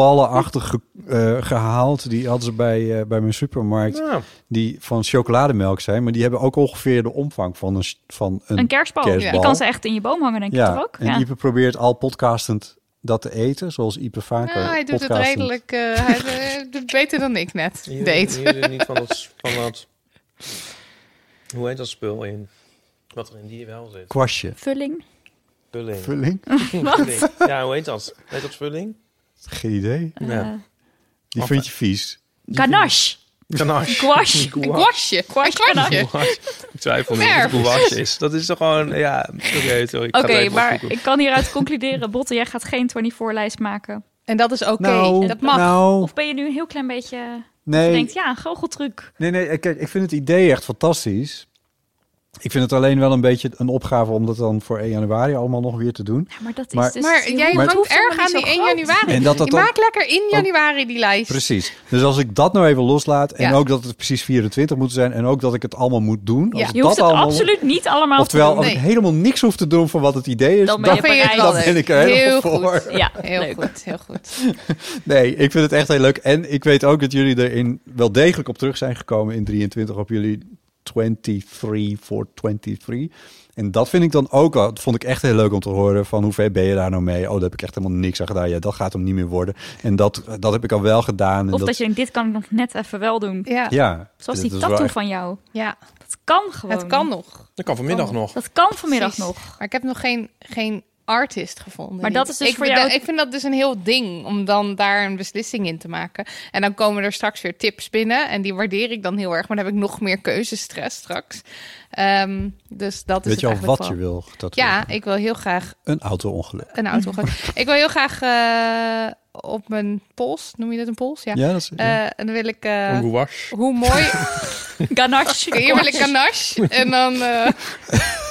S4: kerstballenachtig ge- eh, gehaald. Die hadden ze bij, eh, bij mijn supermarkt.
S5: Ja.
S4: Die van chocolademelk zijn. Maar die hebben ook ongeveer de omvang van een, s- van een,
S2: Een kerstboom.
S4: kerstbal.
S2: Je kan ze echt in je boom hangen, denk ik
S4: ja.
S2: toch ook?
S4: En
S2: ja.
S4: Ipe probeert al podcastend dat te eten. Zoals Ipe vaker
S3: Nou, hij doet het
S4: podcastend.
S3: redelijk eh, hij, eh, doet beter dan ik net deed.
S5: niet van dat, van dat... Hoe heet dat spul in? Wat er in die wel zit.
S4: Kwastje.
S2: Vulling.
S5: Vulling.
S4: Vulling?
S5: Vulling. Ja, hoe heet dat? Heet dat vulling?
S4: Geen idee.
S5: Ja.
S2: Eh,
S4: Die vind je vies.
S2: ganache.
S5: Ganache.
S2: Gouache.
S3: Een kwastje. Een kwastje.
S5: Gouache. Ik twijfel nu of het
S3: Verf.
S5: gouache is. Dat is toch gewoon... Ja, oké, sorry. ik ga
S2: Oké,
S5: het even
S2: maar
S5: opzoeken.
S2: ik kan hieruit concluderen, Botte, jij gaat geen 24-lijst maken.
S3: En dat is oké.
S4: nou,
S3: dat mag.
S4: Nou,
S2: Of ben je nu een heel klein beetje... Je
S4: nee.
S2: denkt, ja, een goocheltruc.
S4: Nee, nee, kijk, ik vind het idee echt fantastisch. Ik vind het alleen wel een beetje een opgave om dat dan voor 1 januari allemaal nog weer te doen.
S2: Ja, maar dat is
S4: Maar-
S2: dus...
S3: maar jij
S4: Maar-
S3: hangt
S2: hoeft helemaal
S3: erg aan
S2: niet zo
S3: die 1
S2: groot.
S3: januari.
S4: En dat dat
S3: Je
S4: dan... Oh.
S3: maakt lekker in januari die lijst.
S4: Precies. Dus als ik dat nou even loslaat en
S3: Ja.
S4: ook dat het precies 24 moet zijn en ook dat ik het allemaal moet doen. Als
S3: Ja.
S4: ik
S2: Je hoeft
S4: dat
S2: het
S4: allemaal,
S2: absoluut niet allemaal
S4: Oftewel,
S2: te
S4: als
S2: doen.
S4: ik
S3: Nee.
S4: helemaal niks hoef te doen van wat het idee is,
S2: Dan ben
S4: dan,
S2: je
S3: vind je het
S2: bereid.
S3: wel leuk.
S4: dan ben ik er
S3: Heel
S4: helemaal voor.
S3: goed.
S2: Ja,
S3: Heel
S2: leuk.
S3: goed, heel goed.
S4: Nee, ik vind het echt heel leuk. En ik weet ook dat jullie erin wel degelijk op terug zijn gekomen in 23 op jullie 23 voor 23. En dat vind ik dan ook, wel- dat vond ik echt heel leuk om te horen van hoe ver ben je daar nou mee? Oh, daar heb ik echt helemaal niks aan gedaan. Ja, dat gaat hem niet meer worden. En dat, dat heb ik al wel gedaan. En
S2: Of dat je denkt, dit kan ik nog net even wel doen.
S3: Ja, ja.
S4: ja,
S2: Zoals
S4: dat
S2: die
S4: is wel
S2: tattoo
S4: echt-
S2: van jou.
S3: ja.
S2: Dat kan gewoon.
S3: het kan nog.
S5: Dat kan vanmiddag nog.
S2: Dat kan vanmiddag
S3: Precies.
S2: nog.
S3: Maar ik heb nog geen, geen artist gevonden.
S2: Maar dat is dus
S3: ik,
S2: voor
S3: beda-
S2: jou-
S3: Ik vind dat dus een heel ding om dan daar een beslissing in te maken. En dan komen er straks weer tips binnen. En die waardeer ik dan heel erg. Maar dan heb ik nog meer keuzestress straks. Ehm, dus dat is
S4: Weet je
S3: het
S4: al
S3: eigenlijk
S4: wat je
S3: wel.
S4: wil tatoeëren?
S3: Ja, ik wil heel graag
S4: Een auto-ongeluk.
S3: een auto. ik wil heel graag eh, op mijn pols, noem je dat een pols? Ja.
S4: Ja, dat is... ja.
S3: Eh, en dan wil ik eh,
S5: Een gouache.
S3: hoe mooi
S2: Ganache.
S3: Hier wil ik ganache. En dan... eh,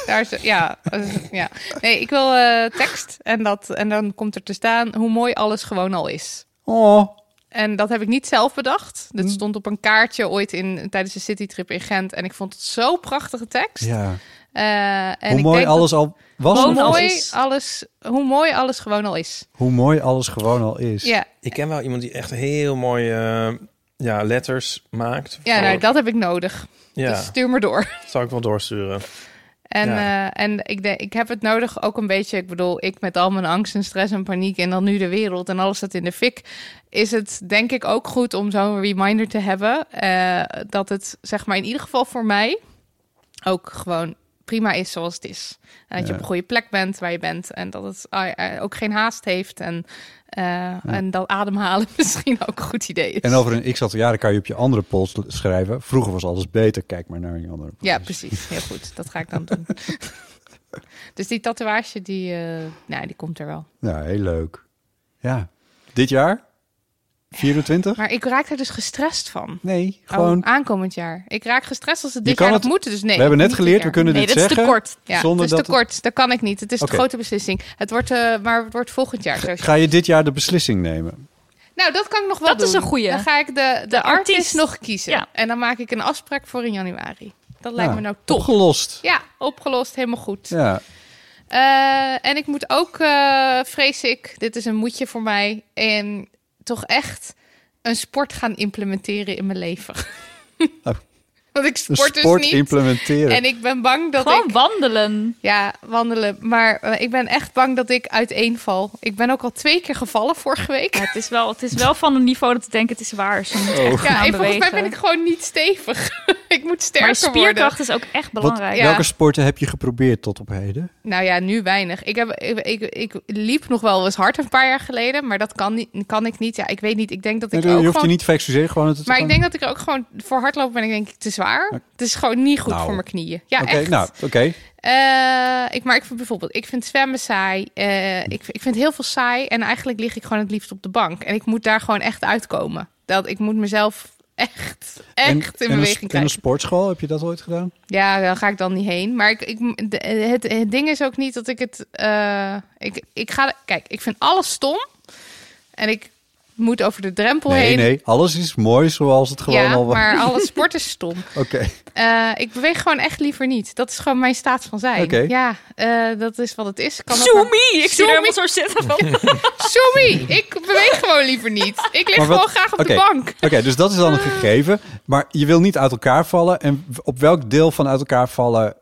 S3: daar is, ja, eh, ja. Nee, ik wil eh, tekst. En, dat, en dan komt er te staan hoe mooi alles gewoon al is.
S4: Oh, Mm.
S3: En dat heb ik niet zelf bedacht. Dit stond op een kaartje ooit in, tijdens een citytrip in Gent. En ik vond het zo'n prachtige tekst.
S4: ja.
S3: Eh, en
S4: Hoe
S3: ik
S4: mooi
S3: denk
S4: alles al was.
S3: dat- hoe
S2: gewoon al
S3: mooi
S2: is.
S3: alles, hoe mooi alles gewoon al is.
S4: Hoe mooi alles gewoon al is.
S3: Ja,
S5: Ik ken wel iemand die echt heel mooie eh, ja, letters maakt.
S3: ja nou,
S5: Voor-
S3: dat heb ik nodig.
S5: ja,
S3: Dus stuur me door.
S5: dat zal ik wel doorsturen.
S3: En,
S5: Ja.
S3: eh, en ik, denk, ik heb het nodig ook een beetje. Ik bedoel, ik met al mijn angst en stress en paniek en dan nu de wereld en alles dat in de fik. Is het denk ik ook goed om zo'n reminder te hebben. eh, dat het zeg maar in ieder geval voor mij ook gewoon prima is zoals het is. En dat je
S4: Ja.
S3: op een goede plek bent waar je bent. En dat het ah, eh, ook geen haast heeft. En, eh, en dat ademhalen misschien ook een goed idee is.
S4: En over een x aantal jaren kan je op je andere pols schrijven. Vroeger was alles beter. Kijk maar naar je andere pols.
S3: Ja, precies. Heel goed. Dat ga ik dan doen. dus die tatoeage, die, eh, nou, die komt er wel.
S4: Ja, heel leuk. Ja. Dit jaar? 24?
S3: Maar ik raak daar dus gestrest van.
S4: Nee, gewoon.
S3: Oh, aankomend jaar. Ik raak gestrest als het
S4: Je
S3: dit
S4: kan
S3: jaar nog
S4: het-
S3: moet. Dus nee.
S4: we hebben net
S3: niet
S4: geleerd,
S3: dit
S4: we
S3: jaar.
S4: kunnen
S2: Nee,
S4: dit
S2: dat is
S4: zeggen.
S2: te kort.
S3: Ja,
S4: zonder
S3: het is
S4: dat
S3: te
S4: het-
S3: kort. Dat kan ik niet. Het is
S4: Oké.
S3: de grote beslissing. Het wordt, eh, maar het wordt volgend jaar. sowieso.
S4: Ga je dit jaar de beslissing nemen?
S3: Nou, dat kan ik nog wel
S2: Dat
S3: doen.
S2: is een goeie.
S3: Dan ga ik de, de, artiest,
S2: artiest.
S3: nog kiezen.
S2: Ja.
S3: En dan maak ik een afspraak voor in januari. Dat lijkt
S4: Ja,
S3: me nou top.
S4: Opgelost.
S3: Ja, opgelost. Helemaal goed.
S4: Ja.
S3: Eh, en ik moet ook, eh, vrees ik, dit is een moedje voor mij. En toch echt een sport gaan implementeren in mijn leven.
S4: Oh.
S3: Want ik
S4: Een
S3: sport,
S4: sport,
S3: dus niet.
S4: implementeren.
S3: En ik ben bang dat
S2: Gewoon
S3: ik...
S2: wandelen.
S3: Ja, wandelen. Maar eh, ik ben echt bang dat ik uiteenval. Ik ben ook al twee keer gevallen vorige week.
S2: Ja, het, is wel, het is wel van een niveau dat ik denk, het is waar. Ze moeten
S4: Oh.
S2: echt gaan
S3: Ja, en volgens mij
S2: bewegen.
S3: ben ik gewoon niet stevig. ik moet
S2: maar
S3: sterker worden.
S2: spierkracht is ook echt
S4: Wat-
S2: belangrijk.
S3: Ja.
S4: Welke sporten heb je geprobeerd tot op heden?
S3: Nou ja, nu weinig. Ik, heb, ik, ik, ik liep nog wel eens hard een paar jaar geleden. Maar dat kan, niet, kan ik niet. Ja, ik weet niet. Ik denk dat ik
S4: Nee, je
S3: ook
S4: hoeft je
S3: gewoon
S4: niet te excuseren. Gewoon het
S3: Maar ik
S4: gewoon-
S3: denk dat ik er ook gewoon voor hardlopen ben. Ik denk te zwaar. Het is gewoon niet goed
S4: Nou.
S3: voor mijn knieën. Ja,
S4: Oké,
S3: echt.
S4: nou, oké.
S3: Eh, ik, maar ik vind bijvoorbeeld, ik vind zwemmen saai. Eh, ik, ik vind heel veel saai. En eigenlijk lig ik gewoon het liefst op de bank. En ik moet daar gewoon echt uitkomen. Dat ik moet mezelf echt,
S4: En-
S3: echt in
S4: en een-
S3: beweging
S4: En een
S3: krijgen.
S4: sportschool, heb je dat ooit gedaan?
S3: Ja, daar ga ik dan niet heen. Maar ik, ik, de- het, het ding is ook niet dat ik het. eh, ik, ik ga. Kijk, ik vind alles stom. En ik moet over de drempel
S4: Nee,
S3: heen.
S4: nee. Alles is mooi zoals het gewoon
S3: ja,
S4: al was.
S3: maar alle sport is stom.
S4: Oké.
S3: Eh, ik beweeg gewoon echt liever niet. Dat is gewoon mijn staat van zijn.
S4: Oké.
S3: Ja, eh, dat is wat het is. Kan dat
S2: Zoomie! Ik zie er
S3: Zoomie!
S2: helemaal zo zitten van.
S3: maar- Zoemie! Ik beweeg gewoon liever niet. Ik lig
S4: Maar wat-
S3: gewoon graag op
S4: oké.
S3: de bank.
S4: Oké, dus dat is dan een gegeven. Maar je wil niet uit elkaar vallen. En w- op welk deel van uit elkaar vallen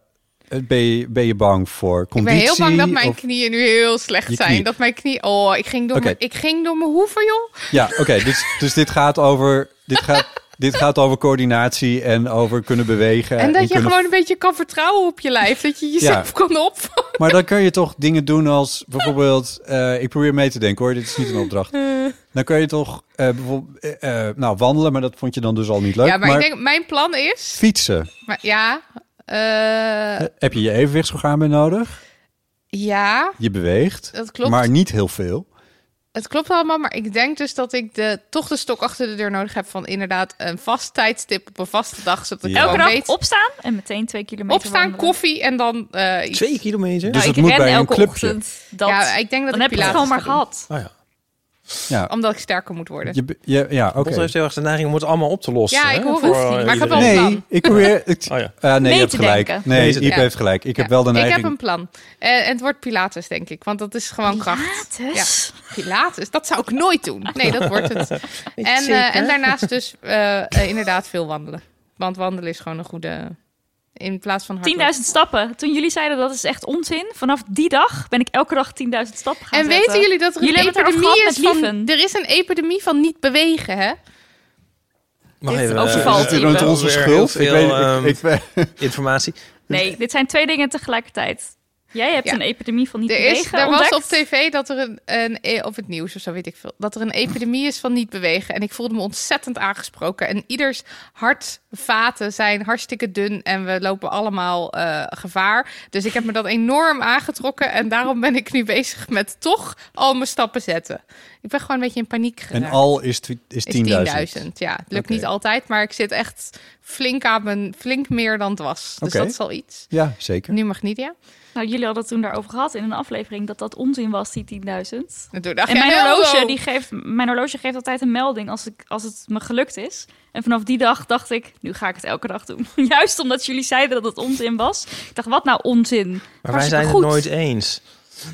S4: eh, ben je, ben je bang voor?
S3: Ik ben
S4: Conditie?
S3: heel bang dat mijn
S4: of-
S3: knieën nu heel slecht
S4: Je
S3: zijn.
S4: knie.
S3: Dat mijn knie... Oh, ik ging door,
S4: Oké.
S3: mijn, ik ging door mijn hoeven, joh.
S4: Ja, oké. dus, dus dit gaat over... Dit gaat, Dit gaat over coördinatie en over kunnen bewegen.
S3: en dat je
S4: kunnen-
S3: gewoon een beetje kan vertrouwen op je lijf. Dat je jezelf kan opvangen.
S4: Maar dan kun je toch dingen doen als bijvoorbeeld... eh, ik probeer mee te denken hoor, dit is niet een opdracht. Dan kun je toch eh, bijvoorbeeld... eh, eh, nou, wandelen, maar dat vond je dan dus al niet leuk.
S3: ja, maar,
S4: maar
S3: ik denk, mijn plan is...
S4: fietsen.
S3: Maar, ja, eh,
S4: Eh, Heb je je evenwichtsorgaan bij nodig?
S3: ja,
S4: Je beweegt,
S3: dat klopt.
S4: maar niet heel veel.
S3: Het klopt allemaal, maar ik denk dus dat ik de, toch de stok achter de deur nodig heb van inderdaad een vast tijdstip op een vaste dag. Zodat ik
S4: Ja.
S2: Elke
S3: elke
S2: dag
S3: weet,
S2: opstaan en meteen twee kilometer
S3: opstaan,
S2: wandelen.
S3: koffie en dan... eh, iets.
S5: Twee kilometer?
S4: Dus
S2: Nou,
S4: het
S2: ik
S4: moet
S2: ren
S4: bij een
S2: elke
S4: clubje.
S2: ochtend. Dat,
S3: ja, ik denk dat
S2: dan heb je
S3: ik
S2: het
S3: Pilates
S2: gewoon maar
S3: ga doen,
S2: gehad.
S5: Oh ja.
S4: Ja,
S3: Omdat ik sterker moet worden.
S4: je, be- je, ja oké.
S5: Bot heeft heel erg de neiging om het allemaal op te lossen.
S3: Ja,
S5: hè,
S3: ik hoor
S5: voor,
S3: het niet,
S5: eh,
S3: maar ik heb wel-
S5: iedereen.
S4: Nee, ik probeer... Ik,
S5: Oh ja.
S4: Ah, nee,
S2: Mee
S4: je hebt
S2: te
S4: gelijk.
S2: denken.
S4: Nee,
S5: Mee te
S4: Iep
S3: denken.
S4: heeft gelijk. Ik heb
S3: Ja,
S4: wel de neiging...
S3: Ik heb een plan. Eh, en het wordt Pilates, denk ik. Want dat is gewoon kracht.
S2: Pilates?
S3: Ja, Pilates. Dat zou ik nooit doen. Nee, dat wordt het. En, eh, en daarnaast dus eh, eh, inderdaad veel wandelen. Want wandelen is gewoon een goede... In plaats van hardlopen.
S2: 10.000 stappen. Toen jullie zeiden dat is echt onzin, vanaf die dag ben ik elke dag 10.000 stappen gaan
S3: En
S2: zetten.
S3: weten jullie dat er
S2: Jullie
S3: een
S2: hebben het erover
S3: epidemie
S2: gehad
S3: is
S2: met
S3: van...
S2: lieven.
S3: Er is een epidemie van niet bewegen, hè?
S5: Mag
S2: Dit
S5: even,
S2: overvalt
S5: eh,
S2: Valt
S4: Is het
S2: Iep.
S4: niet onze
S5: weer
S4: schuld?
S5: heel
S4: ik
S5: veel,
S4: weet,
S5: ehm,
S4: ik, ik,
S5: informatie.
S2: Nee, dit zijn twee dingen tegelijkertijd. Jij hebt
S3: Ja.
S2: een epidemie van niet
S3: Er, is,
S2: bewegen
S3: er was
S2: ontdekt.
S3: op tv dat er een, een... e- Of het nieuws of zo, weet ik veel. Dat er een epidemie is van niet bewegen. En ik voelde me ontzettend aangesproken. En ieders hartvaten zijn hartstikke dun. En we lopen allemaal eh, gevaar. Dus ik heb me dat enorm aangetrokken. En daarom ben ik nu bezig met toch al mijn stappen zetten. Ik ben gewoon een beetje in paniek geraakt.
S4: en al is, twi- is 10.000.
S3: Is 10.000. Ja, het lukt
S4: Oké.
S3: niet altijd, maar ik zit echt flink aan mijn flink meer dan het was. Dus
S4: Oké.
S3: dat is al iets.
S4: Ja, zeker.
S3: Nu mag Nidia.
S2: Nou, jullie hadden het toen daarover gehad in een aflevering dat dat onzin was, die 10.000.
S3: En toen dacht
S2: En
S3: jij,
S2: mijn
S3: "Hello."
S2: horloge, die geeft, mijn horloge geeft altijd een melding als, ik, als het me gelukt is. En vanaf die dag dacht ik, nu ga ik het elke dag doen. Juist omdat jullie zeiden dat het onzin was. Ik dacht, wat nou onzin?
S5: Maar wij
S2: Hartstikke
S5: zijn
S2: goed.
S5: het nooit eens.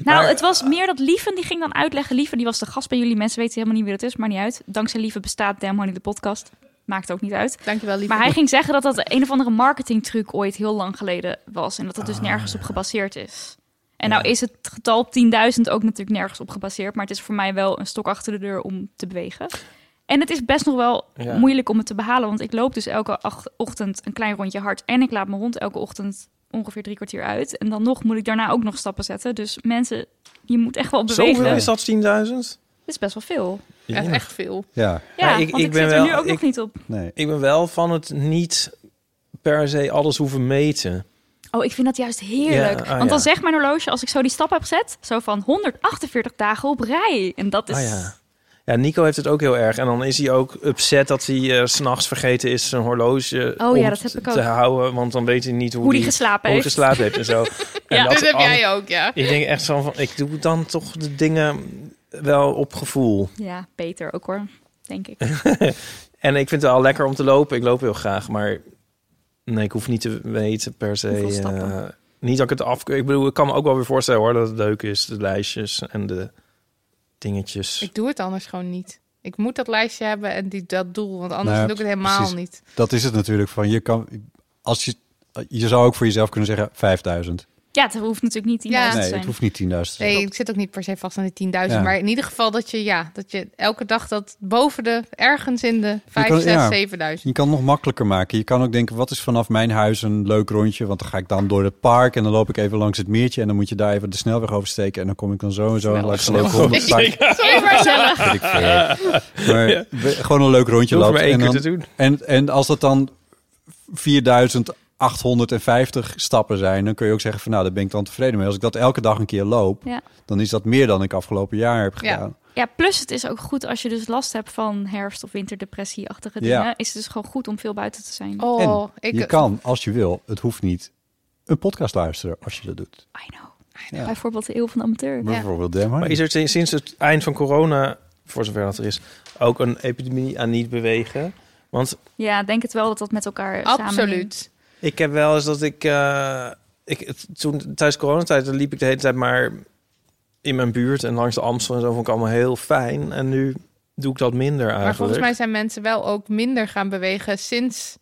S2: Nou,
S5: maar-
S2: het was meer dat Lieven, die ging dan uitleggen. Lieven, die was de gast bij jullie. Mensen weten helemaal niet wie dat is, maar niet uit. Dankzij Lieven bestaat Damn Honey de podcast. Maakt ook niet uit.
S3: Dankjewel, lieve.
S2: Maar hij ging zeggen dat dat een of andere marketingtruc ooit heel lang geleden was. En dat dat dus
S5: Ah,
S2: nergens op gebaseerd is. En nou is het getal 10.000 ook natuurlijk nergens op gebaseerd. Maar het is voor mij wel een stok achter de deur om te bewegen. En het is best nog wel
S5: Ja.
S2: moeilijk om het te behalen. Want ik loop dus elke ach- ochtend een klein rondje hard. En ik laat mijn hond elke ochtend ongeveer drie kwartier uit. En dan nog moet ik daarna ook nog stappen zetten. Dus mensen, je moet echt wel bewegen.
S5: Zoveel is
S2: dat
S5: dat 10.000?
S2: is best wel veel.
S3: Echt,
S5: Ja.
S3: echt veel.
S4: Ja,
S2: Ja,
S5: Maar ik-
S2: want ik,
S5: ik ben
S2: zit er
S5: wel-
S2: nu ook nog
S5: ik-
S2: niet op.
S4: nee.
S5: Ik ben wel van het niet per se alles hoeven meten.
S2: Oh, ik vind dat juist heerlijk.
S5: Ja, ah,
S2: Want dan
S5: ja.
S2: zegt mijn horloge, als ik zo die stap heb gezet, zo van 148 dagen op rij. En dat is...
S5: Ah ja. Ja, Nico heeft het ook heel erg. En dan is hij ook upset dat hij eh, 's s'nachts vergeten is zijn horloge
S2: Oh
S5: om
S2: ja, dat heb ik
S5: te
S2: ook.
S5: houden. Want dan weet hij niet hoe,
S2: Hoe
S5: hij
S2: die geslapen
S5: hoe hij
S2: heeft.
S5: geslapen heeft en zo.
S2: Ja.
S3: Dat heb
S5: al-
S3: jij ook, ja.
S5: Ik denk echt zo van, ik doe dan toch de dingen wel op gevoel.
S2: Ja, beter ook hoor, denk ik.
S5: En ik vind het wel lekker om te lopen. Ik loop heel graag, maar nee, ik hoef niet te weten per se.
S2: Hoeveel stappen?
S5: eh, niet dat ik het af. Ik bedoel, ik kan me ook wel weer voorstellen hoor dat het leuk is, de lijstjes en de dingetjes.
S3: Ik doe het anders gewoon niet. Ik moet dat lijstje hebben en die, dat doel, want anders
S4: Nou,
S3: doe ik het helemaal
S4: precies.
S3: niet.
S4: Dat is het natuurlijk van je kan als je je zou ook voor jezelf kunnen zeggen 5000.
S2: Ja, het hoeft natuurlijk niet 10.000
S3: Ja.
S2: te
S4: Nee,
S2: zijn.
S4: het hoeft niet 10.000 te zijn.
S3: Nee, ik zit ook niet per se vast aan de 10.000,
S4: Ja.
S3: maar in ieder geval dat je, ja, dat je elke dag dat boven de, ergens in de 5,
S4: kan-
S3: 6,
S4: ja.
S3: 7.000.
S4: Je kan het nog makkelijker maken. Je kan ook denken wat is vanaf mijn huis een leuk rondje, want dan ga ik dan door het park en dan loop ik even langs het meertje en dan moet je daar even de snelweg oversteken en dan kom ik dan zo en zo en langs de leuke honderd park.
S3: Sorry, Marcella.
S4: Weet ik veel. Maar we- gewoon een leuk rondje
S5: Je
S4: lopen.
S5: hoeft maar één
S4: en
S5: keer
S4: dan-
S5: te doen.
S4: En, en als dat dan 4850 stappen zijn, dan kun je ook zeggen van nou, daar ben ik dan tevreden mee. Als ik dat elke dag een keer loop,
S2: Ja.
S4: dan is dat meer dan ik afgelopen jaar heb
S3: Ja.
S4: gedaan.
S2: Ja, plus het is ook goed als je dus last hebt van herfst- of winterdepressie-achtige
S4: Ja.
S2: dingen. Is het dus gewoon goed om veel buiten te zijn.
S3: Oh,
S4: en
S3: ik,
S4: je kan, als je wil, het hoeft niet, een podcast luisteren als je dat doet.
S2: I know.
S4: know.
S2: Bijvoorbeeld de eeuw van de amateur.
S4: Bijvoorbeeld Dem.
S5: Maar is er sinds- sinds het eind van corona, voor zover dat er is, ook een epidemie aan niet bewegen? Want
S2: Ja, denk het wel dat dat met elkaar samenhangt.
S3: absoluut.
S5: Ik heb wel eens dat ik, eh, ik het- toen tijdens coronatijd dan liep ik de hele tijd maar in mijn buurt en langs de Amstel en zo vond ik allemaal heel fijn. En nu doe ik dat minder
S4: eh,
S5: eigenlijk.
S3: Maar volgens mij zijn mensen wel ook minder gaan bewegen sinds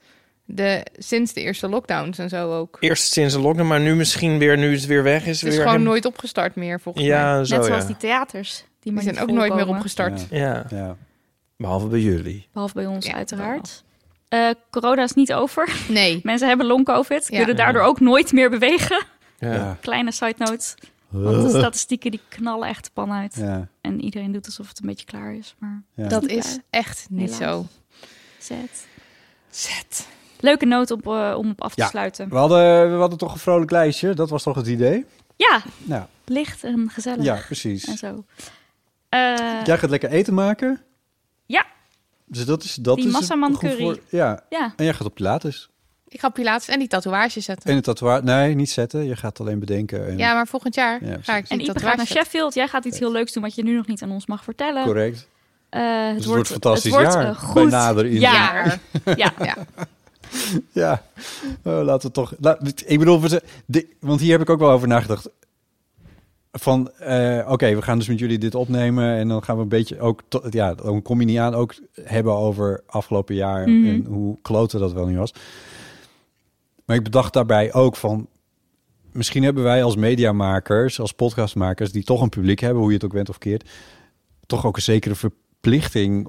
S3: de, sinds de eerste lockdowns en zo ook.
S5: Eerst sinds de lockdown, maar nu misschien weer nu het weer weg
S3: Het is
S5: is. weer
S3: gewoon
S5: hem-
S3: nooit opgestart meer, volgens mij.
S5: Ja, zo
S2: Net zoals
S5: ja.
S2: die theaters. Die,
S3: Die
S2: maar
S3: zijn
S2: niet
S3: ook nooit meer
S2: volkomen.
S3: opgestart.
S4: Ja.
S5: Ja,
S4: Ja.
S5: behalve bij jullie.
S2: Behalve bij ons
S3: Ja,
S2: uiteraard. eh, corona is niet over.
S3: Nee.
S2: Mensen hebben long-covid,
S3: Ja.
S2: kunnen daardoor ook nooit meer bewegen.
S5: Ja.
S2: Kleine side note. Want de statistieken die knallen echt de pan uit.
S4: Ja,
S2: En iedereen doet alsof het een beetje klaar is. Maar
S4: ja.
S3: Dat is echt niet
S2: Helaas.
S3: zo.
S2: zet.
S3: Zet.
S2: Leuke noot op, eh, om op af te
S4: Ja.
S2: sluiten.
S4: We, hadden, we hadden toch een vrolijk lijstje, dat was toch het idee?
S2: Ja,
S4: Nou,
S2: licht en gezellig.
S4: ja, precies.
S2: En zo. Eh,
S4: Jij gaat lekker eten maken.
S2: Ja.
S4: Dus dat is... Dat
S2: Die
S4: is
S2: massaman
S4: goed
S2: curry.
S4: voor- ja,
S2: ja,
S4: en jij gaat op Pilates.
S3: Ik ga Pilates en die tatoeage zetten.
S4: En het tatoeage... Nee, niet zetten. Je gaat alleen bedenken. En,
S3: Ja, maar volgend jaar
S4: Ja,
S2: en
S3: ga ik die
S2: Ipe gaat naar
S3: tatoeage zetten.
S2: Sheffield. Jij gaat iets heel leuks doen wat je nu nog niet aan ons mag vertellen.
S4: Correct.
S2: Eh, het, wordt,
S4: Dus het wordt een fantastisch
S2: het wordt
S4: jaar.
S2: een
S4: Bij
S2: goed
S4: nader Oh, inzien.
S2: jaar. Ja.
S4: Ja, Eh, laten we toch. laat- ik bedoel, we ze- de- want hier heb ik ook wel over nagedacht. Van, eh, oké, we gaan dus met jullie dit opnemen en dan gaan we een beetje ook, to- ja, dan kom je niet aan, ook hebben over afgelopen jaar
S2: Mhm.
S4: en hoe kloten dat wel niet was. Maar ik bedacht daarbij ook van, misschien hebben wij als mediamakers, als podcastmakers, die toch een publiek hebben, hoe je het ook bent of keert, toch ook een zekere verplichting,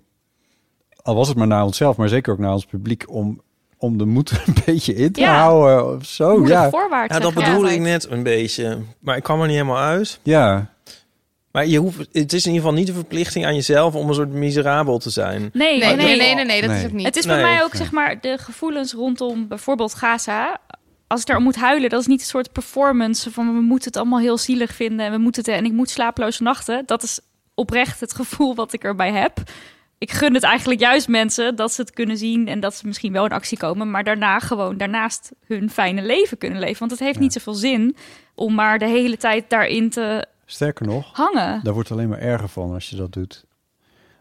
S4: al was het maar naar onszelf, maar zeker ook naar ons publiek, om, om de moed er een beetje in te
S2: Ja.
S4: houden of zo.
S2: Moedig
S4: ja.
S2: voorwaarts.
S5: Ja, dat
S2: zeggen we
S5: bedoelde ik
S2: altijd.
S5: net een beetje. Maar ik kwam er niet helemaal uit.
S4: ja,
S5: Maar je hoeft, het is in ieder geval niet de verplichting aan jezelf om een soort miserabel te zijn.
S2: Nee,
S3: Nee, nee, nee, nee, dat
S4: Nee.
S3: is ook niet.
S2: Het is
S5: Nee.
S2: bij mij ook zeg maar de gevoelens rondom bijvoorbeeld Gaza. Als ik daar moet huilen, dat is niet een soort performance van we moeten het allemaal heel zielig vinden en we moeten het en ik moet slaaploze nachten. Dat is oprecht het gevoel wat ik erbij heb. Ik gun het eigenlijk juist mensen dat ze het kunnen zien en dat ze misschien wel in actie komen, maar daarna gewoon daarnaast hun fijne leven kunnen leven. Want het heeft niet zoveel zin om maar de hele tijd daarin te
S4: sterker nog,
S2: hangen.
S4: daar wordt het alleen maar erger van als je dat doet.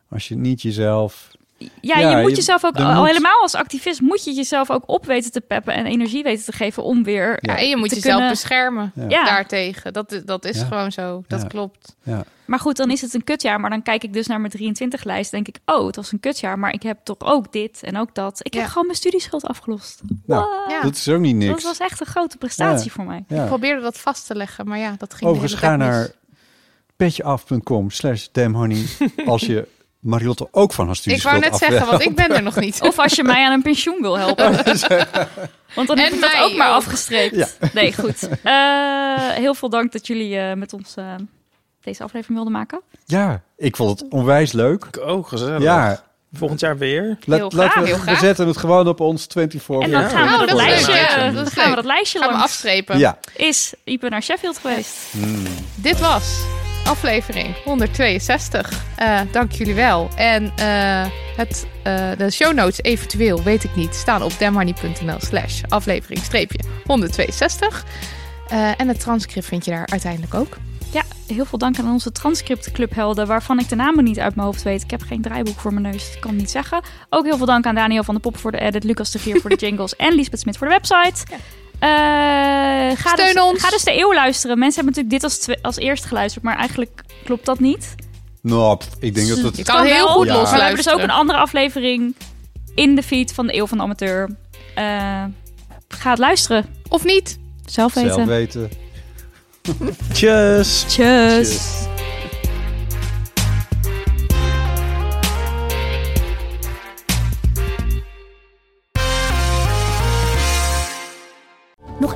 S4: Als je niet jezelf...
S2: Ja,
S4: Ja,
S2: je moet
S4: je-
S2: jezelf ook,
S4: er
S2: al
S4: moet-
S2: helemaal als activist, moet je jezelf ook op weten te peppen en energie weten te geven om weer. eh,
S3: Ja, en je moet
S2: te
S3: jezelf
S2: kunnen-
S3: beschermen
S4: Ja.
S2: Ja.
S3: daartegen. Dat, is- dat is
S4: Ja.
S3: gewoon zo. Dat
S4: Ja.
S3: klopt.
S4: Ja,
S2: Maar goed, dan is het een kutjaar. Maar dan kijk ik dus naar mijn 23 lijst. Denk ik, oh, het was een kutjaar. Maar ik heb toch ook dit en ook dat. Ik
S3: Ja.
S2: heb gewoon mijn studieschuld afgelost.
S4: Nou,
S2: Wow.
S3: Ja.
S4: dat is ook niet niks.
S2: Dat was echt een grote prestatie
S4: Ja.
S2: voor mij.
S4: Ja.
S3: Ik probeerde dat vast te leggen, maar ja, dat ging
S4: Overigens
S3: de hele
S4: ga
S3: tijd
S4: naar
S3: mis.
S4: petjeaf.com slash damnhoney als je Mariotte ook van haar
S3: Ik wou
S4: studieschuld
S3: net
S4: af
S3: zeggen, want ik ben er nog niet.
S2: Of als je mij aan een pensioen wil helpen. Want dan heb
S3: En
S2: ik dat
S3: mij
S2: ook maar
S3: ook.
S2: afgestreept. Nee, goed. Eh, heel veel dank dat jullie eh, met ons eh, deze aflevering wilden maken.
S4: Ja, ik vond het onwijs leuk.
S5: Ik ook gezellig.
S4: Ja,
S5: Volgend jaar weer.
S4: laat-
S3: Heel
S4: laten
S3: graag,
S4: we,
S3: heel
S4: we
S3: graag.
S4: zetten het gewoon op ons 24
S2: En dan
S5: Ja.
S2: gaan we
S5: Oh,
S2: dat,
S5: dat is
S2: lijstje,
S5: leuk.
S2: eh,
S5: Ja,
S3: dat Nou, is
S2: gaan we
S3: leuk.
S2: dat lijstje
S3: Ga me
S2: langs.
S3: afstrepen.
S4: Ja,
S2: Is Ipe naar Sheffield geweest?
S3: Dit was aflevering 162. Eh, dank jullie wel. En eh, het, eh, de show notes eventueel, weet ik niet, staan op demhoney.nl slash aflevering streepje 162. Eh, en het transcript vind je daar uiteindelijk ook.
S2: Ja, heel veel dank aan onze transcriptclub Helden, waarvan ik de namen niet uit mijn hoofd weet. Ik heb geen draaiboek voor mijn neus, dat kan ik niet zeggen. Ook heel veel dank aan Daniel van de Pop voor de edit, Lucas de Vier voor de jingles en Lisbeth Smit voor de website. Eh, ga
S3: Steun
S2: dus,
S3: ons.
S2: Ga dus de eeuw luisteren. Mensen hebben natuurlijk dit als, twe- als eerst geluisterd, maar eigenlijk klopt dat niet. Dus
S4: nou, pff, ik denk dat
S3: Je
S4: het...
S3: kan heel
S2: wel,
S3: goed
S4: Ja.
S2: Maar we hebben dus ook
S3: losluisteren.
S2: een andere aflevering in de feed van de eeuw van de amateur. Eh, ga het luisteren.
S3: Of niet?
S2: Zelf weten.
S4: Zelf weten.
S5: Tjus.
S2: Tjus.
S1: Nog